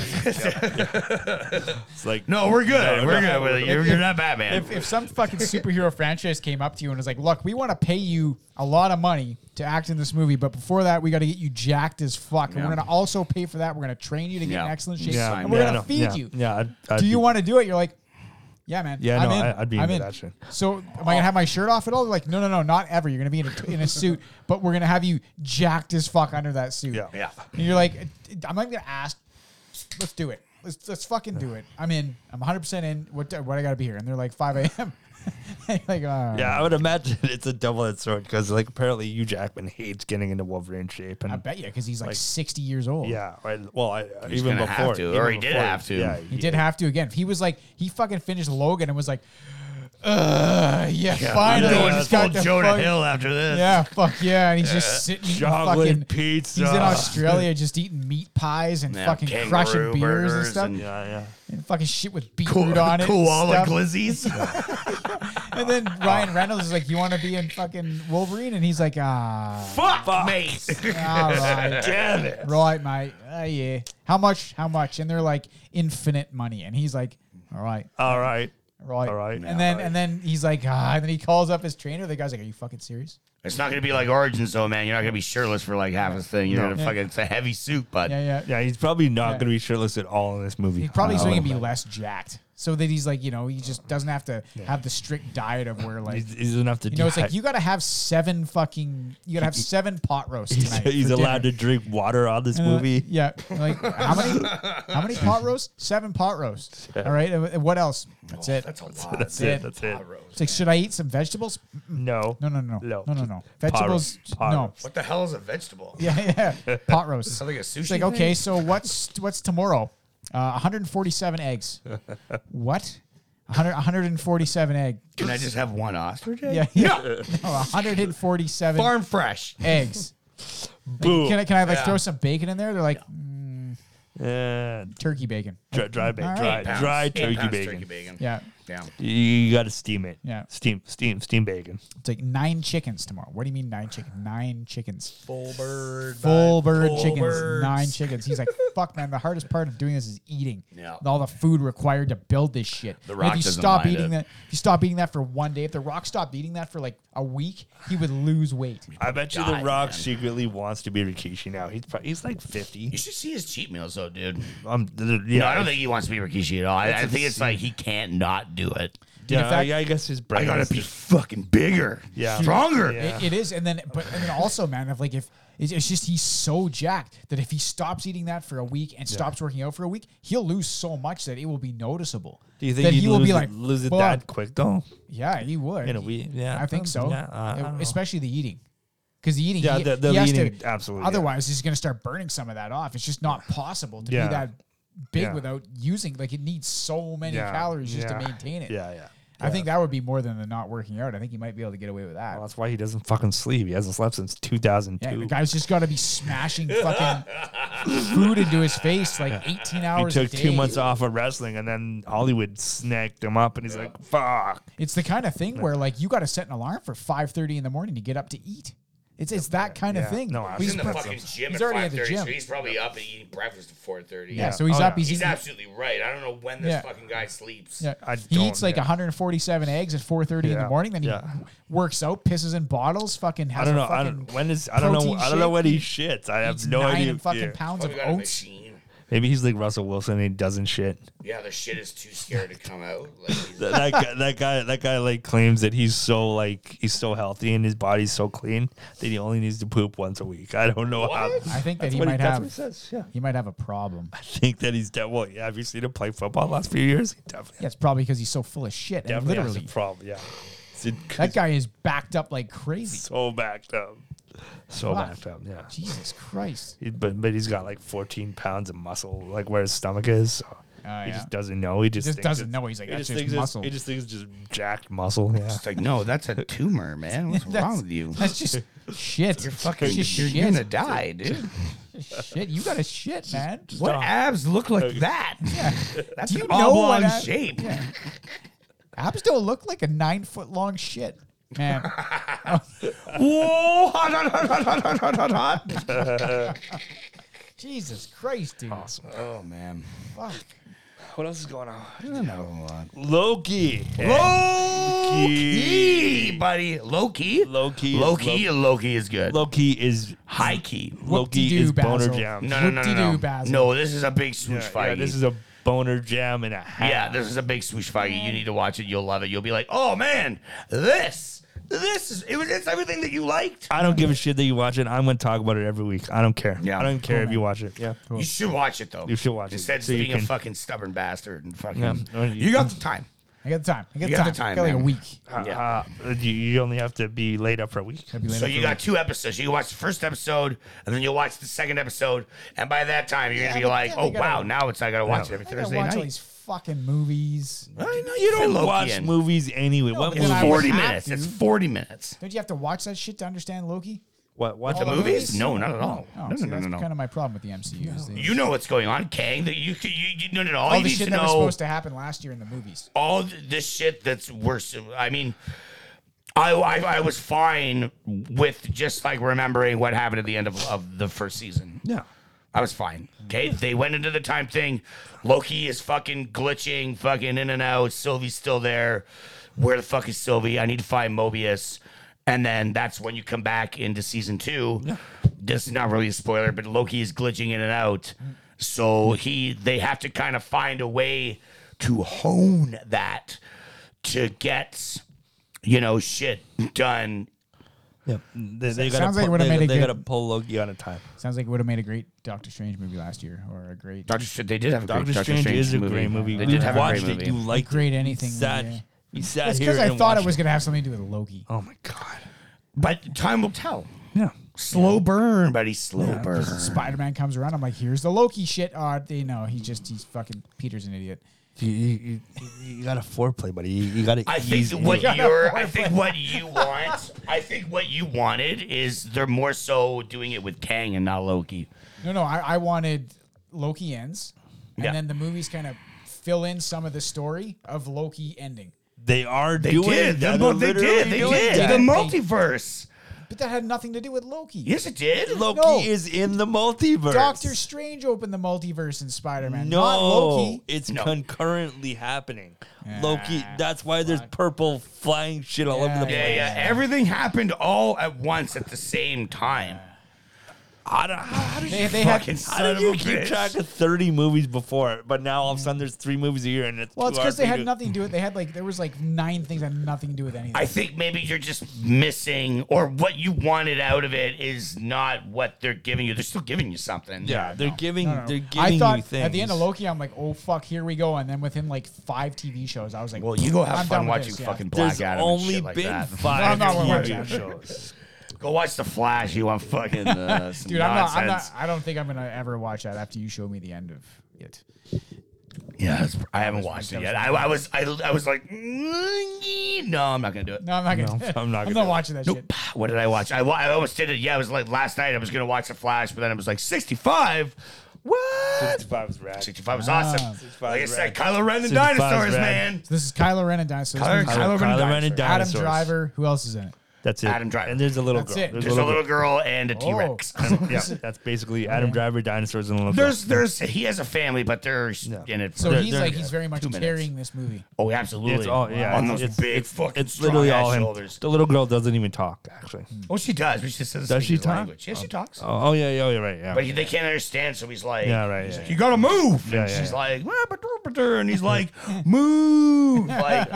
[SPEAKER 3] It's like
[SPEAKER 2] No, we're good.
[SPEAKER 3] No,
[SPEAKER 2] we're
[SPEAKER 3] no.
[SPEAKER 2] good. Well, You're, you're not Batman.
[SPEAKER 1] If, if some fucking superhero franchise came up to you and was like, "Look, we want to pay you a lot of money to act in this movie, but before that, we got to get you jacked as fuck, and
[SPEAKER 2] Yeah.
[SPEAKER 1] we're gonna also pay for that. We're gonna train you to get
[SPEAKER 2] Yeah.
[SPEAKER 1] in excellent shape,
[SPEAKER 3] yeah,
[SPEAKER 1] and we're
[SPEAKER 3] yeah,
[SPEAKER 1] gonna
[SPEAKER 3] no,
[SPEAKER 1] feed
[SPEAKER 3] yeah,
[SPEAKER 1] you.
[SPEAKER 3] Yeah, I'd, I'd
[SPEAKER 1] do
[SPEAKER 3] be-
[SPEAKER 1] you want to do it? You're like, yeah, man.
[SPEAKER 3] Yeah,
[SPEAKER 1] I'm
[SPEAKER 3] no,
[SPEAKER 1] in.
[SPEAKER 3] I- I'd be
[SPEAKER 1] I'm
[SPEAKER 3] into
[SPEAKER 1] in.
[SPEAKER 3] that shit.
[SPEAKER 1] So am I gonna have my shirt off at all? They're like, no, no, no, not ever. You're gonna be in a, in a suit, but we're gonna have you jacked as fuck under that suit.
[SPEAKER 3] Yeah.
[SPEAKER 2] yeah.
[SPEAKER 1] And you're like, I'm not even gonna ask. Let's do it. Let's let's fucking do it. I'm in. I'm 100 percent in. What what I gotta be here? And they're like 5 a.m. like, uh,
[SPEAKER 3] Yeah, I would imagine it's a double-edged sword because like apparently Hugh Jackman hates getting into Wolverine shape, and
[SPEAKER 1] I bet you because he's like, 60 years old.
[SPEAKER 3] yeah, right, well, I, even before,
[SPEAKER 2] gonna have to,
[SPEAKER 3] even
[SPEAKER 2] or he did
[SPEAKER 3] before,
[SPEAKER 2] have to.
[SPEAKER 3] Yeah,
[SPEAKER 1] He did have to again. If he was like, he fucking finished Logan and was like, uh, yeah, finally.
[SPEAKER 2] No one's
[SPEAKER 1] just
[SPEAKER 2] called
[SPEAKER 1] got the
[SPEAKER 2] Jonah
[SPEAKER 1] fuck-
[SPEAKER 2] Hill after this.
[SPEAKER 1] Yeah, fuck yeah. And he's just sitting eating
[SPEAKER 3] Chocolate
[SPEAKER 1] fucking
[SPEAKER 3] pizza.
[SPEAKER 1] He's in Australia just eating meat pies and
[SPEAKER 2] Yeah,
[SPEAKER 1] fucking
[SPEAKER 2] kangaroo
[SPEAKER 1] crushing beers and
[SPEAKER 2] burgers
[SPEAKER 1] stuff.
[SPEAKER 2] and-
[SPEAKER 1] And,
[SPEAKER 3] yeah, yeah.
[SPEAKER 1] fucking shit with beetroot
[SPEAKER 2] Ko-
[SPEAKER 1] on it.
[SPEAKER 2] koala
[SPEAKER 1] and, stuff.
[SPEAKER 2] glizzies.
[SPEAKER 1] and then Ryan Reynolds is like, You want to be in fucking Wolverine? And he's like, Ah,
[SPEAKER 2] Fuck, mate.
[SPEAKER 1] all right.
[SPEAKER 3] Damn it.
[SPEAKER 1] Right, mate. Ah, yeah. How much? How much? And they're like, Infinite money. And he's like, All right.
[SPEAKER 3] All right.
[SPEAKER 1] Right.
[SPEAKER 3] All right.
[SPEAKER 1] And
[SPEAKER 3] Yeah,
[SPEAKER 1] then
[SPEAKER 3] all right.
[SPEAKER 1] and then he's like, ah, and then he calls up his trainer. The guy's like, Are you fucking serious?
[SPEAKER 2] It's not gonna be like Origins though, man. You're not gonna be shirtless for like half a thing. You're gonna fucking it's a heavy suit, but
[SPEAKER 1] Yeah, yeah.
[SPEAKER 3] Yeah, he's probably not
[SPEAKER 1] Yeah.
[SPEAKER 3] going to be shirtless at all in this movie.
[SPEAKER 1] He probably so
[SPEAKER 3] Uh,
[SPEAKER 1] he can be less jacked, so that he's like, you know, he just doesn't have to have the strict diet of where like,
[SPEAKER 3] He's, he doesn't have to.
[SPEAKER 1] you know, it's like
[SPEAKER 3] dehy-
[SPEAKER 1] you got to have seven fucking, you got to have seven pot roasts
[SPEAKER 3] He's,
[SPEAKER 1] tonight.
[SPEAKER 3] he's
[SPEAKER 1] for
[SPEAKER 3] allowed
[SPEAKER 1] dinner. Uh,
[SPEAKER 3] to drink water on this movie.
[SPEAKER 1] Yeah, like how many, how many pot roasts? Seven pot roasts. All right, and- and what else? That's it.
[SPEAKER 2] Oh, that's a lot.
[SPEAKER 3] That's
[SPEAKER 1] Yeah.
[SPEAKER 3] it. That's it.
[SPEAKER 1] It's like, should I eat some vegetables?
[SPEAKER 3] No.
[SPEAKER 1] Um, No, no, no, no,
[SPEAKER 3] No.
[SPEAKER 1] no, no, no.
[SPEAKER 3] Pot
[SPEAKER 1] Vegetables?
[SPEAKER 3] roast. Pot
[SPEAKER 1] no.
[SPEAKER 3] roast.
[SPEAKER 2] What the hell is a vegetable?
[SPEAKER 1] Yeah, yeah. Pot roasts.
[SPEAKER 2] Sounds like a sushi
[SPEAKER 1] It's like,
[SPEAKER 2] thing.
[SPEAKER 1] okay, so what's what's tomorrow? Uh, 147 eggs. what? 100, 147 egg.
[SPEAKER 2] Can I just have one ostrich? egg?
[SPEAKER 1] Yeah, yeah. No, 147
[SPEAKER 2] Farm fresh.
[SPEAKER 1] eggs.
[SPEAKER 3] Boom.
[SPEAKER 1] Can I can I like
[SPEAKER 2] Yeah.
[SPEAKER 1] throw some bacon in there? They're like
[SPEAKER 3] Yeah.
[SPEAKER 1] turkey bacon.
[SPEAKER 3] Dry, dry, ba-
[SPEAKER 1] All
[SPEAKER 3] dry,
[SPEAKER 1] right.
[SPEAKER 2] Pounds.
[SPEAKER 3] Uh, dry
[SPEAKER 2] Eight
[SPEAKER 3] turkey
[SPEAKER 2] pounds
[SPEAKER 3] bacon.
[SPEAKER 2] Turkey bacon.
[SPEAKER 1] Yeah,
[SPEAKER 2] Yeah.
[SPEAKER 3] You, you got to steam it.
[SPEAKER 1] Yeah.
[SPEAKER 3] Steam, steam, steam bacon.
[SPEAKER 1] it's like nine chickens tomorrow. What do you mean nine chicken? Nine chickens.
[SPEAKER 2] Full bird.
[SPEAKER 1] Full bird
[SPEAKER 2] Full
[SPEAKER 1] chickens.
[SPEAKER 2] birds.
[SPEAKER 1] Nine chickens. He's like, fuck, man. The hardest part of doing this is eating.
[SPEAKER 2] Yeah.
[SPEAKER 1] All the food required to build this shit.
[SPEAKER 2] The
[SPEAKER 1] And
[SPEAKER 2] Rock
[SPEAKER 1] if you
[SPEAKER 2] doesn't
[SPEAKER 1] stop
[SPEAKER 2] mind
[SPEAKER 1] eating
[SPEAKER 2] it.
[SPEAKER 1] that, if you stop eating that for one day, if the Rock stopped eating that for like a week, he would lose weight.
[SPEAKER 3] I bet you
[SPEAKER 2] God,
[SPEAKER 3] The Rock
[SPEAKER 2] man.
[SPEAKER 3] secretly wants to be Rikishi now. He's probably, he's like
[SPEAKER 2] You
[SPEAKER 3] 50.
[SPEAKER 2] should see his cheat meals though, dude.
[SPEAKER 3] Um, th- th- yeah,
[SPEAKER 2] No, I don't think he wants to be Rikishi at all. I, I think it's like he can't not not do it.
[SPEAKER 3] Yeah,
[SPEAKER 1] fact-
[SPEAKER 3] I, I guess his brain.
[SPEAKER 2] I gotta
[SPEAKER 3] is
[SPEAKER 2] be
[SPEAKER 3] just-
[SPEAKER 2] fucking bigger,
[SPEAKER 3] Yeah.
[SPEAKER 2] stronger.
[SPEAKER 3] Yeah.
[SPEAKER 1] It, it is, and then but and then also, man, if like if it's, it's just he's so jacked that if he stops eating that for a week and stops working out for a week, he'll lose so much that it will be noticeable.
[SPEAKER 3] Do you think
[SPEAKER 1] that
[SPEAKER 3] he'd lose, it, lose it
[SPEAKER 1] "Fuck."
[SPEAKER 3] that quick though?
[SPEAKER 1] Yeah, he would.
[SPEAKER 3] In a week, yeah,
[SPEAKER 1] I think so.
[SPEAKER 3] yeah, I- I don't know.
[SPEAKER 1] especially the eating. Because the eating,
[SPEAKER 3] Yeah,
[SPEAKER 1] he-
[SPEAKER 3] the- the
[SPEAKER 1] he has
[SPEAKER 3] eating,
[SPEAKER 1] to,
[SPEAKER 3] absolutely, yeah.
[SPEAKER 1] Otherwise, he's going to start burning some of that off. It's just not possible to
[SPEAKER 3] Yeah.
[SPEAKER 1] be that big
[SPEAKER 3] Yeah.
[SPEAKER 1] without using. Like it needs so many
[SPEAKER 3] Yeah,
[SPEAKER 1] calories just
[SPEAKER 3] yeah,
[SPEAKER 1] to maintain it.
[SPEAKER 3] Yeah, yeah.
[SPEAKER 1] I think that would be more than the not working out. I think he might be able to get away with that.
[SPEAKER 3] Well, that's why he doesn't fucking sleep. He hasn't slept since
[SPEAKER 1] Yeah,
[SPEAKER 3] 2002.
[SPEAKER 1] the guy's just got to be smashing fucking food into his face like 18
[SPEAKER 3] he
[SPEAKER 1] hours. a
[SPEAKER 3] took
[SPEAKER 1] day.
[SPEAKER 3] two months off of wrestling, and then Hollywood snagged him up, and he's like, "Fuck."
[SPEAKER 1] It's the kind of thing where like you got to set an alarm for 5:30 in the morning to get up to eat. It's it's that kind
[SPEAKER 3] Yeah.
[SPEAKER 1] of thing.
[SPEAKER 3] No,
[SPEAKER 1] But
[SPEAKER 3] He's
[SPEAKER 4] He's in the
[SPEAKER 1] pro-
[SPEAKER 4] fucking gym
[SPEAKER 1] he's
[SPEAKER 4] at
[SPEAKER 1] already
[SPEAKER 4] five
[SPEAKER 1] at the
[SPEAKER 4] thirty, so
[SPEAKER 1] gym.
[SPEAKER 4] he's probably up and eating breakfast at four thirty.
[SPEAKER 1] yeah,
[SPEAKER 3] Yeah.
[SPEAKER 1] so he's
[SPEAKER 3] Oh,
[SPEAKER 1] up.
[SPEAKER 3] yeah.
[SPEAKER 1] He's,
[SPEAKER 4] he's
[SPEAKER 1] eating-
[SPEAKER 4] absolutely right. I don't know when this
[SPEAKER 1] Yeah.
[SPEAKER 4] fucking guy sleeps.
[SPEAKER 1] Yeah.
[SPEAKER 3] I
[SPEAKER 1] he
[SPEAKER 3] don't-
[SPEAKER 1] eats like
[SPEAKER 3] yeah.
[SPEAKER 1] 147 eggs at 4:30 in
[SPEAKER 3] Yeah.
[SPEAKER 1] the morning. Then he
[SPEAKER 3] Yeah.
[SPEAKER 1] works out, pisses in bottles, fucking. Has
[SPEAKER 3] I don't
[SPEAKER 1] a
[SPEAKER 3] know. I
[SPEAKER 1] Fucking,
[SPEAKER 3] don't. When is? I don't know.
[SPEAKER 1] protein
[SPEAKER 3] I don't know
[SPEAKER 1] shake.
[SPEAKER 3] when he shits. I
[SPEAKER 1] eats
[SPEAKER 3] have no
[SPEAKER 1] nine
[SPEAKER 3] idea.
[SPEAKER 1] fucking
[SPEAKER 3] Yeah.
[SPEAKER 1] pounds
[SPEAKER 4] Probably
[SPEAKER 1] of
[SPEAKER 4] got a
[SPEAKER 1] oats.
[SPEAKER 4] machine.
[SPEAKER 3] Maybe he's like Russell Wilson. and He doesn't shit.
[SPEAKER 4] Yeah, the shit is too scared to come out. Like, he's-
[SPEAKER 3] Th- that guy, that guy, that guy, like claims that he's so like he's so healthy and his body's so clean that he only needs to poop once a week. I don't know how.
[SPEAKER 4] What?
[SPEAKER 1] I think that
[SPEAKER 3] That's
[SPEAKER 1] he
[SPEAKER 3] what
[SPEAKER 1] might
[SPEAKER 3] that's what he
[SPEAKER 1] have.
[SPEAKER 3] says. Yeah,
[SPEAKER 1] He might have a problem.
[SPEAKER 3] I think that he's dead. Well, yeah, have you seen him play football the last few years? He definitely,
[SPEAKER 1] Yeah, it's probably because he's so full of shit. And
[SPEAKER 3] definitely
[SPEAKER 1] literally,
[SPEAKER 3] has a problem. Yeah, it's in-
[SPEAKER 1] That guy is backed up like crazy.
[SPEAKER 3] so backed up, so
[SPEAKER 1] Fuck.
[SPEAKER 3] backed up. Yeah,
[SPEAKER 1] Jesus Christ.
[SPEAKER 3] He- but but he's got like 14 pounds of muscle, like where his stomach is. So he
[SPEAKER 1] Oh, yeah.
[SPEAKER 3] just doesn't know. He just,
[SPEAKER 1] Just
[SPEAKER 3] thinks
[SPEAKER 1] doesn't
[SPEAKER 3] it's-
[SPEAKER 1] know. He's like,
[SPEAKER 3] He
[SPEAKER 1] that's
[SPEAKER 3] just,
[SPEAKER 1] just
[SPEAKER 3] thinks it's-
[SPEAKER 1] muscle.
[SPEAKER 3] he just thinks it's just jacked muscle. Yeah.
[SPEAKER 2] It's like, no, that's a tumor, man. What's wrong with you?
[SPEAKER 1] That's just shit. You're
[SPEAKER 2] Fucking,
[SPEAKER 1] just
[SPEAKER 2] you're,
[SPEAKER 1] shit.
[SPEAKER 2] gonna die, dude.
[SPEAKER 1] shit. You got a shit, man.
[SPEAKER 2] What abs look like that? That's
[SPEAKER 1] Do you
[SPEAKER 2] an
[SPEAKER 1] know what
[SPEAKER 2] oblong
[SPEAKER 1] ab-
[SPEAKER 2] shape.
[SPEAKER 1] Abs don't look like a nine foot long shit. Man,
[SPEAKER 2] Whoa! Hot, hot, hot, hot, hot, hot, hot, hot, hot.
[SPEAKER 1] Jesus Christ, dude.
[SPEAKER 2] Oh man,
[SPEAKER 1] Fuck.
[SPEAKER 3] What else is going on?
[SPEAKER 2] I don't know. Uh,
[SPEAKER 3] Loki.
[SPEAKER 2] Low
[SPEAKER 3] key.
[SPEAKER 2] key, buddy. Low key.
[SPEAKER 3] Low key is
[SPEAKER 2] Low key. Low key is good.
[SPEAKER 3] Loki is
[SPEAKER 2] High key.
[SPEAKER 3] Loki
[SPEAKER 1] Whoop-de-doo,
[SPEAKER 3] is boner
[SPEAKER 1] Basil.
[SPEAKER 3] jam.
[SPEAKER 2] No, no, no, no,
[SPEAKER 1] Whoop-de-doo,
[SPEAKER 2] no.
[SPEAKER 1] Basil.
[SPEAKER 2] No, this is a big swoosh
[SPEAKER 3] Yeah,
[SPEAKER 2] fight.
[SPEAKER 3] yeah, this is a boner jam and a half.
[SPEAKER 2] Yeah, this is a big swoosh faggy. You need to watch it. You'll love it. You'll be like, oh man, this, this is it was it's everything that you liked.
[SPEAKER 3] I don't give a shit that you watch it. I'm gonna talk about it every week. I don't care.
[SPEAKER 2] Yeah.
[SPEAKER 3] I don't care if you watch it. Yeah.
[SPEAKER 2] You should watch it though.
[SPEAKER 3] You should watch it,
[SPEAKER 2] instead
[SPEAKER 3] so
[SPEAKER 2] of
[SPEAKER 3] you
[SPEAKER 2] being
[SPEAKER 3] can-
[SPEAKER 2] a fucking stubborn bastard and fucking.
[SPEAKER 3] Yeah. Or you-
[SPEAKER 2] You got the time.
[SPEAKER 1] I got the time. I got,
[SPEAKER 2] You
[SPEAKER 1] the time.
[SPEAKER 2] got the time,
[SPEAKER 1] I got like a
[SPEAKER 2] man.
[SPEAKER 1] week.
[SPEAKER 2] Yeah.
[SPEAKER 3] Uh, you, you only have to be laid up for a week.
[SPEAKER 1] I'll be laid
[SPEAKER 2] So
[SPEAKER 1] up
[SPEAKER 2] you
[SPEAKER 1] for
[SPEAKER 2] got two episodes. You can watch the first episode, and then you'll watch the second episode. And by that time, you're gonna
[SPEAKER 1] Yeah,
[SPEAKER 2] be
[SPEAKER 1] but
[SPEAKER 2] like,
[SPEAKER 1] then we
[SPEAKER 2] "Oh
[SPEAKER 1] gotta-
[SPEAKER 2] wow, now it's I gotta watch it every
[SPEAKER 1] a week. I gotta
[SPEAKER 2] Thursday
[SPEAKER 1] watch all
[SPEAKER 2] night."
[SPEAKER 1] these fucking movies.
[SPEAKER 2] I know you
[SPEAKER 3] I
[SPEAKER 2] don't
[SPEAKER 3] watch
[SPEAKER 2] watch movies.
[SPEAKER 3] movies anyway. what
[SPEAKER 1] but
[SPEAKER 3] movie?
[SPEAKER 1] I would
[SPEAKER 2] Forty
[SPEAKER 1] have
[SPEAKER 2] minutes. It's
[SPEAKER 1] to.
[SPEAKER 2] forty minutes.
[SPEAKER 1] Don't you have to watch that shit to understand Loki?
[SPEAKER 3] What? Watch
[SPEAKER 1] The
[SPEAKER 3] a
[SPEAKER 1] All
[SPEAKER 3] movie?
[SPEAKER 1] movies?
[SPEAKER 2] Movies? No, not at all.
[SPEAKER 1] Oh,
[SPEAKER 2] No, no,
[SPEAKER 1] see,
[SPEAKER 2] no,
[SPEAKER 1] that's
[SPEAKER 2] no, no.
[SPEAKER 1] kind of my problem with the MCU. is they-
[SPEAKER 2] You know what's going on, Kang. That you you you no no no. All,
[SPEAKER 1] all
[SPEAKER 2] you
[SPEAKER 1] the
[SPEAKER 2] need
[SPEAKER 1] shit
[SPEAKER 2] to
[SPEAKER 1] that was
[SPEAKER 2] know.
[SPEAKER 1] supposed to happen last year in the movies.
[SPEAKER 2] all th- this shit that's worse. I mean, I, I I was fine with just like remembering what happened at the end of, of the first season.
[SPEAKER 3] Yeah.
[SPEAKER 2] I was fine. Okay, they went into the time thing. Loki is fucking glitching, fucking in and out. Sylvie's still there. Where the fuck is Sylvie? I need to find Mobius. And then that's when you come back into season two. This is not really a spoiler, but Loki is glitching in and out. So he they have to kind of find a way to hone that to get you know shit done.
[SPEAKER 3] Yeah. They, they gotta
[SPEAKER 1] sounds like it
[SPEAKER 3] pull-
[SPEAKER 1] would've
[SPEAKER 3] they,
[SPEAKER 1] made a
[SPEAKER 3] they
[SPEAKER 1] good-
[SPEAKER 3] gotta pull Loki on a time.
[SPEAKER 1] Sounds like it would have made a great Doctor Strange movie last year, or a great,
[SPEAKER 2] Doctor Strange, they did have a great
[SPEAKER 3] Doctor Strange, is a great movie.
[SPEAKER 2] They
[SPEAKER 3] We
[SPEAKER 2] did have a
[SPEAKER 3] watched
[SPEAKER 2] great movie.
[SPEAKER 3] it. You liked
[SPEAKER 1] great
[SPEAKER 3] it.
[SPEAKER 1] anything.
[SPEAKER 3] We sat,
[SPEAKER 1] yeah.
[SPEAKER 3] we sat
[SPEAKER 1] It's
[SPEAKER 3] here
[SPEAKER 1] because I
[SPEAKER 3] and
[SPEAKER 1] thought it
[SPEAKER 3] watched
[SPEAKER 1] was gonna have something to do with Loki.
[SPEAKER 3] Oh my god.
[SPEAKER 2] But time will tell.
[SPEAKER 3] Yeah.
[SPEAKER 2] Slow burn, buddy. Slow burn.
[SPEAKER 1] Spider Man comes around. I'm like, here's the Loki shit. Uh, they know he just he's fucking Peter's an idiot.
[SPEAKER 3] You, you, you, you got a foreplay, buddy. You, you got to.
[SPEAKER 2] I think that what you're, I think what you want, I think what you wanted is they're more so doing it with Kang and not Loki.
[SPEAKER 1] No, no, I, I wanted Loki ends, and
[SPEAKER 2] Yeah.
[SPEAKER 1] then the movies kind of fill in some of the story of Loki ending.
[SPEAKER 3] they are doing.
[SPEAKER 2] They,
[SPEAKER 3] that.
[SPEAKER 2] both- they
[SPEAKER 3] They're
[SPEAKER 2] did. They
[SPEAKER 3] literally doing
[SPEAKER 2] did.
[SPEAKER 3] that.
[SPEAKER 2] The
[SPEAKER 1] They-
[SPEAKER 2] multiverse.
[SPEAKER 1] But that had nothing to do with Loki.
[SPEAKER 2] Yes, it did.
[SPEAKER 3] Loki
[SPEAKER 1] No.
[SPEAKER 3] is in the multiverse.
[SPEAKER 1] Doctor Strange opened the multiverse in Spider Man.
[SPEAKER 3] No,
[SPEAKER 1] not Loki.
[SPEAKER 3] it's
[SPEAKER 2] No.
[SPEAKER 3] concurrently happening. Loki.
[SPEAKER 1] Ah,
[SPEAKER 3] That's why there's purple flying shit all over
[SPEAKER 1] Yeah,
[SPEAKER 3] the place.
[SPEAKER 2] Yeah, yeah. Everything happened all at once at the same time.
[SPEAKER 3] I don't. How, how did
[SPEAKER 1] They,
[SPEAKER 3] you?
[SPEAKER 1] they had
[SPEAKER 2] Fucking
[SPEAKER 3] How
[SPEAKER 2] son
[SPEAKER 3] did
[SPEAKER 2] of
[SPEAKER 3] you
[SPEAKER 2] a
[SPEAKER 3] keep
[SPEAKER 2] bitch.
[SPEAKER 3] track of thirty movies before? But now all of a sudden there's three movies a year, and it's
[SPEAKER 1] well, it's
[SPEAKER 3] two
[SPEAKER 1] because they had
[SPEAKER 3] RPGs.
[SPEAKER 1] nothing to do with. They had like there was like nine things that had nothing to do with anything.
[SPEAKER 2] I think maybe you're just missing, or what you wanted out of it is not what they're giving you. They're still giving you something.
[SPEAKER 3] Yeah, they're giving.
[SPEAKER 1] No, no, no.
[SPEAKER 3] They're giving
[SPEAKER 1] I thought
[SPEAKER 3] you things
[SPEAKER 1] at the end of Loki, I'm like, oh fuck, here we go. And then within like five TV shows, I was like,
[SPEAKER 2] Well, you go have
[SPEAKER 1] I'm
[SPEAKER 2] fun
[SPEAKER 1] done with
[SPEAKER 2] watching
[SPEAKER 1] this, yeah.
[SPEAKER 2] fucking Black
[SPEAKER 3] There's
[SPEAKER 2] Adam and
[SPEAKER 3] only
[SPEAKER 2] shit like
[SPEAKER 3] been
[SPEAKER 2] that.
[SPEAKER 3] five
[SPEAKER 1] No, I'm not
[SPEAKER 3] TV
[SPEAKER 1] watching.
[SPEAKER 3] shows.
[SPEAKER 2] Go watch The Flash. You want fucking uh, some
[SPEAKER 1] Dude, I'm
[SPEAKER 2] nonsense?
[SPEAKER 1] not, I'm not. I don't think I'm gonna ever watch that after you show me the end of it.
[SPEAKER 2] Yeah, that's, I haven't watched it yet. I, I was I, I was like, mm, no, I'm not gonna do it.
[SPEAKER 1] No, I'm not gonna.
[SPEAKER 3] No, I'm not
[SPEAKER 1] I'm
[SPEAKER 3] gonna.
[SPEAKER 1] not watching that shit.
[SPEAKER 2] What did I watch? I, wa- I almost did it. Yeah, it was like last night. I was gonna watch The Flash, but then it was like 65. What?
[SPEAKER 3] Five's rad.
[SPEAKER 2] 65 was awesome.
[SPEAKER 1] Ah.
[SPEAKER 3] 65
[SPEAKER 2] Like I
[SPEAKER 3] is
[SPEAKER 2] said,
[SPEAKER 3] rad.
[SPEAKER 2] Kylo Ren and
[SPEAKER 3] 65 is
[SPEAKER 2] dinosaurs,
[SPEAKER 3] rad.
[SPEAKER 2] man.
[SPEAKER 1] So this is Kylo Ren and Dinosaur. This
[SPEAKER 2] Kylo,
[SPEAKER 1] movie-
[SPEAKER 2] Kylo Ren and
[SPEAKER 3] Kylo Ren and
[SPEAKER 2] dinosaurs.
[SPEAKER 1] Adam
[SPEAKER 3] Dinosaurs.
[SPEAKER 1] Driver. Who else is in it?
[SPEAKER 3] That's it.
[SPEAKER 2] Adam Driver.
[SPEAKER 3] And there's a little
[SPEAKER 1] That's
[SPEAKER 3] girl.
[SPEAKER 1] it.
[SPEAKER 2] There's a little girl and a
[SPEAKER 1] Oh.
[SPEAKER 2] T-Rex.
[SPEAKER 3] Yeah, that's basically Adam Driver, dinosaurs, and a little. girl.
[SPEAKER 2] There's there's he has a family, but they're in it. For,
[SPEAKER 1] So
[SPEAKER 3] They're-
[SPEAKER 1] he's
[SPEAKER 3] they're-
[SPEAKER 1] like he's very much
[SPEAKER 2] two minutes.
[SPEAKER 1] carrying this movie.
[SPEAKER 2] oh, absolutely.
[SPEAKER 3] It's all yeah.
[SPEAKER 2] on
[SPEAKER 3] it's-
[SPEAKER 2] those
[SPEAKER 3] it's,
[SPEAKER 2] big
[SPEAKER 3] it's,
[SPEAKER 2] fucking
[SPEAKER 3] it's literally
[SPEAKER 2] strong-ass
[SPEAKER 3] all him.
[SPEAKER 2] shoulders.
[SPEAKER 3] The little girl doesn't even talk actually.
[SPEAKER 2] Oh, she does, but she just doesn't
[SPEAKER 3] Does
[SPEAKER 2] speak
[SPEAKER 3] she
[SPEAKER 2] his
[SPEAKER 3] talk?
[SPEAKER 2] language. Yeah, she talks.
[SPEAKER 3] Oh, oh yeah, yeah, yeah, right, yeah.
[SPEAKER 2] But he, they can't understand, so he's like,
[SPEAKER 3] Yeah, right,
[SPEAKER 2] he's
[SPEAKER 3] yeah,
[SPEAKER 2] like,
[SPEAKER 3] yeah.
[SPEAKER 2] you gotta move.
[SPEAKER 3] Yeah,
[SPEAKER 2] and
[SPEAKER 3] yeah,
[SPEAKER 2] she's
[SPEAKER 3] yeah.
[SPEAKER 2] like, "Wah, ba-dur, ba-dur," and he's like, move. Like,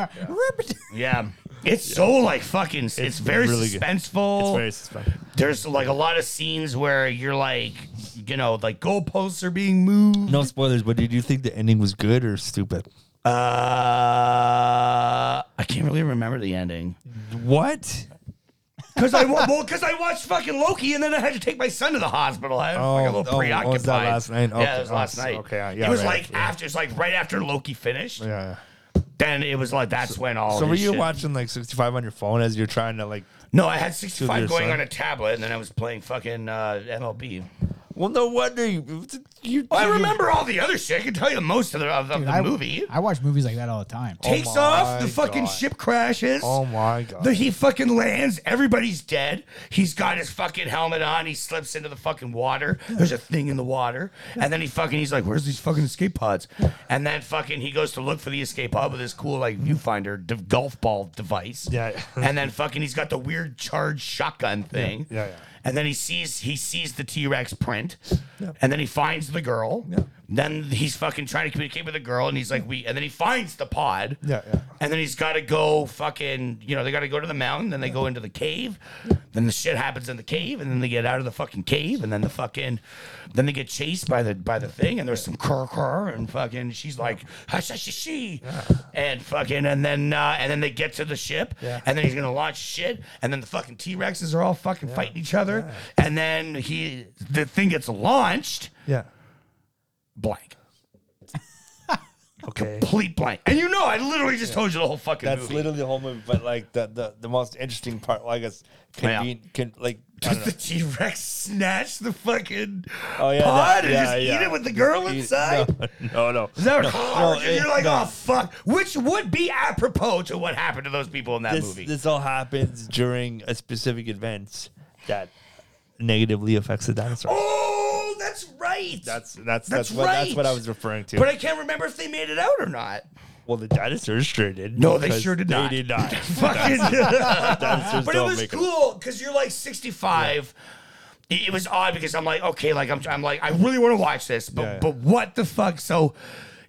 [SPEAKER 2] yeah. It's so like fucking, it's,
[SPEAKER 3] It's
[SPEAKER 2] very
[SPEAKER 3] really good.
[SPEAKER 2] suspenseful.
[SPEAKER 3] it's very suspect.
[SPEAKER 2] There's like a lot of scenes where you're like, you know, like goalposts are being moved.
[SPEAKER 3] No spoilers, but did you think the ending was good or stupid?
[SPEAKER 2] Uh, I can't really remember the ending.
[SPEAKER 3] What?
[SPEAKER 2] Because I, wa- well, 'cause I watched fucking Loki and then I had to take my son to the hospital. I was
[SPEAKER 3] Oh,
[SPEAKER 2] like a little
[SPEAKER 3] oh,
[SPEAKER 2] preoccupied.
[SPEAKER 3] oh, was that last night?
[SPEAKER 2] Yeah,
[SPEAKER 3] Okay,
[SPEAKER 2] it was
[SPEAKER 3] oh,
[SPEAKER 2] last
[SPEAKER 3] so-
[SPEAKER 2] night.
[SPEAKER 3] okay, uh, yeah,
[SPEAKER 2] It was
[SPEAKER 3] right
[SPEAKER 2] like
[SPEAKER 3] after, yeah.
[SPEAKER 2] after, it's like right after Loki finished.
[SPEAKER 3] Yeah.
[SPEAKER 2] Then it was like, that's when all
[SPEAKER 3] So were
[SPEAKER 2] his
[SPEAKER 3] you
[SPEAKER 2] shit-
[SPEAKER 3] watching like 65 on your phone as you're trying to like?
[SPEAKER 2] No, I had
[SPEAKER 3] To
[SPEAKER 2] 65
[SPEAKER 3] your
[SPEAKER 2] going
[SPEAKER 3] son?
[SPEAKER 2] on a tablet and then I was playing fucking uh, MLB.
[SPEAKER 3] Well, no wonder you. you
[SPEAKER 2] Well, Oh, I remember all the other shit. I can tell you most of the, of, of
[SPEAKER 1] Dude,
[SPEAKER 2] the
[SPEAKER 1] I,
[SPEAKER 2] movie.
[SPEAKER 1] I watch movies like that all the time.
[SPEAKER 2] Takes
[SPEAKER 3] Oh my
[SPEAKER 2] off, the fucking
[SPEAKER 3] God.
[SPEAKER 2] ship crashes.
[SPEAKER 3] Oh my god.
[SPEAKER 2] The, he fucking lands. Everybody's dead. He's got his fucking helmet on. He slips into the fucking water. There's a thing in the water. And then he fucking, he's like, where's these fucking escape pods? And then fucking, he goes to look for the escape pod with his cool, like, viewfinder de- golf ball device.
[SPEAKER 3] Yeah.
[SPEAKER 2] and then fucking, he's got the weird charged shotgun thing.
[SPEAKER 3] Yeah, yeah.
[SPEAKER 2] And then he sees he sees the T Rex print, and then he finds the girl. Then he's fucking trying to communicate with the girl, and he's like, "We." And then he finds the pod.
[SPEAKER 3] Yeah, yeah.
[SPEAKER 2] And then he's got to go fucking, you know, they got to go to the mountain, then they go into the cave. Then the shit happens in the cave, and then they get out of the fucking cave, and then the fucking, then they get chased by the by the thing, and there's some cur cur, and fucking, she's like, hush, hush, hush, she, and fucking, and then uh, and then they get to the ship, and then he's gonna launch shit, and then the fucking T Rexes are all fucking fighting each other, and then he, the thing gets launched,
[SPEAKER 3] yeah.
[SPEAKER 2] blank.
[SPEAKER 3] Okay.
[SPEAKER 2] Complete blank, and you know I literally just told you the whole fucking
[SPEAKER 3] That's
[SPEAKER 2] movie.
[SPEAKER 3] literally the whole movie, but like the the, the most interesting part, like it's
[SPEAKER 2] Yeah.
[SPEAKER 3] conven- can like I don't
[SPEAKER 2] Does the T Rex snatch the fucking
[SPEAKER 3] Oh, yeah,
[SPEAKER 2] pod
[SPEAKER 3] that-
[SPEAKER 2] and
[SPEAKER 3] yeah,
[SPEAKER 2] just eat
[SPEAKER 3] yeah.
[SPEAKER 2] it with the girl
[SPEAKER 3] know.
[SPEAKER 2] inside?
[SPEAKER 3] No, no,
[SPEAKER 2] Is
[SPEAKER 3] no.
[SPEAKER 2] that
[SPEAKER 3] no,
[SPEAKER 2] and
[SPEAKER 3] it-
[SPEAKER 2] you're like,
[SPEAKER 3] no.
[SPEAKER 2] oh fuck, which would be apropos to what happened to those people in that
[SPEAKER 3] This
[SPEAKER 2] movie.
[SPEAKER 3] this all happens during a specific event that negatively affects the dinosaur.
[SPEAKER 2] oh, that's right.
[SPEAKER 3] That's that's
[SPEAKER 2] That's
[SPEAKER 3] that's, what that's
[SPEAKER 2] right.
[SPEAKER 3] what I was referring to.
[SPEAKER 2] but I can't remember if they made it out or not.
[SPEAKER 3] well, the dinosaurs sure did.
[SPEAKER 2] No, they
[SPEAKER 3] because
[SPEAKER 2] sure did
[SPEAKER 3] they
[SPEAKER 2] not.
[SPEAKER 3] Did not.
[SPEAKER 2] Fucking,
[SPEAKER 3] dinosaurs
[SPEAKER 2] but it
[SPEAKER 3] don't
[SPEAKER 2] was
[SPEAKER 3] make it.
[SPEAKER 2] cool because you're like 65. It it was odd because I'm like, okay, like I'm, I'm like, I really want to watch this, but
[SPEAKER 3] Yeah, yeah.
[SPEAKER 2] but what the fuck? So,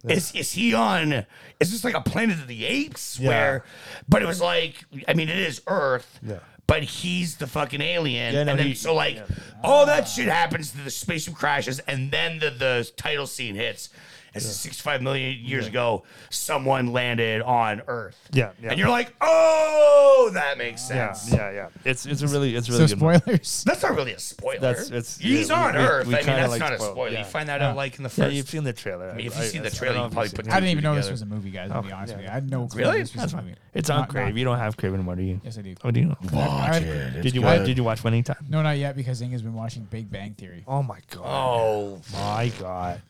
[SPEAKER 2] is is he on? Is this like a Planet of the Apes? Where, but it was like, I mean, it is Earth.
[SPEAKER 3] Yeah.
[SPEAKER 2] But he's the fucking alien,
[SPEAKER 3] Yeah, no,
[SPEAKER 2] and then
[SPEAKER 3] he-
[SPEAKER 2] so like all that shit happens, the spaceship crashes, and then the the title scene hits. As 65 million years ago, someone landed on Earth.
[SPEAKER 3] Yeah, yeah.
[SPEAKER 2] and you're like, oh, that makes
[SPEAKER 3] Yeah,
[SPEAKER 2] sense.
[SPEAKER 3] yeah, yeah. It's it's a really it's a
[SPEAKER 1] So
[SPEAKER 3] really good. movie.
[SPEAKER 1] spoilers.
[SPEAKER 2] That's not really a spoiler.
[SPEAKER 3] That's- it's-
[SPEAKER 2] he's
[SPEAKER 3] yeah,
[SPEAKER 2] on
[SPEAKER 3] we- we-
[SPEAKER 2] Earth.
[SPEAKER 3] we
[SPEAKER 2] I mean,
[SPEAKER 3] kinda
[SPEAKER 2] that's
[SPEAKER 3] like
[SPEAKER 2] not a
[SPEAKER 3] spoiled,
[SPEAKER 2] spoiler.
[SPEAKER 3] yeah.
[SPEAKER 2] You find that out like in the
[SPEAKER 3] Yeah,
[SPEAKER 2] first.
[SPEAKER 3] you've seen the trailer. I
[SPEAKER 2] mean, if you've seen the
[SPEAKER 3] I don't
[SPEAKER 2] trailer,
[SPEAKER 3] know
[SPEAKER 2] you
[SPEAKER 3] if
[SPEAKER 2] probably
[SPEAKER 3] you've
[SPEAKER 2] put
[SPEAKER 3] seen it.
[SPEAKER 2] two
[SPEAKER 1] I didn't even know this
[SPEAKER 2] together.
[SPEAKER 1] was a movie, guys. To be honest with you, I had no clue
[SPEAKER 2] Really?
[SPEAKER 1] this was a movie.
[SPEAKER 3] It's on
[SPEAKER 1] Not-
[SPEAKER 3] Crave.
[SPEAKER 1] not-
[SPEAKER 3] You don't have Crave anymore, do you?
[SPEAKER 1] Yes, I do.
[SPEAKER 3] Oh, do you?
[SPEAKER 1] Watch it.
[SPEAKER 3] Did you watch? Did you watch Winning Time?
[SPEAKER 1] No, not yet, because Inga's been watching Big Bang Theory.
[SPEAKER 3] Oh my god!
[SPEAKER 2] Oh,
[SPEAKER 3] My god!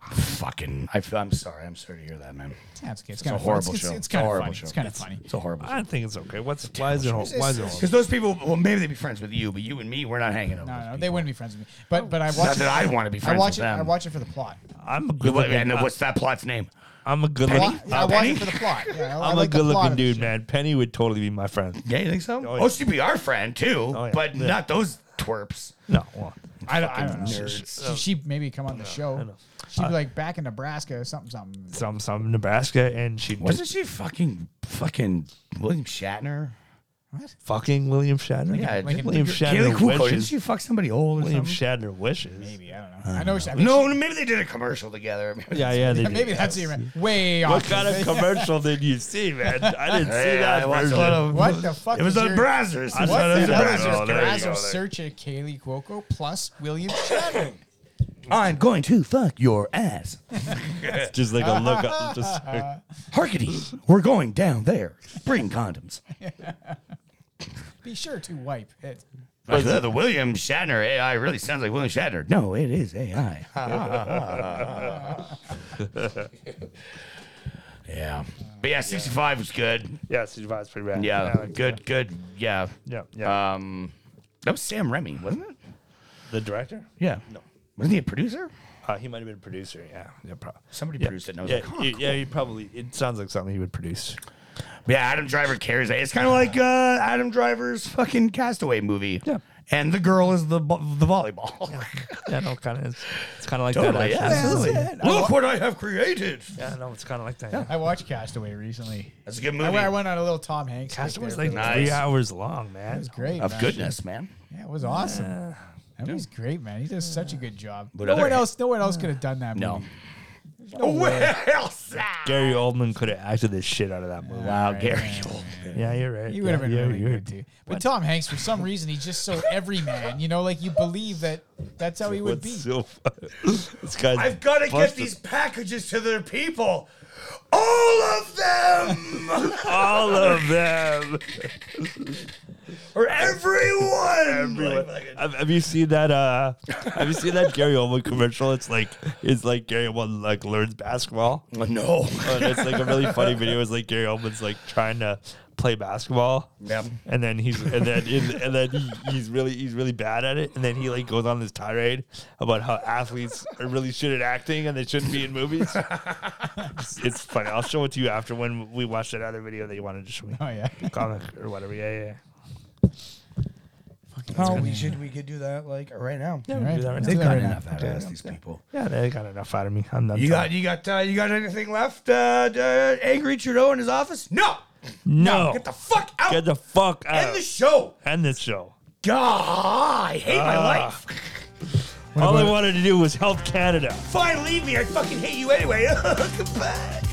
[SPEAKER 2] fucking! I, am sorry. I'm sorry to hear that, man.
[SPEAKER 1] Yeah, it's, it's kind of
[SPEAKER 2] horrible
[SPEAKER 1] it's,
[SPEAKER 2] show.
[SPEAKER 1] It's, it's
[SPEAKER 2] It's a
[SPEAKER 1] kind of
[SPEAKER 2] horrible
[SPEAKER 1] funny.
[SPEAKER 2] show.
[SPEAKER 1] It's kind of funny.
[SPEAKER 2] It's a horrible.
[SPEAKER 3] I think it's okay. What's why is it? Why is it? Why is it
[SPEAKER 2] Because those people, well, maybe they'd be friends with you, but you and me, we're not hanging out. with
[SPEAKER 1] No,
[SPEAKER 2] those
[SPEAKER 1] no,
[SPEAKER 2] people.
[SPEAKER 1] they wouldn't be friends with me. But but I watch
[SPEAKER 2] Not
[SPEAKER 1] it.
[SPEAKER 2] that I want to be
[SPEAKER 1] I
[SPEAKER 2] friends
[SPEAKER 1] watch
[SPEAKER 2] with
[SPEAKER 1] it.
[SPEAKER 2] them.
[SPEAKER 1] I watch it for the plot.
[SPEAKER 3] I'm a good
[SPEAKER 2] What-
[SPEAKER 3] looking.
[SPEAKER 2] and what's that plot's name?
[SPEAKER 3] I'm a good
[SPEAKER 1] I,
[SPEAKER 3] looking.
[SPEAKER 1] wa- I watch it for the plot. Yeah, I, I
[SPEAKER 3] I'm
[SPEAKER 1] like
[SPEAKER 3] a
[SPEAKER 1] the
[SPEAKER 3] good
[SPEAKER 1] plot
[SPEAKER 3] looking
[SPEAKER 1] of this
[SPEAKER 3] dude,
[SPEAKER 1] shit.
[SPEAKER 3] man. Penny would totally be my friend.
[SPEAKER 2] Yeah, Oh, you think so? Oh,
[SPEAKER 3] yeah.
[SPEAKER 2] she'd be our friend too,
[SPEAKER 3] yeah.
[SPEAKER 2] but
[SPEAKER 3] Yeah.
[SPEAKER 2] not those twerps.
[SPEAKER 3] No, well,
[SPEAKER 1] I don't, I don't know.
[SPEAKER 2] Fucking
[SPEAKER 1] She,
[SPEAKER 2] nerds.
[SPEAKER 1] she- she'd maybe come on the show.
[SPEAKER 3] Oh. know. Uh,
[SPEAKER 1] She'd be like back in Nebraska, something, something.
[SPEAKER 3] Some some Nebraska, and she
[SPEAKER 2] Wasn't she fucking fucking William Shatner?
[SPEAKER 3] fucking William Shatner.
[SPEAKER 2] Yeah,
[SPEAKER 1] like
[SPEAKER 3] William
[SPEAKER 2] Kaylee
[SPEAKER 3] Shatner
[SPEAKER 2] Cuoco. Didn't
[SPEAKER 3] wishes.
[SPEAKER 2] she fuck somebody old or
[SPEAKER 3] William
[SPEAKER 2] something?
[SPEAKER 3] Shatner wishes.
[SPEAKER 1] Maybe I don't know. I know. She, I think
[SPEAKER 2] no, maybe they did a commercial together. Maybe
[SPEAKER 3] Yeah, yeah. They
[SPEAKER 1] she- maybe
[SPEAKER 3] did.
[SPEAKER 1] that's it. right? Way off.
[SPEAKER 3] What kind of commercial did you see, man? I didn't see
[SPEAKER 2] Hey,
[SPEAKER 3] that
[SPEAKER 2] I watched
[SPEAKER 3] version.
[SPEAKER 2] a lot of-
[SPEAKER 1] What the fuck
[SPEAKER 2] It was
[SPEAKER 1] is
[SPEAKER 2] on
[SPEAKER 1] your-
[SPEAKER 2] Brazzers.
[SPEAKER 3] I
[SPEAKER 2] It was
[SPEAKER 3] thought
[SPEAKER 2] on
[SPEAKER 1] What
[SPEAKER 3] it
[SPEAKER 1] the hell is
[SPEAKER 3] Brazzers.
[SPEAKER 2] Brazzers.
[SPEAKER 1] this
[SPEAKER 3] Oh, there you go,
[SPEAKER 1] Brazzers
[SPEAKER 3] there.
[SPEAKER 1] search at Kaylee Cuoco plus William Shatner?
[SPEAKER 2] I'm going to fuck your ass.
[SPEAKER 3] just like a look up. Just
[SPEAKER 2] Harkety, we're going down there. Bring condoms.
[SPEAKER 1] Be sure to wipe it.
[SPEAKER 2] Like, the, the William Shatner AI really sounds like William Shatner. No, it is AI. yeah. But yeah, 65 was good.
[SPEAKER 3] yeah, Steve Vai's pretty bad.
[SPEAKER 2] Yeah,
[SPEAKER 3] I like
[SPEAKER 2] good, good. Yeah.
[SPEAKER 3] Yeah, yeah.
[SPEAKER 2] Um, that was Sam Remy, wasn't it?
[SPEAKER 3] that. The director?
[SPEAKER 2] Yeah. No. Wasn't he a producer?
[SPEAKER 3] Uh, he might have been a producer. Yeah, yeah, probably.
[SPEAKER 2] Somebody
[SPEAKER 3] yeah.
[SPEAKER 2] produced it. And I was
[SPEAKER 3] Yeah,
[SPEAKER 2] like, huh,
[SPEAKER 3] he-
[SPEAKER 2] cool.
[SPEAKER 3] yeah, he probably. It sounds like something he would produce.
[SPEAKER 2] Yeah, Adam Driver carries it. It's kind of like uh, Adam Driver's fucking Castaway movie.
[SPEAKER 3] Yeah.
[SPEAKER 2] And the girl is the bo- the volleyball.
[SPEAKER 3] Yeah, no, kind of. It's kind of like
[SPEAKER 2] totally.
[SPEAKER 3] that.
[SPEAKER 2] Yeah,
[SPEAKER 3] actually.
[SPEAKER 2] absolutely. Look what I have created.
[SPEAKER 3] Yeah, no, it's kind of like that.
[SPEAKER 1] I watched Castaway recently.
[SPEAKER 2] That's a good
[SPEAKER 1] I,
[SPEAKER 2] movie.
[SPEAKER 1] I went on a little Tom Hanks. kick
[SPEAKER 3] Castaway's
[SPEAKER 1] there
[SPEAKER 3] like
[SPEAKER 1] for a little-
[SPEAKER 3] three
[SPEAKER 2] Nice.
[SPEAKER 3] hours long, man.
[SPEAKER 1] It was great.
[SPEAKER 2] of
[SPEAKER 1] man.
[SPEAKER 2] goodness, man.
[SPEAKER 1] Yeah, it was awesome. that movie's great, man. He does such a good job.
[SPEAKER 2] But
[SPEAKER 1] no
[SPEAKER 2] other-
[SPEAKER 1] one else, no one else could have done that.
[SPEAKER 2] No.
[SPEAKER 1] movie.
[SPEAKER 2] Well, Sam.
[SPEAKER 3] Gary Oldman could have acted the shit out of that movie.
[SPEAKER 2] Wow,
[SPEAKER 1] Right,
[SPEAKER 2] Gary.
[SPEAKER 1] right,
[SPEAKER 3] Yeah, you're right.
[SPEAKER 1] He would have
[SPEAKER 3] Yeah,
[SPEAKER 1] been
[SPEAKER 3] you're-
[SPEAKER 1] really
[SPEAKER 3] you're-
[SPEAKER 1] good too. But Tom Hanks, for some reason, he's just so everyman. You know, like you believe that that's how he would be.
[SPEAKER 3] What's so funny? this guy's
[SPEAKER 2] I've got to get
[SPEAKER 3] busted.
[SPEAKER 2] these packages to their people. All of them,
[SPEAKER 3] all of them.
[SPEAKER 2] or everyone.
[SPEAKER 3] Everyone.
[SPEAKER 2] Like, fucking-
[SPEAKER 3] Have, have you seen that? Uh, have you seen that Gary Oldman commercial? It's like it's like Gary Oldman like learns basketball.
[SPEAKER 2] no.
[SPEAKER 3] And it's like a really funny video. It's like Gary Oldman's like trying to play basketball.
[SPEAKER 2] Yep.
[SPEAKER 3] And then he's and then in, and then he, he's really he's really bad at it. And then he like goes on this tirade about how athletes are really shit at acting and they shouldn't be in movies. it's, it's funny. I'll show it to you after when we watch that other video that you wanted to show me,
[SPEAKER 1] Oh yeah.
[SPEAKER 3] comic or whatever. Yeah, yeah. yeah.
[SPEAKER 2] Oh, we should we could do that like right now.
[SPEAKER 3] we can do that right
[SPEAKER 1] Let's
[SPEAKER 3] now.
[SPEAKER 1] do that right now.
[SPEAKER 2] enough out of us, these people.
[SPEAKER 3] Yeah, they got enough out of me. I'm done.
[SPEAKER 2] You got
[SPEAKER 3] talking.
[SPEAKER 2] you got uh, you got anything left? Uh, uh, angry Trudeau in his office? No.
[SPEAKER 3] no.
[SPEAKER 2] Get the fuck out.
[SPEAKER 3] Get the fuck out.
[SPEAKER 2] End the show.
[SPEAKER 3] End this show.
[SPEAKER 2] God, I hate my
[SPEAKER 3] Ah.
[SPEAKER 2] life.
[SPEAKER 3] All I wanted to do was help Canada.
[SPEAKER 2] Fine, leave me. I fucking hate you anyway. Goodbye.